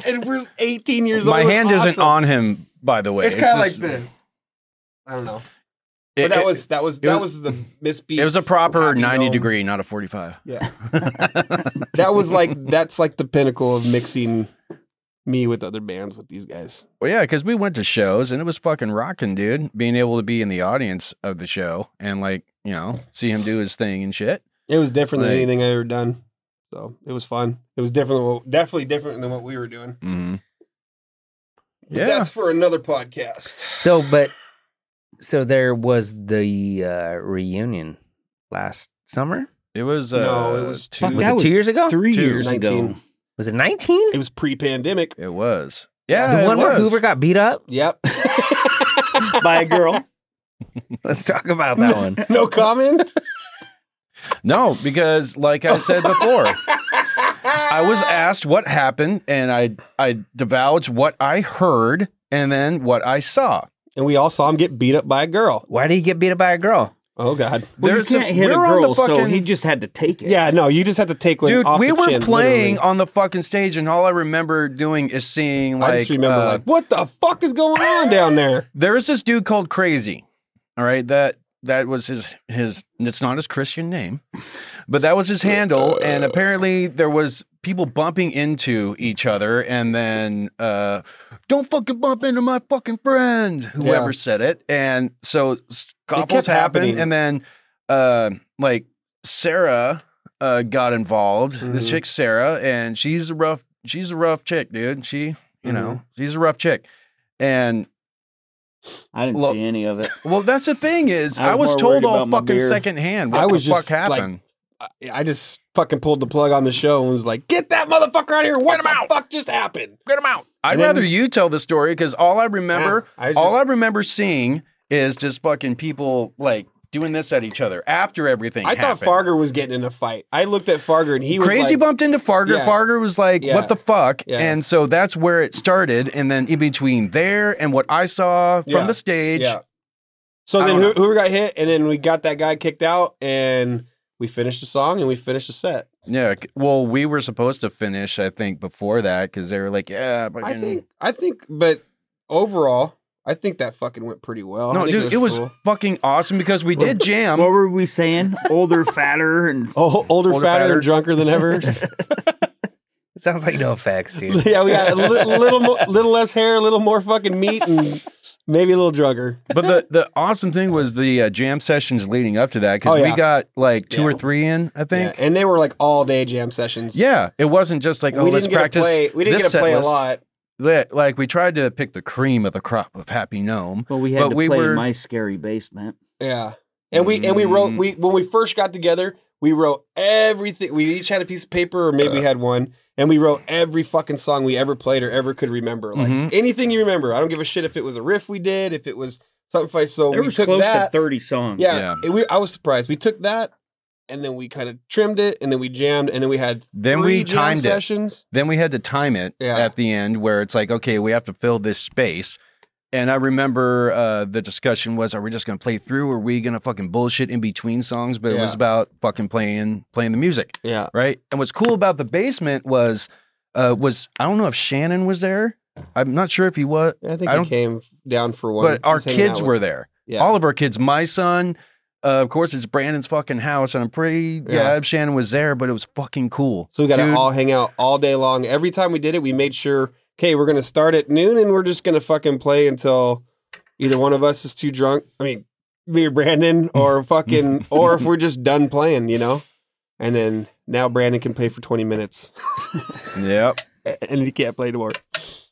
[SPEAKER 5] and we're 18 years
[SPEAKER 6] my
[SPEAKER 5] old. It's
[SPEAKER 6] hand isn't
[SPEAKER 5] awesome.
[SPEAKER 6] on him by the way
[SPEAKER 5] It's kind of like
[SPEAKER 6] just-
[SPEAKER 5] this. I don't know.
[SPEAKER 6] it-
[SPEAKER 5] But that
[SPEAKER 6] it-
[SPEAKER 5] was that was
[SPEAKER 6] it
[SPEAKER 5] that
[SPEAKER 6] was-
[SPEAKER 5] was the misbeat.
[SPEAKER 6] it was a proper 90 degree not a 45
[SPEAKER 5] Yeah, that was like that's like the pinnacle of mixing me with other bands with these guys.
[SPEAKER 6] Well, yeah, because we went to shows and it was fucking rocking, dude. Being able to be in the audience of the show and like you know see him do his thing and shit.
[SPEAKER 5] It was different than
[SPEAKER 6] Right.
[SPEAKER 5] anything I ever done. So it was fun. It was different, than what- definitely different than what we were doing.
[SPEAKER 6] Mm-hmm.
[SPEAKER 5] But
[SPEAKER 6] Yeah.
[SPEAKER 5] that's for another podcast.
[SPEAKER 3] So, but so there was the uh, reunion last summer.
[SPEAKER 6] It was uh,
[SPEAKER 5] No, it was
[SPEAKER 3] Fuck,
[SPEAKER 5] two-
[SPEAKER 3] was it two years ago?
[SPEAKER 4] Three
[SPEAKER 6] Two.
[SPEAKER 4] years ago.
[SPEAKER 5] 19.
[SPEAKER 3] Was it nineteen?
[SPEAKER 5] It was pre-pandemic.
[SPEAKER 6] It was. Yeah,
[SPEAKER 3] the
[SPEAKER 6] it
[SPEAKER 3] one where
[SPEAKER 6] was.
[SPEAKER 3] Hoover got beat up.
[SPEAKER 5] Yep.
[SPEAKER 4] By a girl.
[SPEAKER 3] Let's talk about that one.
[SPEAKER 5] no comment.
[SPEAKER 6] No, because like I said before, I was asked what happened, and I I divulged what I heard and then what I saw.
[SPEAKER 5] And we all saw him get beat up by a girl.
[SPEAKER 3] Why did he get beat up by a girl?
[SPEAKER 5] Oh God.
[SPEAKER 4] Well, you
[SPEAKER 6] There's some-
[SPEAKER 4] can't hit a
[SPEAKER 6] we're on the
[SPEAKER 4] girl, so
[SPEAKER 6] fucking-
[SPEAKER 4] he just had to take it.
[SPEAKER 5] Yeah, no, you just have to take one.
[SPEAKER 6] Dude,
[SPEAKER 5] off
[SPEAKER 6] we
[SPEAKER 5] the
[SPEAKER 6] were
[SPEAKER 5] chin,
[SPEAKER 6] playing
[SPEAKER 5] literally.
[SPEAKER 6] on the fucking stage, and all I remember doing is seeing like,
[SPEAKER 5] I just remember,
[SPEAKER 6] uh,
[SPEAKER 5] like, what the fuck is going on down there?
[SPEAKER 6] there was this dude called Crazy. All right, that that was his his. It's not his Christian name, but that was his handle. And apparently, there was people bumping into each other, and then uh, don't fucking bump into my fucking friend. Whoever
[SPEAKER 5] Yeah.
[SPEAKER 6] said it, and so scuffles
[SPEAKER 5] kept
[SPEAKER 6] happened,
[SPEAKER 5] happening.
[SPEAKER 6] and then uh, like Sarah uh, got involved. This
[SPEAKER 5] Mhm.
[SPEAKER 6] chick Sarah, and she's a rough she's a rough chick, dude. She you
[SPEAKER 5] Mm-hmm.
[SPEAKER 6] know she's a rough chick, and
[SPEAKER 4] I didn't
[SPEAKER 6] Look.
[SPEAKER 4] see any of it.
[SPEAKER 6] well, that's the thing is, I
[SPEAKER 4] I was
[SPEAKER 6] was,
[SPEAKER 4] more worried
[SPEAKER 6] told all
[SPEAKER 4] about my
[SPEAKER 6] fucking
[SPEAKER 4] beer.
[SPEAKER 6] secondhand. What
[SPEAKER 5] I
[SPEAKER 6] the
[SPEAKER 5] was just,
[SPEAKER 6] fuck
[SPEAKER 5] like,
[SPEAKER 6] happened?
[SPEAKER 5] I, I just fucking pulled the plug on the show and was like, get that motherfucker out of here. What the fuck just happened?
[SPEAKER 6] Get him out. I'd
[SPEAKER 5] and then-
[SPEAKER 6] rather you tell the story because all I remember,
[SPEAKER 5] Yeah, I just-
[SPEAKER 6] all I remember seeing is just fucking people like doing this at each other after everything.
[SPEAKER 5] I thought
[SPEAKER 6] happened.
[SPEAKER 5] Farger was getting in a fight. I looked at Farger and he was
[SPEAKER 6] Crazy
[SPEAKER 5] like,
[SPEAKER 6] bumped into Farger.
[SPEAKER 5] Yeah.
[SPEAKER 6] Farger was like,
[SPEAKER 5] Yeah.
[SPEAKER 6] "What the fuck?"
[SPEAKER 5] Yeah.
[SPEAKER 6] And so that's where it started. And then in between there and what I saw from
[SPEAKER 5] Yeah.
[SPEAKER 6] the stage,
[SPEAKER 5] Yeah. So
[SPEAKER 6] I
[SPEAKER 5] then
[SPEAKER 6] don't
[SPEAKER 5] who, who got hit, and then we got that guy kicked out, and we finished the song and we finished the set.
[SPEAKER 6] yeah. c- Well, we were supposed to finish, I think, before that because they were like, "Yeah,
[SPEAKER 5] I
[SPEAKER 6] fucking-
[SPEAKER 5] think, I think, but overall, I think that fucking went pretty well. Oh, I
[SPEAKER 6] no,
[SPEAKER 5] think
[SPEAKER 6] dude, it was
[SPEAKER 5] cool.
[SPEAKER 6] fucking awesome because we did jam."
[SPEAKER 4] What were we saying? Older, fatter, and
[SPEAKER 5] Oh, older,
[SPEAKER 6] Older,
[SPEAKER 5] fatter,
[SPEAKER 6] fatter.
[SPEAKER 5] and drunker than ever.
[SPEAKER 3] Sounds like no effects, dude.
[SPEAKER 5] yeah, we got a li- little, mo- little less hair, a little more fucking meat, and maybe a little drunker.
[SPEAKER 6] but the the awesome thing was the uh, jam sessions leading up to that because
[SPEAKER 5] Oh,
[SPEAKER 6] we
[SPEAKER 5] yeah.
[SPEAKER 6] got like two
[SPEAKER 5] Yeah.
[SPEAKER 6] or three in, I
[SPEAKER 5] Yeah,
[SPEAKER 6] think. Yeah,
[SPEAKER 5] and they were like all day jam sessions.
[SPEAKER 6] it wasn't just like
[SPEAKER 5] we
[SPEAKER 6] oh,
[SPEAKER 5] didn't
[SPEAKER 6] let's
[SPEAKER 5] get
[SPEAKER 6] practice.
[SPEAKER 5] to play. We didn't
[SPEAKER 6] this
[SPEAKER 5] get to
[SPEAKER 6] set
[SPEAKER 5] play a
[SPEAKER 6] list.
[SPEAKER 5] lot.
[SPEAKER 6] Yeah, Like we tried to pick the cream of the crop of Happy Gnome.
[SPEAKER 4] well, we had
[SPEAKER 6] But
[SPEAKER 4] to
[SPEAKER 6] we
[SPEAKER 4] play
[SPEAKER 6] were-
[SPEAKER 4] my scary basement.
[SPEAKER 5] Yeah. And we and we wrote
[SPEAKER 6] Mm.
[SPEAKER 5] we when we first got together, we wrote everything. We each had a piece of paper or maybe we had one, and we wrote every fucking song we ever played or ever could remember. Like
[SPEAKER 6] Mhm.
[SPEAKER 5] anything you remember. I don't give a shit if it was a riff we did, if it was something funny. So
[SPEAKER 4] There
[SPEAKER 5] we
[SPEAKER 4] was
[SPEAKER 5] took
[SPEAKER 4] close
[SPEAKER 5] that.
[SPEAKER 4] to thirty songs.
[SPEAKER 5] yeah.
[SPEAKER 6] Yeah.
[SPEAKER 5] and we- I was surprised. We took that and then we kind of trimmed it and then we jammed and then we had
[SPEAKER 6] Then
[SPEAKER 5] three
[SPEAKER 6] we
[SPEAKER 5] jam
[SPEAKER 6] timed it.
[SPEAKER 5] sessions.
[SPEAKER 6] Then we had to time it
[SPEAKER 5] Yeah.
[SPEAKER 6] at the end where it's like, okay, we have to fill this space. And I remember uh, the discussion was, are we just going to play through? Or are we going to fucking bullshit in between songs? But it
[SPEAKER 5] Yeah.
[SPEAKER 6] was about fucking playing playing the music.
[SPEAKER 5] Yeah.
[SPEAKER 6] right? And what's cool about the basement was, uh, was I don't know if Shannon was there. I'm not sure if he was,
[SPEAKER 5] I think
[SPEAKER 6] I
[SPEAKER 5] I
[SPEAKER 6] don't-
[SPEAKER 5] came down for one.
[SPEAKER 6] but our
[SPEAKER 5] Just hanging
[SPEAKER 6] kids
[SPEAKER 5] out with-
[SPEAKER 6] were there.
[SPEAKER 5] yeah.
[SPEAKER 6] All of our kids. My son, uh, of course, it's Brandon's fucking house, and I'm pretty yeah.
[SPEAKER 5] Yeah.
[SPEAKER 6] Shannon was there, but it was fucking cool.
[SPEAKER 5] So we got
[SPEAKER 6] Dude,
[SPEAKER 5] to all hang out all day long. Every time we did it, we made sure, okay, we're going to start at noon and we're just going to fucking play until either one of us is too drunk. I mean, me or Brandon or fucking, or if we're just done playing, you know? And then now Brandon can play for 20 minutes
[SPEAKER 6] Yep.
[SPEAKER 5] and he can't play anymore.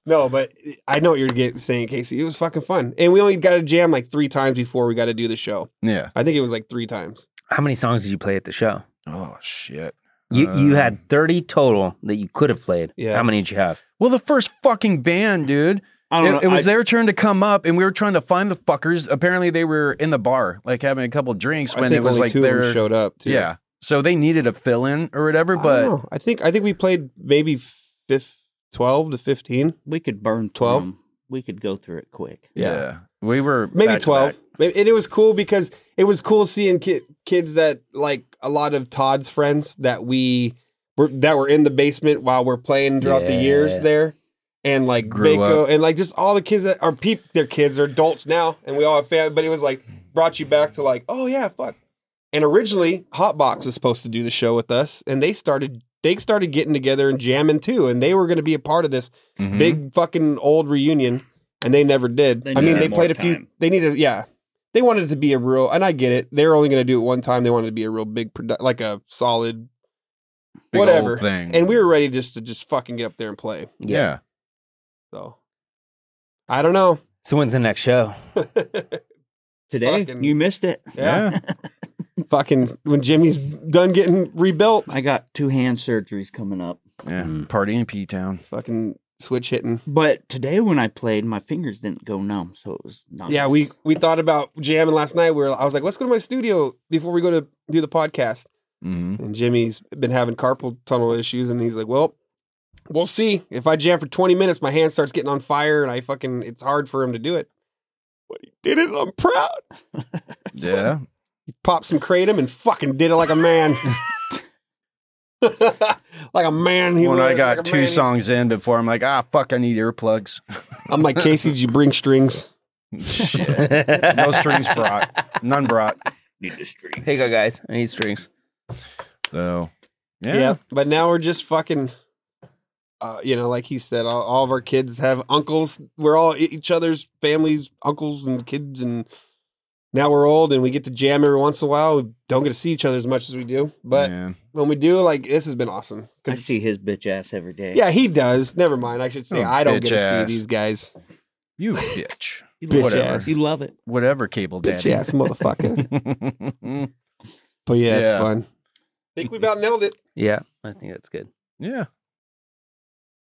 [SPEAKER 5] No, but I know what you're getting, saying, Casey. It was fucking fun. And we only got to jam like three times before we got to do the show.
[SPEAKER 6] Yeah.
[SPEAKER 5] I think it was like three times.
[SPEAKER 3] How many songs did you play at the show?
[SPEAKER 6] Oh shit.
[SPEAKER 3] You you
[SPEAKER 6] Uh,
[SPEAKER 3] had thirty total that you could have played.
[SPEAKER 5] Yeah.
[SPEAKER 3] How many did you have?
[SPEAKER 6] Well, the first fucking band, dude.
[SPEAKER 4] I don't
[SPEAKER 6] It,
[SPEAKER 4] know.
[SPEAKER 6] it was
[SPEAKER 4] I-
[SPEAKER 6] their turn to come up, and we were trying to find the fuckers. Apparently, they were in the bar, like having a couple drinks
[SPEAKER 5] I
[SPEAKER 6] when
[SPEAKER 5] think
[SPEAKER 6] it was
[SPEAKER 5] only
[SPEAKER 6] like
[SPEAKER 5] two of
[SPEAKER 6] their
[SPEAKER 5] them showed up, too.
[SPEAKER 6] yeah. So they needed a fill in or whatever,
[SPEAKER 5] I,
[SPEAKER 6] but
[SPEAKER 5] don't know. I think I think we played maybe fifth, twelve to fifteen,
[SPEAKER 4] we could burn through
[SPEAKER 5] 12?
[SPEAKER 4] them. We could go through it quick.
[SPEAKER 5] Yeah.
[SPEAKER 6] We were
[SPEAKER 5] maybe
[SPEAKER 6] back to
[SPEAKER 5] twelve.
[SPEAKER 6] back.
[SPEAKER 5] Maybe, and it was cool because it was cool seeing ki- kids that like a lot of Todd's friends that we were that were in the basement while we're playing throughout the years
[SPEAKER 3] Yeah.
[SPEAKER 5] there, and like
[SPEAKER 6] Grew
[SPEAKER 5] Baco
[SPEAKER 6] up.
[SPEAKER 5] and like just all the kids that are peep. They're kids. They're adults now, and we all have family. But it was like brought you back to like, oh yeah, fuck. And originally, Hotbox was supposed to do the show with us, and they started. they started getting together and jamming too, and they were going to be a part of this
[SPEAKER 6] Mhm.
[SPEAKER 5] big fucking old reunion, and they never did.
[SPEAKER 4] They
[SPEAKER 5] I mean,
[SPEAKER 4] needed
[SPEAKER 5] they
[SPEAKER 4] more
[SPEAKER 5] played a few.
[SPEAKER 4] time.
[SPEAKER 5] They needed, yeah, they wanted it to be a real, and I get it. They were only going to do it one time. They wanted it to be a real big, produ- like a solid,
[SPEAKER 6] Big old
[SPEAKER 5] whatever
[SPEAKER 6] thing.
[SPEAKER 5] And we were ready just to just fucking get up there and play.
[SPEAKER 6] yeah.
[SPEAKER 5] So I don't know.
[SPEAKER 3] So when's the next show?
[SPEAKER 4] Today,
[SPEAKER 5] Fucking-
[SPEAKER 4] you missed it.
[SPEAKER 5] yeah. fucking when Jimmy's done getting rebuilt,
[SPEAKER 4] I got two hand surgeries coming up.
[SPEAKER 6] Yeah.
[SPEAKER 3] Mhm.
[SPEAKER 6] Party in P Town.
[SPEAKER 5] fucking switch hitting.
[SPEAKER 4] But today when I played, my fingers didn't go numb, so it was nice.
[SPEAKER 5] Yeah, we we thought about jamming last night. We were, I was like, let's go to my studio before we go to do the podcast.
[SPEAKER 6] Mm-hmm.
[SPEAKER 5] And Jimmy's been having carpal tunnel issues, and he's like, "Well, we'll see. If I jam for 20 minutes, my hand starts getting on fire, and I fucking it's hard for him to do it." But he did it. and I'm proud.
[SPEAKER 6] Yeah.
[SPEAKER 5] He popped some kratom and fucking did it like a man, like a man. He
[SPEAKER 6] when
[SPEAKER 5] was,
[SPEAKER 6] I got
[SPEAKER 5] like a
[SPEAKER 6] two
[SPEAKER 5] man.
[SPEAKER 6] songs in before, I'm like, ah, fuck, I need earplugs.
[SPEAKER 5] I'm like, Casey, did you bring strings?
[SPEAKER 6] Shit. No strings brought. None brought.
[SPEAKER 4] need to stream.
[SPEAKER 3] Here you go, guys. I need strings.
[SPEAKER 6] So, yeah.
[SPEAKER 5] But now we're just fucking. Uh, you know, like he said, all, all of our kids have uncles. We're all e- each other's families, uncles and kids, and now we're old and we get to jam every once in a while. We don't get to see each other as much as we do, but
[SPEAKER 6] Man.
[SPEAKER 5] when we do, like this has been awesome.
[SPEAKER 4] I
[SPEAKER 5] 'Cause-
[SPEAKER 4] see his bitch ass every day.
[SPEAKER 5] Yeah, he does. Never mind. I should say
[SPEAKER 6] Oh,
[SPEAKER 5] I don't get
[SPEAKER 6] bitch
[SPEAKER 5] to
[SPEAKER 6] ass.
[SPEAKER 5] see these guys.
[SPEAKER 6] you bitch.
[SPEAKER 4] you
[SPEAKER 5] bitch
[SPEAKER 4] love it.
[SPEAKER 5] ass.
[SPEAKER 4] You love it.
[SPEAKER 6] Whatever, cable
[SPEAKER 5] Bitch
[SPEAKER 6] daddy.
[SPEAKER 5] ass motherfucker. but yeah, it's
[SPEAKER 6] Yeah.
[SPEAKER 5] fun. think we about nailed it.
[SPEAKER 3] Yeah, I think that's good.
[SPEAKER 6] yeah.